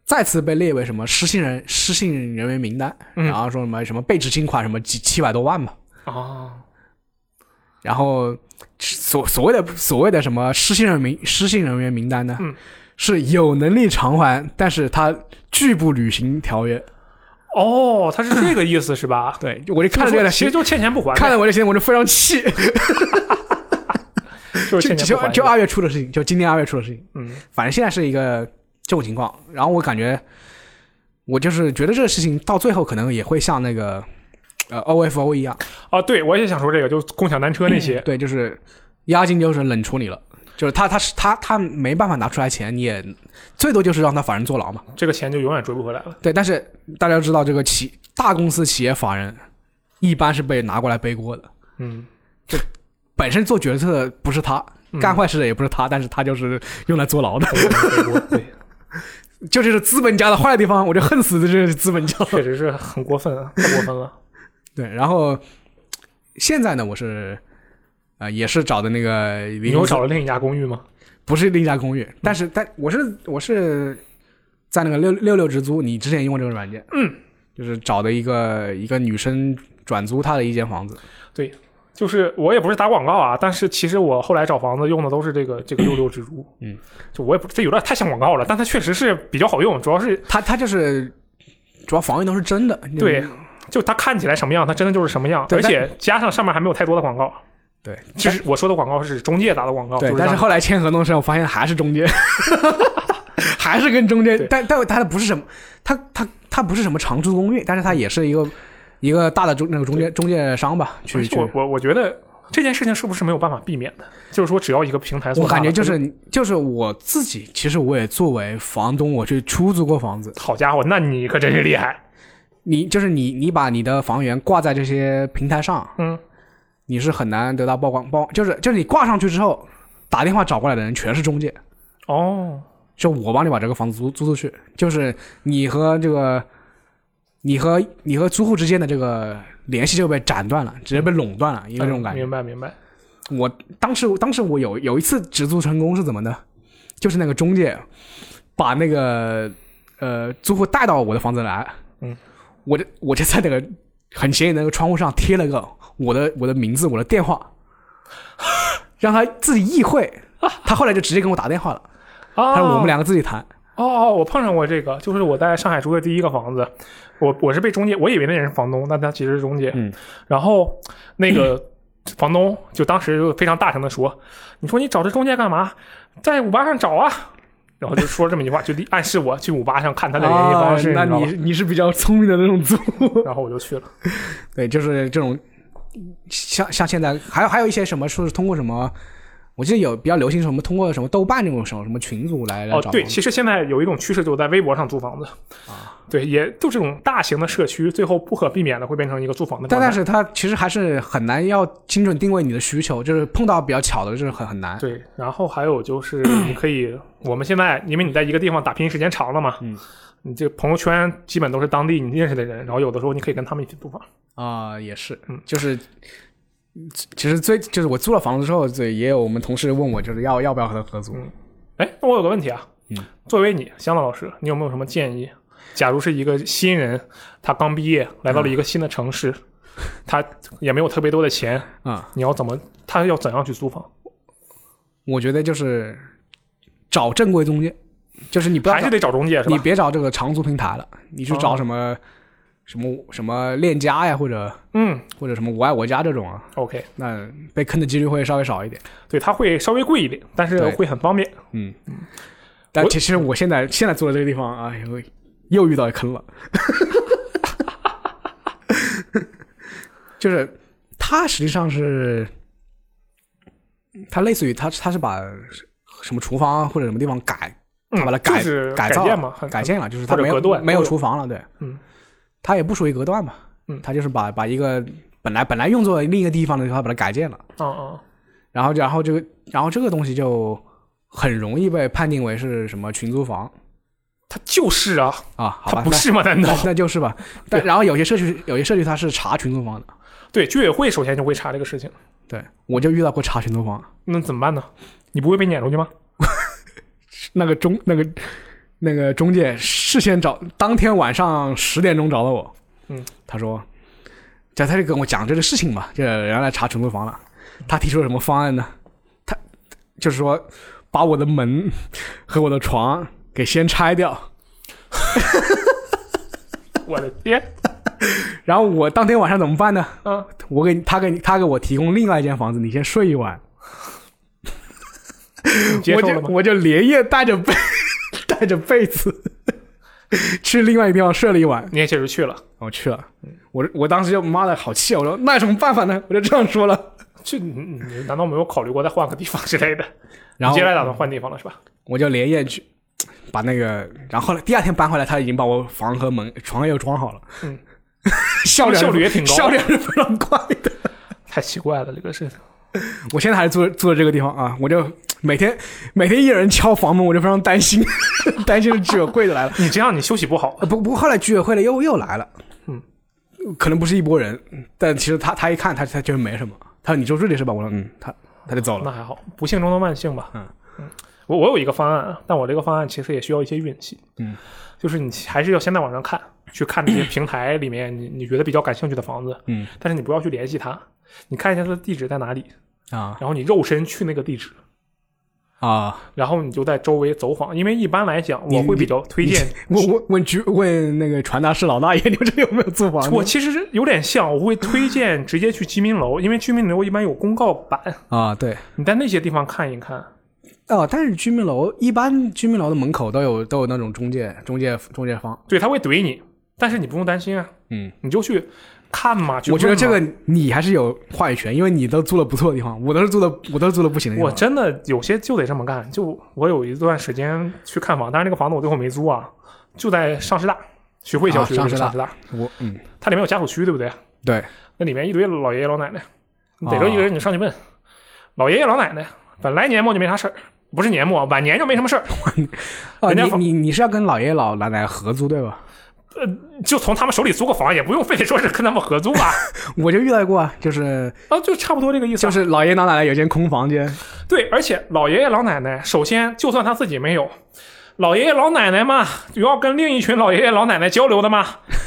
[SPEAKER 1] 再次被列为什么失信人失信人员名单，
[SPEAKER 2] 嗯
[SPEAKER 1] 然后说什么什么被执行款什么几七百多万吧，
[SPEAKER 2] 哦，
[SPEAKER 1] 然后所所谓的所谓的什么失信人名失信人员名单呢，
[SPEAKER 2] 嗯
[SPEAKER 1] 是有能力偿还，但是他拒不履行条约。
[SPEAKER 2] 哦，他是这个意思是吧？
[SPEAKER 1] 对，我就看
[SPEAKER 2] 就是
[SPEAKER 1] 了这
[SPEAKER 2] 说
[SPEAKER 1] 个
[SPEAKER 2] 其
[SPEAKER 1] 心
[SPEAKER 2] 实。就欠钱不还呗，
[SPEAKER 1] 看了我这些，我就非常气， 就
[SPEAKER 2] 就是欠钱
[SPEAKER 1] 就
[SPEAKER 2] 不还。
[SPEAKER 1] 就啊二月初的事情，就今年二月初的事情。
[SPEAKER 2] 嗯，
[SPEAKER 1] 反正现在是一个这种情况。然后我感觉，我就是觉得这个事情到最后可能也会像那个呃 OFO 一样，
[SPEAKER 2] 哦，对，我也想说这个，就共享单车那些，
[SPEAKER 1] 对，就是押金就是冷处理了，就是他他是他他没办法拿出来钱，你也最多就是让他法人坐牢嘛。
[SPEAKER 2] 这个钱就永远追不回来了。
[SPEAKER 1] 对，但是大家都知道这个企大公司企业法人一般是被拿过来背锅的，
[SPEAKER 2] 嗯，
[SPEAKER 1] 本身做决策不是他。
[SPEAKER 2] 嗯
[SPEAKER 1] 干坏事的也不是他，但是他就是用来坐牢的，
[SPEAKER 2] 对对对，
[SPEAKER 1] 就这是资本家的坏地方，我就恨死这些资本家了。
[SPEAKER 2] 确实是很过分啊，太过分 了。
[SPEAKER 1] 对，然后现在呢，我是呃也是找的那个
[SPEAKER 2] 你
[SPEAKER 1] 离
[SPEAKER 2] 又
[SPEAKER 1] 公司
[SPEAKER 2] 找了另一家公寓吗？
[SPEAKER 1] 不是另一家公寓，但是但我是我是在那个六六六直租，你之前用过这个软件，嗯，就是找的一个一个女生转租她的一间房子，
[SPEAKER 2] 就是我也不是打广告啊，但是其实我后来找房子用的都是这个这个六六蜘蛛，
[SPEAKER 1] 嗯，
[SPEAKER 2] 就我也不这有点太像广告了，但它确实是比较好用，主要是
[SPEAKER 1] 她她就是主要房源都是真的，
[SPEAKER 2] 对，就它看起来什么样，它真的就是什么样，
[SPEAKER 1] 对
[SPEAKER 2] 而且加上上面还没有太多的广告，
[SPEAKER 1] 对
[SPEAKER 2] 就是我说的广告哦是中介打的广告，
[SPEAKER 1] 对
[SPEAKER 2] 就，
[SPEAKER 1] 但是
[SPEAKER 2] 让
[SPEAKER 1] 后来签合同的时候发现还是中 介，还是跟中介
[SPEAKER 2] 对，
[SPEAKER 1] 但但他不是什么，他他他不是什么长租公寓，但是他也是一个一个大的中那个中介中介商吧，
[SPEAKER 2] 而
[SPEAKER 1] 去
[SPEAKER 2] 且
[SPEAKER 1] 去。
[SPEAKER 2] 我我我觉得这件事情是不是没有办法避免的？就是说只要一个平台做
[SPEAKER 1] 我
[SPEAKER 2] 大了，
[SPEAKER 1] 感觉就
[SPEAKER 2] 它
[SPEAKER 1] 是就是我自己，其实我也作为房东，我去出租过房子。
[SPEAKER 2] 好家伙，那你可真是厉害，
[SPEAKER 1] 你就是你，你把你的房源挂在这些平台上，
[SPEAKER 2] 嗯，
[SPEAKER 1] 你是很难得到曝光，曝就是就是你挂上去之后，打电话找过来的人全是中介，嗯
[SPEAKER 2] 哦，
[SPEAKER 1] 就我帮你把这个房子租租出去，就是你和这个你和你和租户之间的这个联系就被斩断了，直接被垄断了，因为这种感觉。
[SPEAKER 2] 明白明白。
[SPEAKER 1] 我当时当时我有有一次直租成功是怎么的？就是那个中介把那个呃租户带到我的房子来，
[SPEAKER 2] 嗯，
[SPEAKER 1] 我就我就在那个很显眼的那个窗户上贴了个我的我的名字我的电话，让他自己意会。他后来就直接跟我打电话了，
[SPEAKER 2] 啊，
[SPEAKER 1] 他说我们两个自己谈。
[SPEAKER 2] 哦哦，我碰上过这个，就是我在上海租的第一个房子，我我是被中介，我以为那人是房东，但他其实是中介。
[SPEAKER 1] 嗯，
[SPEAKER 2] 然后那个房东就当时就非常大声的说：“你说你找这中介干嘛？在五八上找啊！”然后就说这么一句话，就暗示我去五八上看他的联系方式，
[SPEAKER 1] 啊那
[SPEAKER 2] 你知道
[SPEAKER 1] 你
[SPEAKER 2] 吧？
[SPEAKER 1] 你哦是比较聪明的那种租户。
[SPEAKER 2] 然后我就去了。
[SPEAKER 1] 对，就是这种，像像现在还有还有一些什么说是通过什么，我记得有比较流行什么通过什么豆瓣这种什么什么群组来来
[SPEAKER 2] 哦
[SPEAKER 1] 找，
[SPEAKER 2] 对，
[SPEAKER 1] 房
[SPEAKER 2] 其实现在有一种趋势，就是在微博上租房子啊， 对，也就这种大型的社区，最后不可避免的会变成一个租房的
[SPEAKER 1] 但
[SPEAKER 2] 状态。
[SPEAKER 1] 但是它其实还是很难要精准定位你的需求，就是碰到比较巧的，就是很很难。
[SPEAKER 2] 对，然后还有就是 你可以，我们现在因为你在一个地方打拼时间长了嘛，
[SPEAKER 1] 嗯，
[SPEAKER 2] 你这朋友圈基本都是当地你认识的人，然后有的时候你可以跟他们一起租房。
[SPEAKER 1] 啊、也是
[SPEAKER 2] 嗯，
[SPEAKER 1] 就是其实最就是我租了房子之后，对，也有我们同事问我，就是要要不要和他合租。
[SPEAKER 2] 嗯哎，那我有个问题啊，
[SPEAKER 1] 嗯，
[SPEAKER 2] 作为你香子老师，你有没有什么建议？假如是一个新人，他刚毕业来到
[SPEAKER 1] 嗯
[SPEAKER 2] 了一个新的城市，他也没有特别多的钱，
[SPEAKER 1] 啊、
[SPEAKER 2] 你要怎么，他要怎样去租房？
[SPEAKER 1] 我觉得就是找正规中介，就是你不要
[SPEAKER 2] 还
[SPEAKER 1] 找
[SPEAKER 2] 是得找中介是
[SPEAKER 1] 你
[SPEAKER 2] 吧？
[SPEAKER 1] 别找这个长租平台了，你去找
[SPEAKER 2] 哦
[SPEAKER 1] 什么、什么什么链家呀，或者
[SPEAKER 2] 嗯
[SPEAKER 1] 或者什么我爱我家这种啊，
[SPEAKER 2] ，OK，
[SPEAKER 1] 那被坑的几率会稍微少一点。
[SPEAKER 2] 对，他会稍微贵一点，但是
[SPEAKER 1] 对
[SPEAKER 2] 会很方便。
[SPEAKER 1] 嗯，但
[SPEAKER 2] 我
[SPEAKER 1] 其实我现在现在住的这个地方，哎呦，又遇到坑了。 就是它实际上是，它类似于它它是把什么厨房啊或者什么地方改，
[SPEAKER 2] 嗯
[SPEAKER 1] 它把它改、
[SPEAKER 2] 就是
[SPEAKER 1] 改
[SPEAKER 2] 改
[SPEAKER 1] 造
[SPEAKER 2] 建嘛很
[SPEAKER 1] 改建了，就是它
[SPEAKER 2] 呃或者
[SPEAKER 1] 没有
[SPEAKER 2] 隔断
[SPEAKER 1] 没有
[SPEAKER 2] 都有
[SPEAKER 1] 厨房了，对，
[SPEAKER 2] 嗯，
[SPEAKER 1] 它也不属于隔断嘛，
[SPEAKER 2] 嗯
[SPEAKER 1] 它就是把把一个本来本来用作另一个地方的地方把它改建了。
[SPEAKER 2] 啊啊，
[SPEAKER 1] 然后然后这个然后这个东西就很容易被判定为是什么群租房
[SPEAKER 2] 他就是啊，
[SPEAKER 1] 啊？好
[SPEAKER 2] 他
[SPEAKER 1] 吧，
[SPEAKER 2] 不是吗？难
[SPEAKER 1] 那哦
[SPEAKER 2] 道
[SPEAKER 1] 那那就是吧。但然后有些社区有些社区它是查群租房的，
[SPEAKER 2] 对居委会首先就会查这个事情？
[SPEAKER 1] 对我就遇到过查群租房，
[SPEAKER 2] 那怎么办呢？你不会被撵出 去吗？
[SPEAKER 1] 那个中那个那个中介事先找当天晚上十点钟找到我，
[SPEAKER 2] 嗯，
[SPEAKER 1] 他说，这他就跟我讲这个事情嘛，这人家来查群租房了，他提出了什么方案呢？他就是说把我的门和我的床给先拆掉。
[SPEAKER 2] 我的天，
[SPEAKER 1] 然后我当天晚上怎么办呢？
[SPEAKER 2] 啊，
[SPEAKER 1] 我给你他给你他给我提供另外一间房子，你先睡一晚。
[SPEAKER 2] 你接
[SPEAKER 1] 我
[SPEAKER 2] 受
[SPEAKER 1] 就
[SPEAKER 2] 了吗？
[SPEAKER 1] 我就连夜带着被 带着被子 去另外一个地方睡了一晚。
[SPEAKER 2] 你也确实去了，
[SPEAKER 1] 我去了，我我当时就妈的好气啊！我说那有什么办法呢？我就这样说了。
[SPEAKER 2] 这你你难道没有考虑过再换个地方之类的？
[SPEAKER 1] 然后
[SPEAKER 2] 你接下来打算换地方了是吧？
[SPEAKER 1] 我就连夜去把那个，然后后来第二天搬回来，他已经把我房和门床又装好了。
[SPEAKER 2] 嗯，
[SPEAKER 1] 效率还是
[SPEAKER 2] 效率也挺高
[SPEAKER 1] 效率还是非常快的。
[SPEAKER 2] 太奇怪了，这个事情。
[SPEAKER 1] 我现在还是住住的这个地方啊，我就每天每天一有人敲房门，我就非常担心， 担心是居委会的来了。
[SPEAKER 2] 你这样你休息不好，
[SPEAKER 1] 呃不不过后来居委会的又又来了，
[SPEAKER 2] 嗯，
[SPEAKER 1] 可能不是一拨人，但其实他他一看他他觉得没什么，他说你住这里是吧？我说嗯，他他就走了。
[SPEAKER 2] 那还好，不幸中的万幸吧。
[SPEAKER 1] 嗯
[SPEAKER 2] 我我有一个方案，但我这个方案其实也需要一些运气。
[SPEAKER 1] 嗯，
[SPEAKER 2] 就是你还是要先在网上看，去看这些平台里面你你觉得比较感兴趣的房子，
[SPEAKER 1] 嗯
[SPEAKER 2] 但是你不要去联系他，你看一下他的地址在哪里，
[SPEAKER 1] 啊
[SPEAKER 2] 然后你肉身去那个地址，
[SPEAKER 1] 啊！
[SPEAKER 2] 然后你就在周围走访，因为一般来讲我会比较推荐。
[SPEAKER 1] 问问问居问那个传达室老大爷，你们这里有没有租房
[SPEAKER 2] 我
[SPEAKER 1] 子？
[SPEAKER 2] 其实有点像，我会推荐直接去居民楼，因为居民楼一般有公告板，
[SPEAKER 1] 啊，对
[SPEAKER 2] 你在那些地方看一看。
[SPEAKER 1] 哦，但是居民楼一般居民楼的门口都有都有那种中介中介中介方，
[SPEAKER 2] 对，他会怼你，但是你不用担心啊，
[SPEAKER 1] 嗯，
[SPEAKER 2] 你就去看嘛。去
[SPEAKER 1] 我觉得
[SPEAKER 2] 问嘛
[SPEAKER 1] 这个你还是有话语权，因为你都租了不错的地方，我都是租的，我都是租的不行的地
[SPEAKER 2] 我
[SPEAKER 1] 方。
[SPEAKER 2] 真的有些就得这么干。就我有一段时间去看房，但是那个房子我最后没租啊，就在上师大徐汇小区
[SPEAKER 1] 啊
[SPEAKER 2] 就
[SPEAKER 1] 上
[SPEAKER 2] 是
[SPEAKER 1] 师
[SPEAKER 2] 上
[SPEAKER 1] 大
[SPEAKER 2] 师大，
[SPEAKER 1] 我嗯，
[SPEAKER 2] 它里面有家属区，对不对？
[SPEAKER 1] 对，
[SPEAKER 2] 那里面一堆老爷爷老奶奶，你
[SPEAKER 1] 啊
[SPEAKER 2] 逮着一个人你就上去问，老爷爷老奶奶，本来年末就没啥事儿，不是年末，晚年就没什么事儿，
[SPEAKER 1] 啊，
[SPEAKER 2] 人
[SPEAKER 1] 你
[SPEAKER 2] 家
[SPEAKER 1] 你你是要跟老爷爷老奶奶合租对吧？
[SPEAKER 2] 就从他们手里租个房，也不用非得说是跟他们合租 吧，
[SPEAKER 1] 我就遇到过，啊， 就是
[SPEAKER 2] 啊，就差不多这个意思
[SPEAKER 1] 就
[SPEAKER 2] 啊。
[SPEAKER 1] 是老爷老奶奶有间空房间，
[SPEAKER 2] 对，而且老爷爷老奶奶，首先就算他自己没有，老爷爷老奶奶嘛，有要跟另一群老爷爷老奶奶交流的嘛。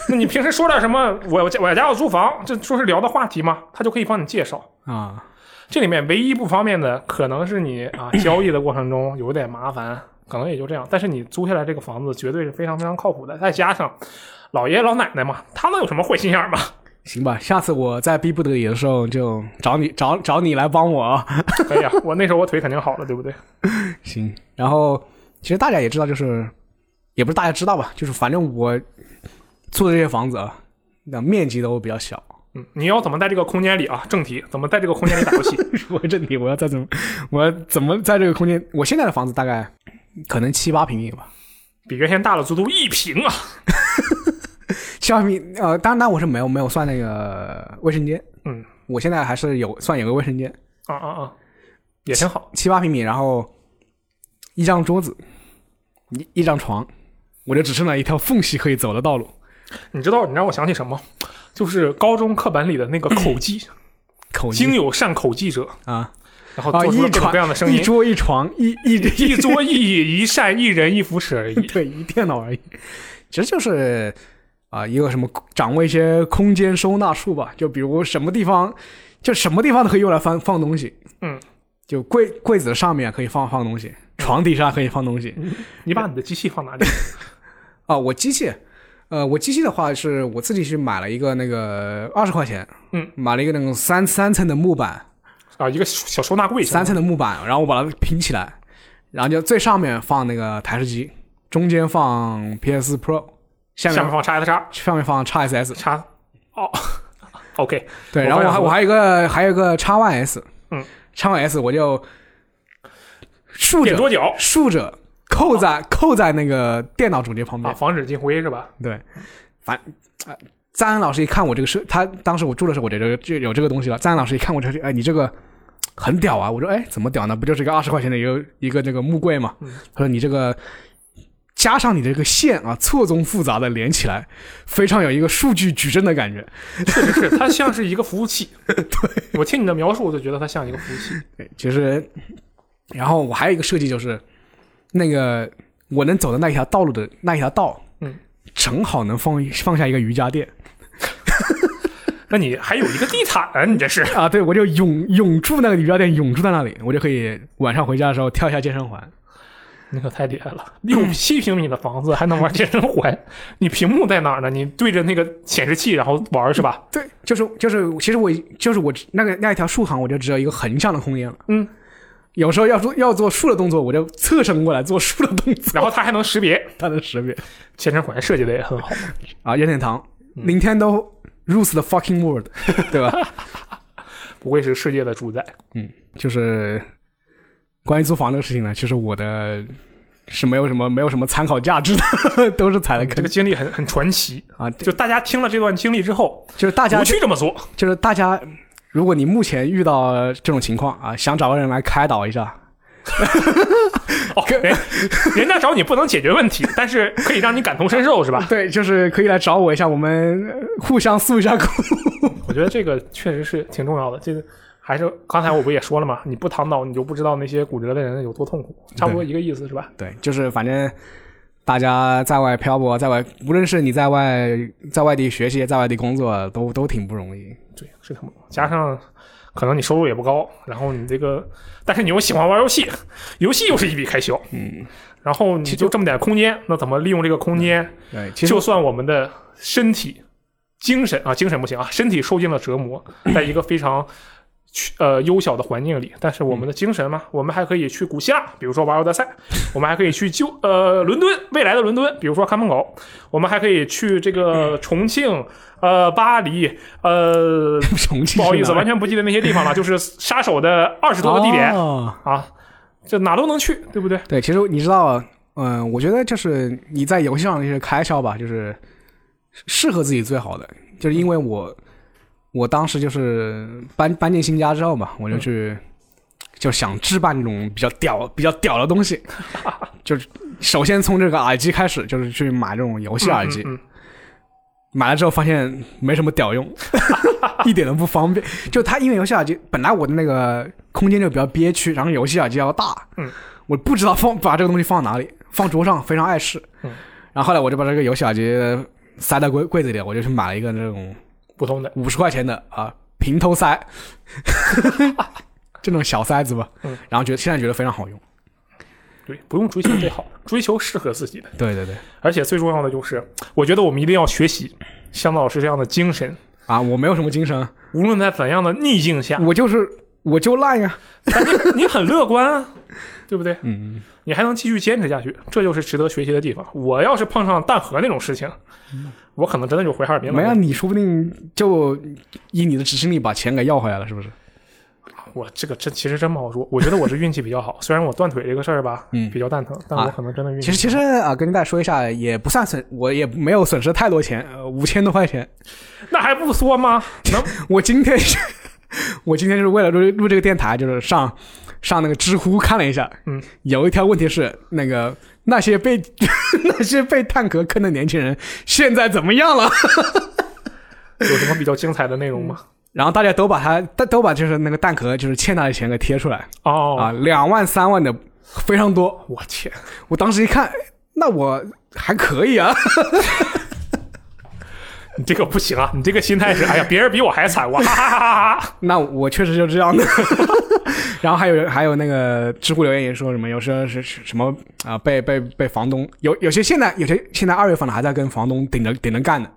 [SPEAKER 2] 那你平时说点什么，我我家我家要租房，这说是聊的话题嘛，他就可以帮你介绍。
[SPEAKER 1] 啊，
[SPEAKER 2] 这里面唯一不方便的，可能是你啊交易的过程中有点麻烦，可能也就这样。但是你租下来这个房子，绝对是非常非常靠谱的。再加上老爷爷老奶奶嘛，他能有什么坏心眼儿 吗？
[SPEAKER 1] 行吧，下次我在逼不得已的时候就找你找找你来帮我啊。
[SPEAKER 2] 哎呀，我那时候我腿肯定好了，对不对？
[SPEAKER 1] 行，然后其实大家也知道，就是也不是大家知道吧，就是反正我住的这些房子啊，那面积都比较小。
[SPEAKER 2] 嗯，你要怎么在这个空间里啊？正题，怎么在这个空间里打游戏？
[SPEAKER 1] 我这里我要再怎么，我要怎么在这个空间？我现在的房子大概可能七八平米吧，
[SPEAKER 2] 比原先大了足足一平啊！
[SPEAKER 1] 七八平米。呃，当然，当然我是没有没有算那个卫生间，
[SPEAKER 2] 嗯，
[SPEAKER 1] 我现在还是有算有个卫生间，
[SPEAKER 2] 啊啊啊，也挺好。
[SPEAKER 1] 七八平米，然后一张桌子，一一张床，我就只剩了一条缝隙可以走的道路。
[SPEAKER 2] 你知道你让我想起什么？就是高中课本里的那个口技，
[SPEAKER 1] 口
[SPEAKER 2] 经
[SPEAKER 1] 音
[SPEAKER 2] 有善嗯口技者，
[SPEAKER 1] 啊
[SPEAKER 2] 然后
[SPEAKER 1] 啊，
[SPEAKER 2] 做出了
[SPEAKER 1] 一
[SPEAKER 2] 各种
[SPEAKER 1] 床
[SPEAKER 2] 各样的声
[SPEAKER 1] 一
[SPEAKER 2] 音，
[SPEAKER 1] 桌一床一一
[SPEAKER 2] 一桌一椅一扇一人一扶持而已。
[SPEAKER 1] 对一电脑而已，其实就是啊、一个什么掌握一些空间收纳术吧，就比如什么地方，就什么地方都可以用来放放东西，
[SPEAKER 2] 嗯，
[SPEAKER 1] 就柜柜子上面可以放放东西，床底下可以放东西
[SPEAKER 2] 你把你的机器放哪里？
[SPEAKER 1] 啊、我机器。呃，我机器的话是我自己去买了一个那个二十块钱，
[SPEAKER 2] 嗯，
[SPEAKER 1] 买了一个那种三三层的木板，
[SPEAKER 2] 啊，一个小收纳柜是吧
[SPEAKER 1] 三层的木板，然后我把它拼起来，然后就最上面放那个台式机，中间放 PS Pro，下
[SPEAKER 2] 下
[SPEAKER 1] 面
[SPEAKER 2] 面放叉 S 叉
[SPEAKER 1] 上面放 x SS，
[SPEAKER 2] 叉。哦，OK，
[SPEAKER 1] 对，
[SPEAKER 2] 我
[SPEAKER 1] 然后我
[SPEAKER 2] 发
[SPEAKER 1] 还我还
[SPEAKER 2] 现
[SPEAKER 1] 有一个还有一个 x Y S，
[SPEAKER 2] 嗯
[SPEAKER 1] ，x Y S 我就竖
[SPEAKER 2] 点哦
[SPEAKER 1] 着
[SPEAKER 2] 多角
[SPEAKER 1] 竖着扣在扣在那个电脑主机旁
[SPEAKER 2] 啊，
[SPEAKER 1] 边，
[SPEAKER 2] 防止进灰是吧？
[SPEAKER 1] 对，反。呃赞恩老师一看我这个设，他当时我住的时候，我觉得就有这个东西了。赞恩老师一看我这个，哎，你这个很屌啊！我说，哎，怎么屌呢？不就是一个二十块钱的一个一个那个木柜嘛？
[SPEAKER 2] 嗯
[SPEAKER 1] 他说你这个加上你这个线啊，错综复杂的连起来，非常有一个数据矩阵的感觉。
[SPEAKER 2] 确实是，它像是一个服务器。 对，我听你的描述，我就觉得它像一个服务器。
[SPEAKER 1] 对，其实，然后我还有一个设计就是，那个我能走的那一条道路的那一条道，
[SPEAKER 2] 嗯，
[SPEAKER 1] 正好能放一放下一个瑜伽垫
[SPEAKER 2] 那你还有一个地毯，你这是？
[SPEAKER 1] 啊，对我就永永驻那个瑜伽垫，永驻在那里，我就可以晚上回家的时候跳一下健身环。
[SPEAKER 2] 你可太厉害了！六七平米的房子还能玩健身环，你屏幕在哪儿呢？你对着那个显示器然后玩是吧？
[SPEAKER 1] 对，就是就是，其实我就是我那个那一条竖行，我就只有一个横向的空间了。
[SPEAKER 2] 嗯，
[SPEAKER 1] 有时候要做要做竖的动作，我就侧身过来做竖的动作，
[SPEAKER 2] 然后它还能识别。
[SPEAKER 1] 它的识别
[SPEAKER 2] 健身环设计的也很好，
[SPEAKER 1] 啊，任天堂、Nintendo
[SPEAKER 2] 嗯
[SPEAKER 1] rules the fucking world，对 吧？
[SPEAKER 2] 不愧是世界的主宰。
[SPEAKER 1] 就是关于租房这个事情呢，其实我的是没有什么没有什么参考价值的， 都是踩了
[SPEAKER 2] 这
[SPEAKER 1] 坑
[SPEAKER 2] 个经历很很传奇，
[SPEAKER 1] 啊。
[SPEAKER 2] 就大家听了这段经历之后，
[SPEAKER 1] 就是大家
[SPEAKER 2] 不去这么做。
[SPEAKER 1] 就是大家，如果你目前遇到这种情况啊，想找个人来开导一下，
[SPEAKER 2] 哦，人人家找你不能解决问题，但是可以让你感同身受是吧？
[SPEAKER 1] 对，就是可以来找我一下，我们呃互相诉一下苦。嗯
[SPEAKER 2] 我觉得这个确实是挺重要的。这个还是刚才我不也说了嘛，你不躺倒，你就不知道那些骨折的人有多痛苦，差不多一个意思是吧？
[SPEAKER 1] 对，就是反正。大家在外漂泊，在外，无论是你在外在外地学习，在外地工作，都都挺不容易。
[SPEAKER 2] 对，是他们。加上可能你收入也不高，然后你这个，但是你又喜欢玩游戏，游戏又是一笔开销，嗯，然后你就这么点空间，那怎么利用这个空间？
[SPEAKER 1] 对，嗯其实
[SPEAKER 2] 就算我们的身体、精神啊，精神不行啊，身体受尽了折磨，在一个非常。去呃优小的环境里，但是我们的精神嘛，我们还可以去古希腊，比如说玩奥德赛，我们还可以去旧呃伦敦，未来的伦敦，比如说看门狗，我们还可以去这
[SPEAKER 1] 嗯
[SPEAKER 2] 个重庆，呃巴黎，呃
[SPEAKER 1] 重庆
[SPEAKER 2] 不好意思，
[SPEAKER 1] 是哪儿
[SPEAKER 2] 完全不记得那些地 方了，就是杀手的二十多个地点、
[SPEAKER 1] 哦
[SPEAKER 2] 啊，这哪都能去，对不对？
[SPEAKER 1] 对，其实你知道，嗯、我觉得就是你在游戏上的一些开销吧，就是适合自己最好的，就是因为我我当时就是搬搬进新家之后嘛，我就去、就想置办这种比较屌、比较屌的东西，就是首先从这个耳机开始，就是去买这种游戏耳机。
[SPEAKER 2] 嗯嗯
[SPEAKER 1] 买了之后发现没什么屌用， 一点都不方便。就它因为游戏耳机本来我的那个空间就比较憋屈，然后游戏耳机要大，
[SPEAKER 2] 嗯，
[SPEAKER 1] 我不知道放把这个东西放哪里，放桌上非常碍事，
[SPEAKER 2] 嗯。
[SPEAKER 1] 然后后来我就把这个游戏耳机塞到柜柜子里，我就去买了一个那种
[SPEAKER 2] 普通的，
[SPEAKER 1] 五十块钱的啊平头塞， 这种小塞子吧，
[SPEAKER 2] 嗯，
[SPEAKER 1] 然后觉得现在觉得非常好用。
[SPEAKER 2] 对，不用追求最好 的，追求适合自己的。
[SPEAKER 1] 对对对，
[SPEAKER 2] 而且最重要的就是，我觉得我们一定要学习香子老师这样的精神，
[SPEAKER 1] 啊，我没有什么精神，
[SPEAKER 2] 无论在怎样的逆 境下，
[SPEAKER 1] 我就是我就烂呀，
[SPEAKER 2] 你很乐观啊，对不对？
[SPEAKER 1] 嗯，
[SPEAKER 2] 你还能继续坚持下去，这就是值得学习的地方。我要是碰上蛋壳那种事情，我可能真的就回哈尔滨了。
[SPEAKER 1] 嗯没有你说不定就以你的执行力把钱给要回来了，是不是？
[SPEAKER 2] 我这个真其实真不好说。我觉得我是运气比较好，虽然我断腿这个事儿吧，
[SPEAKER 1] 嗯
[SPEAKER 2] 比较蛋疼，但
[SPEAKER 1] 啊
[SPEAKER 2] 我可能真的运
[SPEAKER 1] 其
[SPEAKER 2] 气
[SPEAKER 1] 实其实啊，跟大家说一下，也不算损，我也没有损失太多钱，呃，五千多块钱。
[SPEAKER 2] 那还不说吗？能
[SPEAKER 1] 我今天我今天就是为了录录这个电台，就是上上那个知乎看了一下，
[SPEAKER 2] 嗯，
[SPEAKER 1] 有一条问题是那个那些被 那些被蛋壳坑的年轻人现在怎么样了？
[SPEAKER 2] 有什么比较精彩的内容吗？
[SPEAKER 1] 然后大家都把他都都把就是那个蛋壳就是欠他的钱给贴出来
[SPEAKER 2] 哦，
[SPEAKER 1] 啊，两万三万的非常多。
[SPEAKER 2] 我天，
[SPEAKER 1] 我当时一看，那我还可以啊，
[SPEAKER 2] 你这个不行啊！你这个心态是，哎呀，别人比我还惨，我哈哈哈哈哈！
[SPEAKER 1] 那我确实就这样的。 然后还有人，还有那个知乎留言也说什么，有时候是是什么啊、被被被房东有有些现在有些现在二月份了还在跟房东顶着顶着干呢。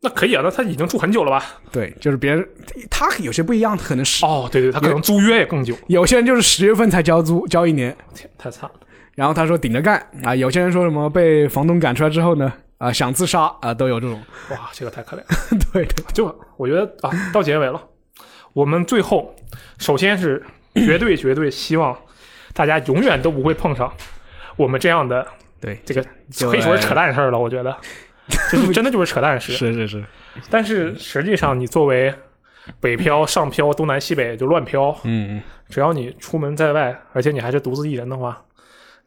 [SPEAKER 2] 那可以啊，那他已经住很久了吧？
[SPEAKER 1] 对，就是别人他有些不一样，可能是、
[SPEAKER 2] 哦，对对，他可能租约也更久。
[SPEAKER 1] 有些人就是十月份才交租交一年，
[SPEAKER 2] 天，太惨了！
[SPEAKER 1] 然后他说顶着干啊、有些人说什么被房东赶出来之后呢啊、想自杀啊、都有这种。
[SPEAKER 2] 哇，这个太可怜了。
[SPEAKER 1] 对对，
[SPEAKER 2] 就我觉得啊，到结尾了，我们最后首先是绝对绝对希望大家永远都不会碰上我们这样的
[SPEAKER 1] 对
[SPEAKER 2] 这个
[SPEAKER 1] 就
[SPEAKER 2] 可以说是扯淡事儿了。我觉得，这是真的就是扯淡事。
[SPEAKER 1] 是是是，
[SPEAKER 2] 但是实际上，你作为北漂、上漂、东南西北就乱漂，
[SPEAKER 1] 嗯，
[SPEAKER 2] 只要你出门在外，而且你还是独自一人的话，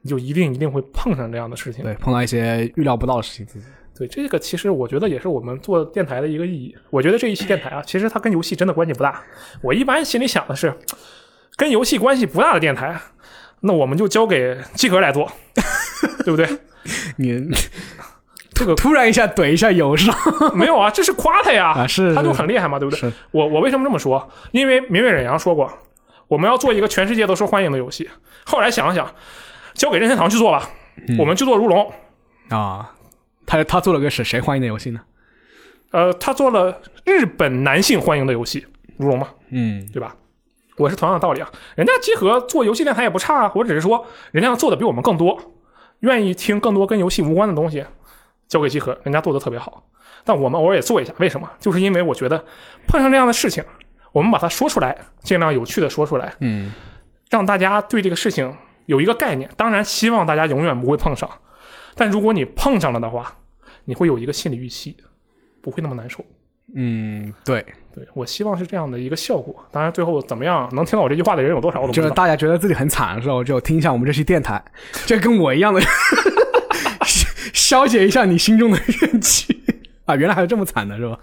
[SPEAKER 2] 你就一定一定会碰上这样的事情。
[SPEAKER 1] 对，碰到一些预料不到的事情，
[SPEAKER 2] 对，这个其实我觉得也是我们做电台的一个意义。我觉得这一期电台啊，其实它跟游戏真的关系不大。我一般心里想的是，跟游戏关系不大的电台，那我们就交给季哥来做， 对不对？
[SPEAKER 1] 你
[SPEAKER 2] 这 个
[SPEAKER 1] 突然一下怼一下友上
[SPEAKER 2] 没有啊，这是夸他呀，
[SPEAKER 1] 啊，是
[SPEAKER 2] 他就是很厉害嘛，对不对
[SPEAKER 1] 是？
[SPEAKER 2] 我我为什么这么说？因为明月忍阳说过，我们要做一个全世界都受欢迎的游戏。后来想了想，交给任天堂去做吧，我们去做如龙。
[SPEAKER 1] 啊，他他做了个谁谁欢迎的游戏呢？
[SPEAKER 2] 呃，他做了日本男性欢迎的游戏《如龙》嘛，
[SPEAKER 1] 嗯，
[SPEAKER 2] 对吧？我是同样的道理啊，人家集合做游戏电台也不差啊，我只是说人家做的比我们更多，愿意听更多跟游戏无关的东西，交给集合，人家做的特别好。但我们偶尔也做一下，为什么？就是因为我觉得碰上这样的事情，我们把它说出来，尽量有趣的说出来，
[SPEAKER 1] 嗯，
[SPEAKER 2] 让大家对这个事情有一个概念。当然，希望大家永远不会碰上，但如果你碰上了的话，你会有一个心理预期，不会那么难受。
[SPEAKER 1] 嗯，对，
[SPEAKER 2] 对我希望是这样的一个效果。当然，最后怎么样能听到我这句话的人有多少，我都不
[SPEAKER 1] 就
[SPEAKER 2] 知
[SPEAKER 1] 是
[SPEAKER 2] 道。
[SPEAKER 1] 大家觉得自己很惨的时候，就听一下我们这期电台，这跟我一样的， 消解一下你心中的怨气啊！原来还有这么惨的是吧？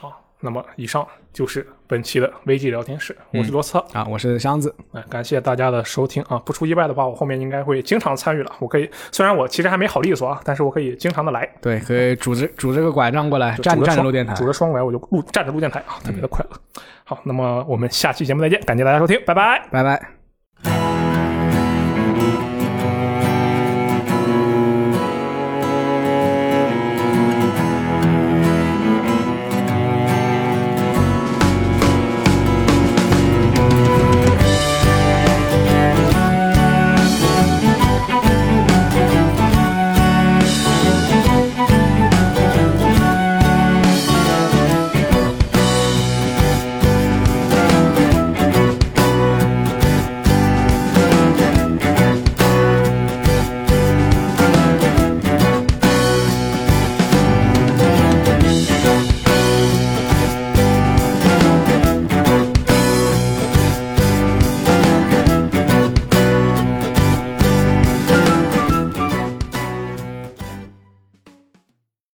[SPEAKER 2] 好，啊那么以上就是本期的危机聊天室，我是罗策。
[SPEAKER 1] 啊，我是箱子，
[SPEAKER 2] 哎，感谢大家的收听啊！不出意外的话，我后面应该会经常参与了。我可以，虽然我其实还没好利索啊，但是我可以经常的来，
[SPEAKER 1] 对，可以拄着拄着个拐杖过来，
[SPEAKER 2] 就
[SPEAKER 1] 站
[SPEAKER 2] 拄着
[SPEAKER 1] 站着
[SPEAKER 2] 双
[SPEAKER 1] 录电台嗯
[SPEAKER 2] 拄，着双拐我就录站着录电台啊，特别的快乐。好，那么我们下期节目再见，感谢大家收听，拜拜。
[SPEAKER 1] 拜拜。